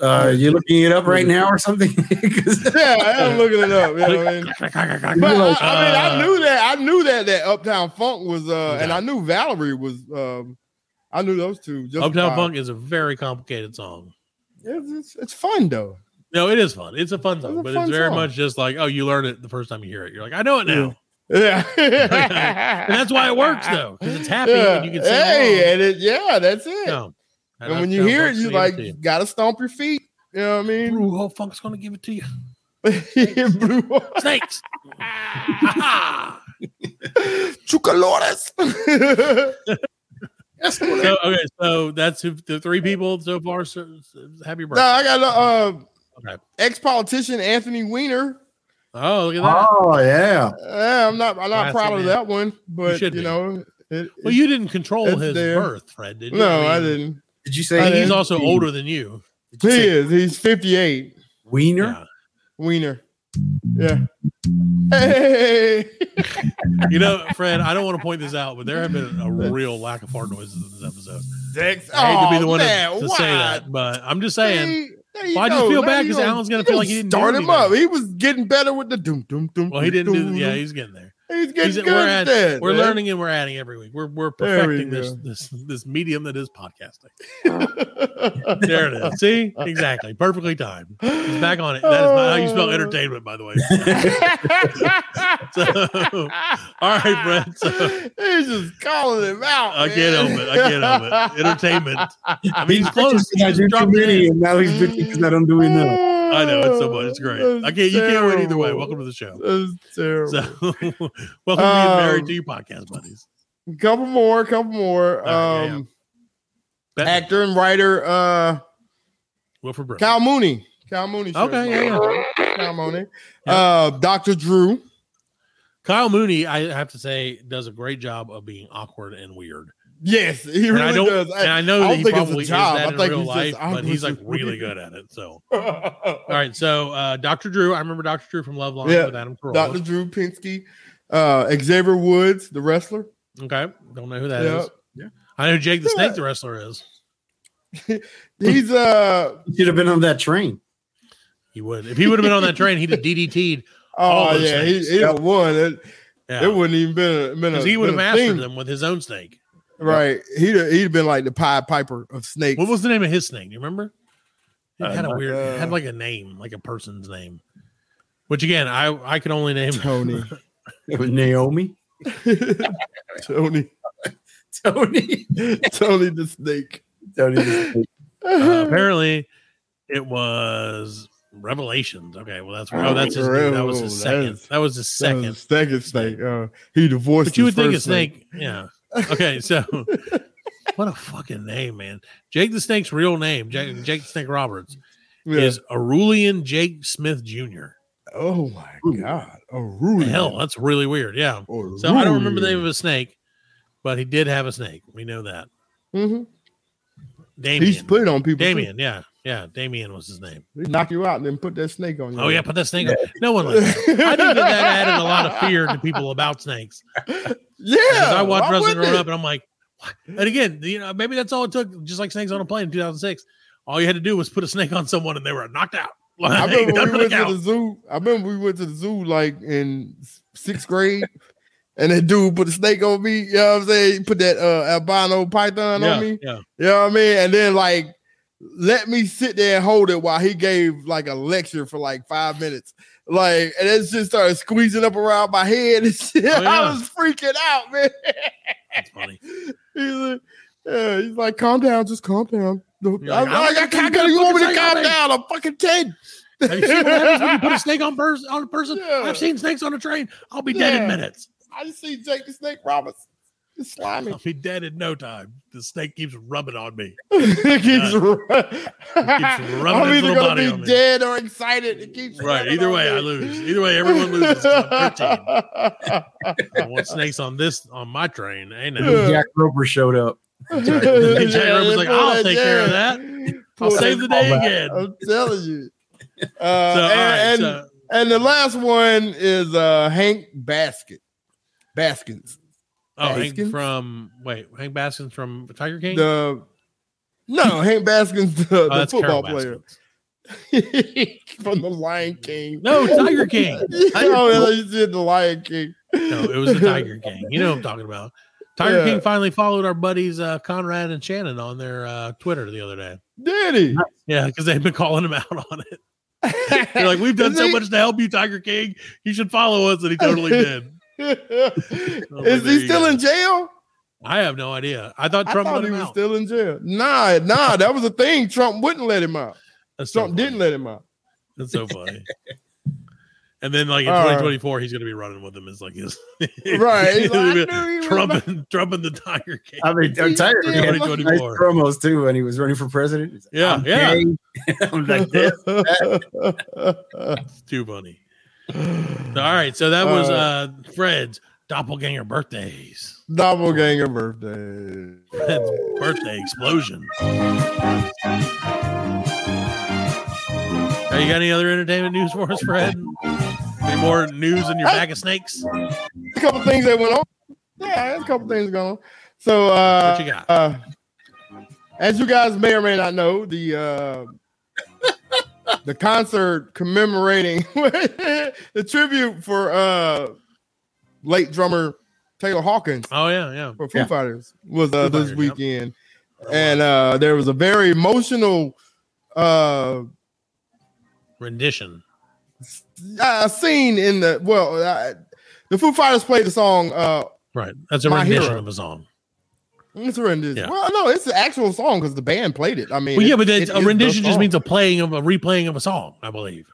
Speaker 6: Oh,
Speaker 8: uh, you looking it up right now or something?
Speaker 5: yeah, I'm looking it up. You know what I mean? But I, I
Speaker 6: Uh,
Speaker 5: mean, I knew that. I knew that that Uptown Funk was, uh, and I knew Valerie was. Um, I knew those two. Just
Speaker 6: Uptown
Speaker 5: by-
Speaker 6: Funk is a very complicated song.
Speaker 5: It's, it's, it's fun though.
Speaker 6: No, it is fun. It's a fun song,
Speaker 5: It's a
Speaker 6: but
Speaker 5: fun
Speaker 6: it's very
Speaker 5: song.
Speaker 6: much just like, oh, you learn it the first time you hear it. You're like, I know it now.
Speaker 5: Yeah,
Speaker 6: and that's why it works though, because it's happy and you can sing
Speaker 5: hey,
Speaker 6: along.
Speaker 5: and it, yeah, that's it.
Speaker 6: No.
Speaker 5: and
Speaker 6: Uptown
Speaker 5: when you hear it,
Speaker 6: Funk's
Speaker 5: you
Speaker 6: gonna give
Speaker 5: like
Speaker 6: to you.
Speaker 5: got to stomp your feet. You know what I mean?
Speaker 6: Blue Hole Funk's gonna give it to you.
Speaker 5: Blue Hole.
Speaker 6: Snakes.
Speaker 5: Chucalores.
Speaker 8: That's
Speaker 6: so, okay, so that's who, the three people so far. So, so happy
Speaker 5: no,
Speaker 6: birthday.
Speaker 5: I got uh, ex politician Anthony Weiner.
Speaker 6: Oh, look at
Speaker 8: that. Oh, yeah.
Speaker 5: Yeah, I'm not. I'm not
Speaker 6: Classic
Speaker 5: proud of
Speaker 6: man.
Speaker 5: that one, but you,
Speaker 6: should be.
Speaker 5: know, it,
Speaker 6: Well, you didn't control
Speaker 5: it's
Speaker 6: his
Speaker 5: there.
Speaker 6: birth, Fred, did you?
Speaker 5: No, I,
Speaker 6: mean,
Speaker 5: didn't.
Speaker 8: Did you
Speaker 6: I think
Speaker 5: I
Speaker 6: Uh, he's
Speaker 5: didn't.
Speaker 6: also older than you.
Speaker 5: He is. He's 58.
Speaker 8: Wiener.
Speaker 5: Wiener. Yeah. Hey.
Speaker 6: You know, Fred, I don't want to point this out, but there have been a real lack of fart noises in this episode.
Speaker 5: Dex,
Speaker 6: I hate to be the
Speaker 5: oh,
Speaker 6: one to-
Speaker 5: man,
Speaker 6: to, say
Speaker 5: why?
Speaker 6: that, but I'm just saying.
Speaker 5: There you
Speaker 6: Well, I just
Speaker 5: go.
Speaker 6: feel
Speaker 5: Now
Speaker 6: bad
Speaker 5: you
Speaker 6: 'cause
Speaker 5: gonna-
Speaker 6: Alan's gonna
Speaker 5: you
Speaker 6: feel like he didn't do
Speaker 5: start him
Speaker 6: anything.
Speaker 5: up. He was getting better with the doom doom doom.
Speaker 6: Well, he didn't do.
Speaker 5: doom,
Speaker 6: Yeah,
Speaker 5: doom.
Speaker 6: he's getting there.
Speaker 5: He's getting
Speaker 6: He's-
Speaker 5: good
Speaker 6: we're at-
Speaker 5: at that,
Speaker 6: we're
Speaker 5: man.
Speaker 6: learning and we're adding every week. We're we're
Speaker 5: There we
Speaker 6: perfecting this
Speaker 5: go.
Speaker 6: this this medium that is podcasting. there it is. See, exactly, perfectly timed. He's back on it. That is not how you
Speaker 5: Oh.
Speaker 6: spell entertainment, by the way. So, all right, Brett. So,
Speaker 5: He's just calling him out.
Speaker 6: I can't help it. I can't help it. Entertainment. I mean, Oh, he's close. He
Speaker 8: I
Speaker 6: just
Speaker 8: do
Speaker 6: dropped it
Speaker 8: committee,
Speaker 6: in. Mm.
Speaker 8: and now he's bitching because I don't do enough.
Speaker 6: I know it's so much.
Speaker 5: Oh,
Speaker 6: It's great. I can't. You can't win either way. Welcome to the show.
Speaker 5: That's terrible.
Speaker 6: So, welcome to being married
Speaker 5: Um,
Speaker 6: to you, podcast buddies.
Speaker 5: couple more, couple more.
Speaker 6: right, yeah,
Speaker 5: um, actor and writer uh,
Speaker 6: Wilfred Brimley.
Speaker 5: Cal Mooney. Cal Mooney. shows
Speaker 6: Okay,
Speaker 5: my
Speaker 6: yeah,
Speaker 5: name. Cal Mooney. Uh, Doctor Drew.
Speaker 6: Kyle Mooney, I have to say, does a great job of being awkward and weird.
Speaker 5: Yes, he
Speaker 6: And
Speaker 5: really
Speaker 6: I don't,
Speaker 5: does.
Speaker 6: and I know
Speaker 5: I
Speaker 6: that
Speaker 5: don't
Speaker 6: he
Speaker 5: think it's a
Speaker 6: probably is
Speaker 5: job.
Speaker 6: that
Speaker 5: I
Speaker 6: in
Speaker 5: think
Speaker 6: real
Speaker 5: he's just
Speaker 6: life, but he's like
Speaker 5: awkward.
Speaker 6: really good at it. So, all right. So, uh, Dr. Drew, I remember Dr. Drew from Love Line
Speaker 5: yeah,
Speaker 6: with Adam Carolla.
Speaker 5: Doctor Drew Pinsky. Uh, Xavier Woods, the wrestler.
Speaker 6: Okay, don't know who that is.
Speaker 5: Yeah.
Speaker 6: Yeah, I know Jake the Snake, the wrestler, is.
Speaker 5: He's uh
Speaker 8: He should have been on that train.
Speaker 6: He would if he would have been on that train, he'd have DDT'd.
Speaker 5: Oh
Speaker 6: all those
Speaker 5: yeah, he,
Speaker 6: snakes.
Speaker 5: he done won. It,
Speaker 6: Yeah.
Speaker 5: it wouldn't even been a, been a
Speaker 6: because he would have
Speaker 5: been a
Speaker 6: mastered
Speaker 5: thing.
Speaker 6: them with his own snake.
Speaker 5: Right. He'd he'd have been like the Pied Piper of snakes.
Speaker 6: What was the name of his snake? Do you remember? It
Speaker 5: Uh,
Speaker 6: had a weird, it
Speaker 5: uh,
Speaker 6: had like a name, like a person's name. Which again, I I can only name
Speaker 5: Tony.
Speaker 8: It was Naomi.
Speaker 5: Tony.
Speaker 8: Tony.
Speaker 5: Tony the snake.
Speaker 8: Tony the snake.
Speaker 6: Uh, apparently, it was Revelations. Okay, well that's oh that's his new- that was
Speaker 5: Oh, that
Speaker 6: his second.
Speaker 5: is-
Speaker 6: That was his second.
Speaker 5: Uh, second snake. Uh, he divorced.
Speaker 6: But you would
Speaker 5: his
Speaker 6: think a
Speaker 5: first
Speaker 6: snake. Yeah. Okay, so what a fucking name, man. Jake the Snake's real name, Jake, Jake the Snake Roberts,
Speaker 5: Yeah.
Speaker 6: is Arulian Jake Smith Jr.
Speaker 5: Oh my god. A ruler.
Speaker 6: Hell, that's really weird. Yeah. So I don't remember the name of a snake, but he did have a snake. We know that.
Speaker 5: Mhm.
Speaker 6: Damien.
Speaker 5: He's put it on people, too.
Speaker 6: Damien, yeah. Yeah. Damien was his name.
Speaker 5: They knock you out and then put that snake on you.
Speaker 6: Oh yeah, put that snake. on. No one. Likes that. I think that, that added a lot of fear to people about snakes.
Speaker 5: Yeah,
Speaker 6: because I watched
Speaker 5: why
Speaker 6: wrestling
Speaker 5: wouldn't
Speaker 6: growing
Speaker 5: it?
Speaker 6: up, and I'm like, what? and again, you know, maybe that's all it took. Just like snakes on a plane in 2006, all you had to do was put a snake on someone, and they were knocked out.
Speaker 5: I
Speaker 6: Like,
Speaker 5: remember
Speaker 6: done
Speaker 5: when
Speaker 6: for
Speaker 5: we
Speaker 6: the
Speaker 5: went to
Speaker 6: count.
Speaker 5: the zoo. I remember we went to the zoo like in s- sixth grade, and that dude put a snake on me. You know what I'm saying? He put that uh, albino python
Speaker 6: Yeah,
Speaker 5: on me.
Speaker 6: yeah.
Speaker 5: You know what I mean? And then like let me sit there and hold it while he gave like a lecture for like five minutes. Like, and it just started squeezing up around my head and shit. I
Speaker 6: Oh, yeah.
Speaker 5: was freaking out, man.
Speaker 6: That's funny.
Speaker 5: He's like, yeah, he's like, calm down, just calm down. No,
Speaker 6: You're
Speaker 5: I'm
Speaker 6: like, I
Speaker 5: like, I
Speaker 6: want
Speaker 5: can't
Speaker 6: to
Speaker 5: you want me to
Speaker 6: fucking say
Speaker 5: calm
Speaker 6: nothing.
Speaker 5: down? I'm fucking 10.
Speaker 6: Have you seen what happens when you put a snake on, pers- on a person? I've seen snakes on a train. I'll be dead in
Speaker 5: Yeah.
Speaker 6: minutes.
Speaker 5: I just see Jake the Snake Roberts. It's slimy.
Speaker 6: I'll be dead in no time. The snake keeps rubbing on me.
Speaker 5: it keeps, ru-
Speaker 6: rubbing
Speaker 5: I'm
Speaker 6: his
Speaker 5: either
Speaker 6: little
Speaker 5: gonna
Speaker 6: body on
Speaker 5: be
Speaker 6: me.
Speaker 5: dead or excited. It keeps
Speaker 6: Right. Either way, I lose. Either way, everyone loses. I'm 13. I want snakes on this on my train. Ain't
Speaker 8: When
Speaker 6: it?
Speaker 8: Jack Roper showed up.
Speaker 6: Jack Robert's like, I'll take care of that. I'll save the day again.
Speaker 5: I'm telling you. Uh,
Speaker 6: all right,
Speaker 5: and, and,
Speaker 6: so-
Speaker 5: and the last one is uh, Hank Basket. Baskins.
Speaker 6: Oh, Hank
Speaker 5: Baskins?
Speaker 6: from wait, Hank Baskins from Tiger King.
Speaker 5: The no, Hank Baskins, the,
Speaker 6: Oh,
Speaker 5: the
Speaker 6: that's Carol
Speaker 5: football player from the Lion King.
Speaker 6: No, Tiger King. Tiger
Speaker 5: oh,
Speaker 6: King.
Speaker 5: you did the Lion King.
Speaker 6: no, it was the Tiger King. You know what I'm talking about. Tiger
Speaker 5: Yeah.
Speaker 6: King finally followed our buddies uh, Conrad and Shannon on their uh, Twitter the other day.
Speaker 5: Did he?
Speaker 6: Yeah, because they've been calling him out on it. They're like, we've done
Speaker 5: Is
Speaker 6: so
Speaker 5: he-
Speaker 6: much to help you, Tiger King. You should follow us, and he totally did. Oh,
Speaker 5: Is
Speaker 6: there you
Speaker 5: he still
Speaker 6: go.
Speaker 5: in jail?
Speaker 6: I have no idea. I thought
Speaker 5: I
Speaker 6: Trump let
Speaker 5: thought he
Speaker 6: him
Speaker 5: was
Speaker 6: out.
Speaker 5: still in jail. Nah, nah, that was a thing. Trump wouldn't let him out.
Speaker 6: That's so
Speaker 5: Trump didn't let him out.
Speaker 6: That's so funny. And then, like in
Speaker 5: All right.
Speaker 6: 2024, he's going to be running with him. It's like his
Speaker 5: Right. He's like, I knew he was
Speaker 6: Trump and Trump and the Tiger King.
Speaker 8: I mean, I'm tired of him. Nice
Speaker 6: 2024.
Speaker 8: promos too when he was running for president. He's like,
Speaker 6: Yeah,
Speaker 8: I'm
Speaker 6: yeah.
Speaker 8: gay. I'm like this. that.
Speaker 6: It's too funny. So, all right, so that was uh Fred's doppelganger birthdays.
Speaker 5: Doppelganger birthday.
Speaker 6: Fred's birthday explosion. Are you got any other entertainment news for us, Fred? Any more news in your bag of snakes?
Speaker 5: a couple things that went on. Yeah, there's a couple things going on. So, uh,
Speaker 6: What you got?
Speaker 5: uh, as you guys may or may not know, the uh, the concert commemorating the tribute for uh, late drummer Taylor Hawkins
Speaker 6: Oh yeah, yeah.
Speaker 5: for Foo
Speaker 6: Yeah.
Speaker 5: Fighters was
Speaker 6: Foo
Speaker 5: uh, this
Speaker 6: Fighters, yep.
Speaker 5: weekend, and uh, there was a very emotional uh,
Speaker 6: Rendition.
Speaker 5: uh, scene in the well. Uh, the Foo Fighters played the song uh,
Speaker 6: Right. That's a
Speaker 5: My
Speaker 6: rendition
Speaker 5: Hero.
Speaker 6: of a song.
Speaker 5: It's a rendition.
Speaker 6: Yeah.
Speaker 5: Well, no, it's an actual song because the band played it. I mean,
Speaker 6: Well, yeah,
Speaker 5: it-
Speaker 6: but
Speaker 5: it
Speaker 6: that's,
Speaker 5: is
Speaker 6: a
Speaker 5: the
Speaker 6: rendition just
Speaker 5: song.
Speaker 6: means a playing of a replaying of a song, I believe.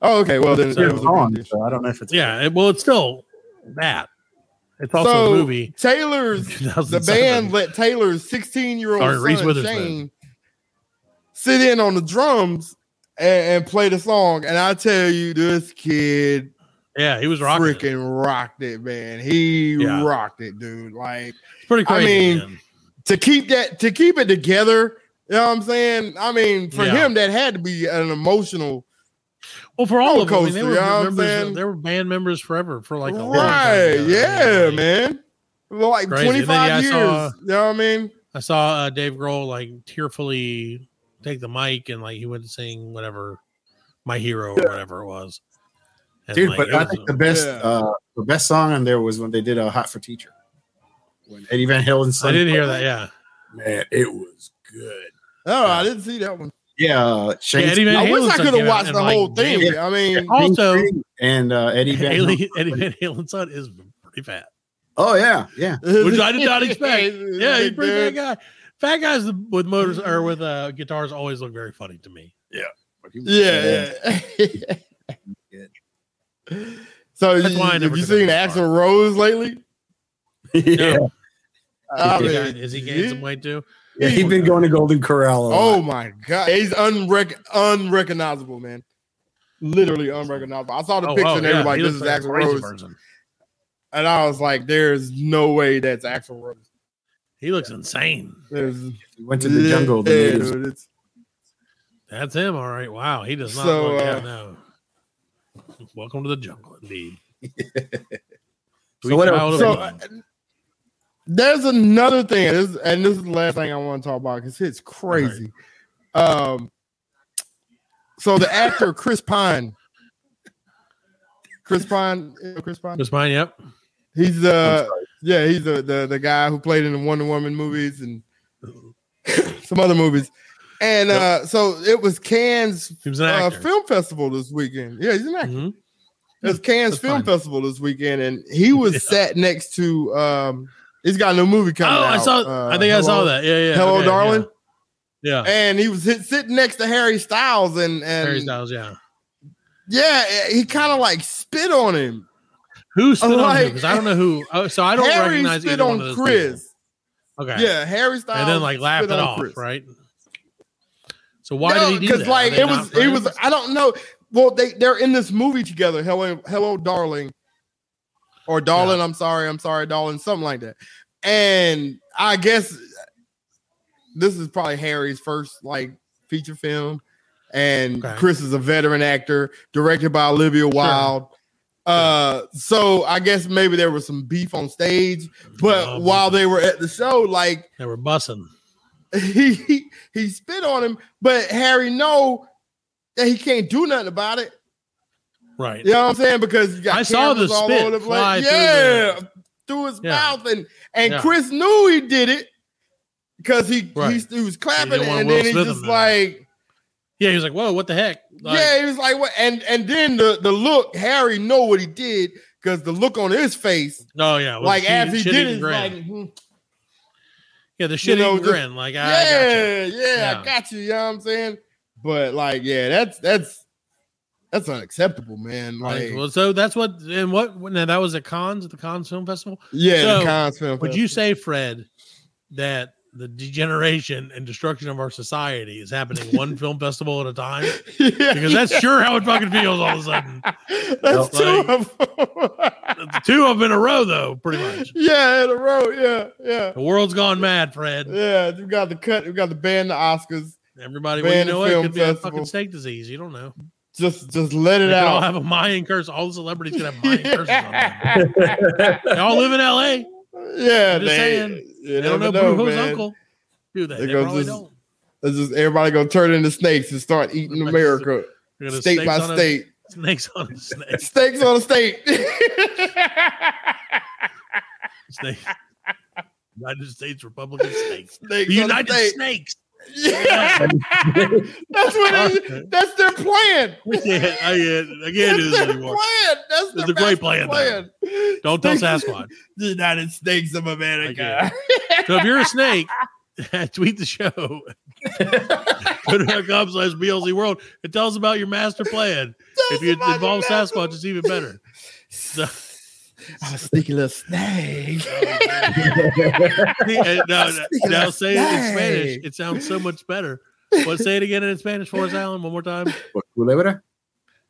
Speaker 5: Oh, okay. Well, then
Speaker 6: So-
Speaker 5: it was a rendition.
Speaker 8: So I don't know if it's
Speaker 6: Yeah, it, well, it's still that. It's also
Speaker 5: so
Speaker 6: a movie.
Speaker 5: Taylor's the
Speaker 6: 2007.
Speaker 5: band let Taylor's 16 year old
Speaker 6: Starring Reese
Speaker 5: son
Speaker 6: Witherspoon.
Speaker 5: Shane sit in on the drums and, and play the song. And I tell you, this kid,
Speaker 6: Yeah, he was rocking. it.
Speaker 5: freaking rocked it, man. He
Speaker 6: Yeah.
Speaker 5: rocked it, dude. Like
Speaker 6: It's pretty crazy.
Speaker 5: I mean,
Speaker 6: man.
Speaker 5: to keep that to keep it together. You know what I'm saying? I mean, for
Speaker 6: Yeah.
Speaker 5: him, that had to be an emotional.
Speaker 6: Well, for all of them, I mean,
Speaker 5: rollercoaster,
Speaker 6: they
Speaker 5: you
Speaker 6: were
Speaker 5: know what I'm
Speaker 6: members.
Speaker 5: saying?
Speaker 6: They were band members forever for like a long
Speaker 5: Right?
Speaker 6: time.
Speaker 5: Yeah, man. Well, like
Speaker 6: Crazy.
Speaker 5: 25
Speaker 6: And
Speaker 5: years.
Speaker 6: then, yeah, I saw-
Speaker 5: you know what I mean?
Speaker 6: I saw uh, Dave Grohl like tearfully take the mic and like he went to sing whatever my hero or whatever it was. And,
Speaker 8: dude.
Speaker 6: like,
Speaker 8: But
Speaker 6: it
Speaker 8: I
Speaker 6: was-
Speaker 8: think the best uh, the best song on there was when they did a "Hot for Teacher." When Eddie Van Halen.
Speaker 6: I did hear that. Yeah,
Speaker 8: Man, it was good.
Speaker 5: Oh, I didn't see that one.
Speaker 8: Yeah, uh, Shane.
Speaker 6: Eddie Van
Speaker 5: I wish
Speaker 6: Halen's
Speaker 5: I
Speaker 6: son
Speaker 5: could have
Speaker 6: came out
Speaker 5: watched
Speaker 6: and,
Speaker 5: the
Speaker 6: like,
Speaker 5: whole thing.
Speaker 6: jammed.
Speaker 5: I mean,
Speaker 6: Also,
Speaker 8: and uh, Eddie Van.
Speaker 6: Eddie,
Speaker 8: Halen.
Speaker 6: Eddie Van Halen's son is pretty fat,
Speaker 8: Oh yeah, yeah.
Speaker 6: which I did not expect.
Speaker 5: He's a
Speaker 6: yeah, he's a
Speaker 5: big
Speaker 6: pretty
Speaker 5: dude. Mm-hmm.
Speaker 6: fat guy. Fat guys with motors or with uh, guitars always look very funny to me.
Speaker 5: yeah, yeah. so
Speaker 6: That's
Speaker 5: you,
Speaker 6: why I
Speaker 5: have
Speaker 6: never
Speaker 5: you
Speaker 6: took him
Speaker 5: seen
Speaker 6: to the
Speaker 5: Axel Rose lately?
Speaker 8: yeah.
Speaker 5: I
Speaker 6: Is he,
Speaker 5: mean,
Speaker 6: is he gained some weight too?
Speaker 8: Yeah, he's been going to Golden Corral. a lot.
Speaker 5: Oh my god, he's unrec- unrecognizable, man. Literally unrecognizable. I saw the
Speaker 6: Oh,
Speaker 5: picture
Speaker 6: oh,
Speaker 5: and
Speaker 6: yeah,
Speaker 5: everybody,
Speaker 6: he looks
Speaker 5: this is
Speaker 6: like a
Speaker 5: Axel
Speaker 6: crazy
Speaker 5: Rose,
Speaker 6: person.
Speaker 5: and I was like, "There's no way that's Axel Rose."
Speaker 6: He looks insane.
Speaker 5: There's
Speaker 8: We went to the jungle. The
Speaker 5: Yeah,
Speaker 8: natives.
Speaker 5: dude, it's-
Speaker 6: That's him. All right. Wow. He does not
Speaker 5: So,
Speaker 6: look.
Speaker 5: uh,
Speaker 6: yeah, no. Welcome to the jungle, indeed.
Speaker 8: So
Speaker 6: Sweet
Speaker 8: what
Speaker 6: child
Speaker 8: else?
Speaker 5: So
Speaker 6: of
Speaker 5: uh,
Speaker 6: England.
Speaker 5: there's another thing, this- and this is the last thing I want to talk about because it's crazy. Um, so the actor Chris Pine, Chris Pine, you know Chris Pine,
Speaker 6: Chris Pine, yep.
Speaker 5: he's uh, yeah, he's the, the the guy who played in the Wonder Woman movies and some other movies, and uh, so it was Cannes
Speaker 6: He was an
Speaker 5: uh,
Speaker 6: actor.
Speaker 5: Film Festival this weekend. Yeah, he's an actor.
Speaker 6: Mhm.
Speaker 5: It was Cannes
Speaker 6: That's
Speaker 5: Film
Speaker 6: fine.
Speaker 5: Festival this weekend, and he was sat next to. um He's got a new movie
Speaker 6: Oh,
Speaker 5: coming out.
Speaker 6: I saw. I
Speaker 5: uh,
Speaker 6: think I saw
Speaker 5: Hello-
Speaker 6: that. Yeah, yeah.
Speaker 5: Hello,
Speaker 6: okay,
Speaker 5: darling.
Speaker 6: Yeah. yeah.
Speaker 5: And he was hit, sitting next to Harry Styles, and and
Speaker 6: Harry Styles, yeah.
Speaker 5: yeah, eh, he kind of like spit on him.
Speaker 6: Who spit on him?
Speaker 5: Like-
Speaker 6: Because I don't know who. Oh, so I don't
Speaker 5: Harry
Speaker 6: recognize
Speaker 5: spit
Speaker 6: either one of
Speaker 5: on
Speaker 6: those
Speaker 5: Chris.
Speaker 6: people. Okay.
Speaker 5: Yeah, Harry Styles.
Speaker 6: and then like laughed
Speaker 5: spit
Speaker 6: it
Speaker 5: on
Speaker 6: off,
Speaker 5: Chris.
Speaker 6: right? So why
Speaker 5: No,
Speaker 6: did he do that? Are
Speaker 5: like
Speaker 6: they
Speaker 5: it
Speaker 6: not
Speaker 5: was, it was.
Speaker 6: friends?
Speaker 5: I don't know. Well, they they're in this movie together. Hello, hello, darling, or darling. I'm sorry, I'm sorry, darling. Something like that. And I guess this is probably Harry's first like feature film, and
Speaker 6: Okay.
Speaker 5: Chris is a veteran actor, directed by Olivia Wilde. Uh, so I guess maybe there was some beef on stage, but
Speaker 6: Oh,
Speaker 5: while they were at the show, like
Speaker 6: They were bussing.
Speaker 5: he, he he spit on him, but Harry know that he can't do nothing about it.
Speaker 6: Right.
Speaker 5: You know what I'm saying? Because you got
Speaker 6: I saw the
Speaker 5: cameras all
Speaker 6: spit
Speaker 5: over the
Speaker 6: fly
Speaker 5: place.
Speaker 6: through
Speaker 5: Yeah, through, his
Speaker 6: Yeah.
Speaker 5: mouth, and and
Speaker 6: Yeah.
Speaker 5: Chris knew he did it because he,
Speaker 6: Right.
Speaker 5: he he was
Speaker 6: He
Speaker 5: clapping,
Speaker 6: didn't want
Speaker 5: and
Speaker 6: Will
Speaker 5: then he
Speaker 6: Smith
Speaker 5: just
Speaker 6: him to-
Speaker 5: like
Speaker 6: Yeah, he was like, "Whoa, what the heck?" Like,
Speaker 5: yeah, he was like what? And and then the the look Harry know what he did because the look on his face,
Speaker 6: No, oh, yeah. it was
Speaker 5: like
Speaker 6: shit-
Speaker 5: as he
Speaker 6: shit
Speaker 5: did
Speaker 6: eating
Speaker 5: it, it's
Speaker 6: grin.
Speaker 5: like hmm,
Speaker 6: yeah, the shit
Speaker 5: know,
Speaker 6: eating
Speaker 5: just-
Speaker 6: grin. Like, I
Speaker 5: yeah,
Speaker 6: gotcha.
Speaker 5: yeah, I got you. You know what I'm saying? But like, yeah, that's that's that's unacceptable, man. Like,
Speaker 6: Right. Well, so that's what and what now that was at cons at the cons film festival.
Speaker 5: Yeah, the
Speaker 6: So,
Speaker 5: Cannes Film
Speaker 6: Would you say, Fred, that the degeneration and destruction of our society is happening one film festival at a time? because that's sure how it fucking feels all of a sudden.
Speaker 5: That's two of
Speaker 6: them. two of them in a row, though, pretty much.
Speaker 5: yeah, in a row, yeah, yeah,
Speaker 6: The world's gone mad, Fred.
Speaker 5: yeah. We got the cut. We got the ban the Oscars.
Speaker 6: Everybody, well, you
Speaker 5: ban
Speaker 6: know
Speaker 5: the
Speaker 6: what? It
Speaker 5: film
Speaker 6: could be a
Speaker 5: festival.
Speaker 6: fucking steak disease. You don't know.
Speaker 5: Just, just let it
Speaker 6: They could all
Speaker 5: out.
Speaker 6: have a Mayan curse. All the celebrities could have Mayan curses on them. They all live in L.A.
Speaker 5: Yeah,
Speaker 6: I'm just
Speaker 5: they-
Speaker 6: saying.
Speaker 5: you
Speaker 6: They don't know,
Speaker 5: never know,
Speaker 6: Brujo's
Speaker 5: man.
Speaker 6: uncle. Do they?
Speaker 5: They
Speaker 6: They
Speaker 5: gonna
Speaker 6: probably
Speaker 5: just-
Speaker 6: don't.
Speaker 5: It's just everybody gonna turn into snakes and start eating America,
Speaker 6: They're gonna
Speaker 5: state
Speaker 6: snakes
Speaker 5: by
Speaker 6: on a-
Speaker 5: state.
Speaker 6: snakes on a snake.
Speaker 5: Snakes on a state.
Speaker 6: Snake. United States Republican snakes.
Speaker 5: Snakes
Speaker 6: the
Speaker 5: on a
Speaker 6: United
Speaker 5: state.
Speaker 6: Snakes.
Speaker 5: That's what it is. That's their
Speaker 6: I
Speaker 5: plan.
Speaker 6: can't, I can't, I can't do this anymore.
Speaker 5: Plan. That's
Speaker 6: It's
Speaker 5: their
Speaker 6: a great
Speaker 5: master
Speaker 6: plan, though. Don't tell Sasquatch.
Speaker 5: The United States of America.
Speaker 6: So if you're a snake, tweet the show. Twitter.com slash BLZ World and tell us about your master plan. if you involve Sasquatch, it's even better. So,
Speaker 5: I'm a sneaky little snake.
Speaker 6: Oh, and now,
Speaker 5: Sneaky
Speaker 6: now
Speaker 5: little
Speaker 6: say it in Spanish.
Speaker 5: snake.
Speaker 6: It sounds so much better. But say it again in Spanish for us, Alan, one more time.
Speaker 8: Culebra?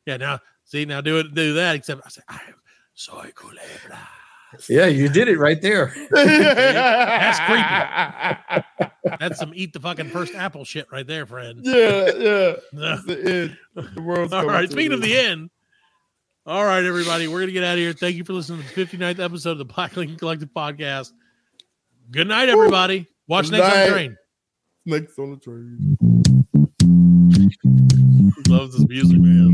Speaker 6: Yeah, now see, now do it, do that. Except I say, I am soy culé.
Speaker 8: Yeah, you did it right there.
Speaker 6: That's creepy. That's some eat the fucking first apple shit right there, friend.
Speaker 5: Yeah, yeah.
Speaker 6: No.
Speaker 5: That's the end. The world's
Speaker 6: All
Speaker 5: coming
Speaker 6: right.
Speaker 5: to
Speaker 6: Speaking of
Speaker 5: an
Speaker 6: the end. All right, everybody. We're going to get out of here. Thank you for listening to the 59th episode of the Black Lincoln Collective podcast. Good night, everybody. Watch
Speaker 5: Good
Speaker 6: next on
Speaker 5: night.
Speaker 6: the train.
Speaker 5: Snakes on the train.
Speaker 6: Loves this music, man.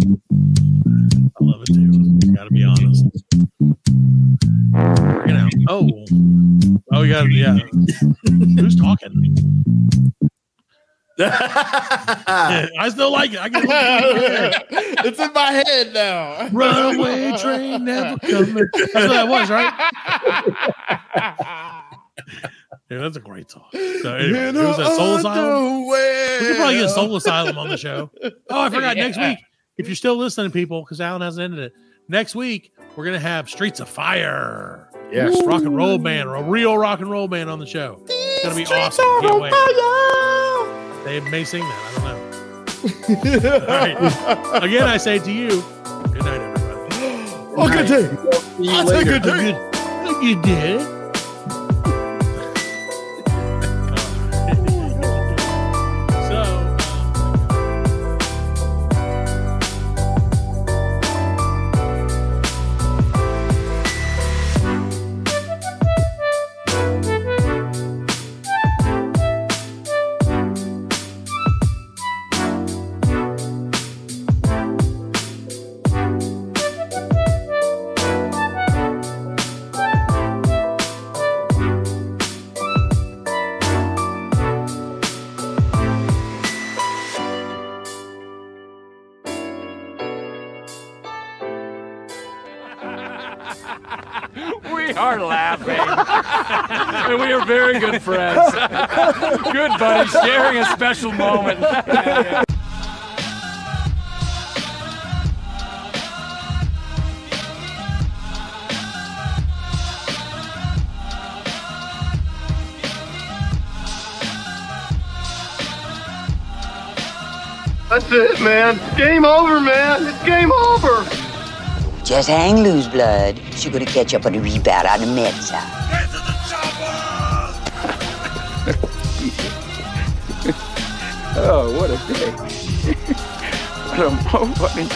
Speaker 6: I love it too. Gotta be honest. You know. Oh. Oh, yeah. Yeah. Who's talking? I still like it. I can
Speaker 5: it's in my head now.
Speaker 6: Runaway train never coming. That's what that was, right? Yeah, that's a great song. So anyway, it
Speaker 5: In
Speaker 6: was
Speaker 5: her
Speaker 6: that Soul Asylum.
Speaker 5: underwear.
Speaker 6: We could probably get Soul Asylum on the show. Oh, I forgot next week. If you're still listening, people, because Alan hasn't ended it. Next week we're gonna have Streets of Fire.
Speaker 5: Yes.
Speaker 6: rock and roll band, or a real rock and roll band on the show. It's gonna be awesome. Can't wait. They may sing that. I don't know. All right. Again, I say to you, good night, everybody.
Speaker 5: Oh, good day. I'll take a day.
Speaker 6: Oh, good day. So. uh,
Speaker 7: We are laughing. and we are very good friends. good buddies, sharing a special moment.
Speaker 2: That's it, man. Game over, man. It's game over.
Speaker 14: Just hang loose, blood. She's gonna catch up on the rebound on the mezza.
Speaker 7: Oh, what a day. what a motherfucking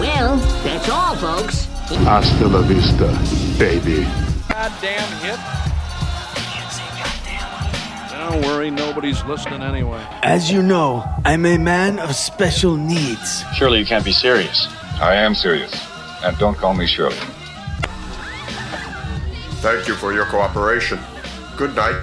Speaker 13: Well, that's all, folks.
Speaker 15: Hasta la vista, baby.
Speaker 7: Goddamn hip. Don't worry, nobody's listening anyway.
Speaker 16: As you know, I'm a man of special needs.
Speaker 17: Surely you can't be serious. I am serious. And don't call me Shirley.
Speaker 18: Thank you for your cooperation. Good night.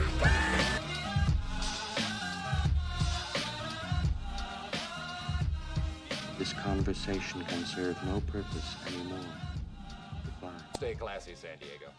Speaker 19: This conversation can serve no purpose anymore. Goodbye.
Speaker 20: Stay classy, San Diego.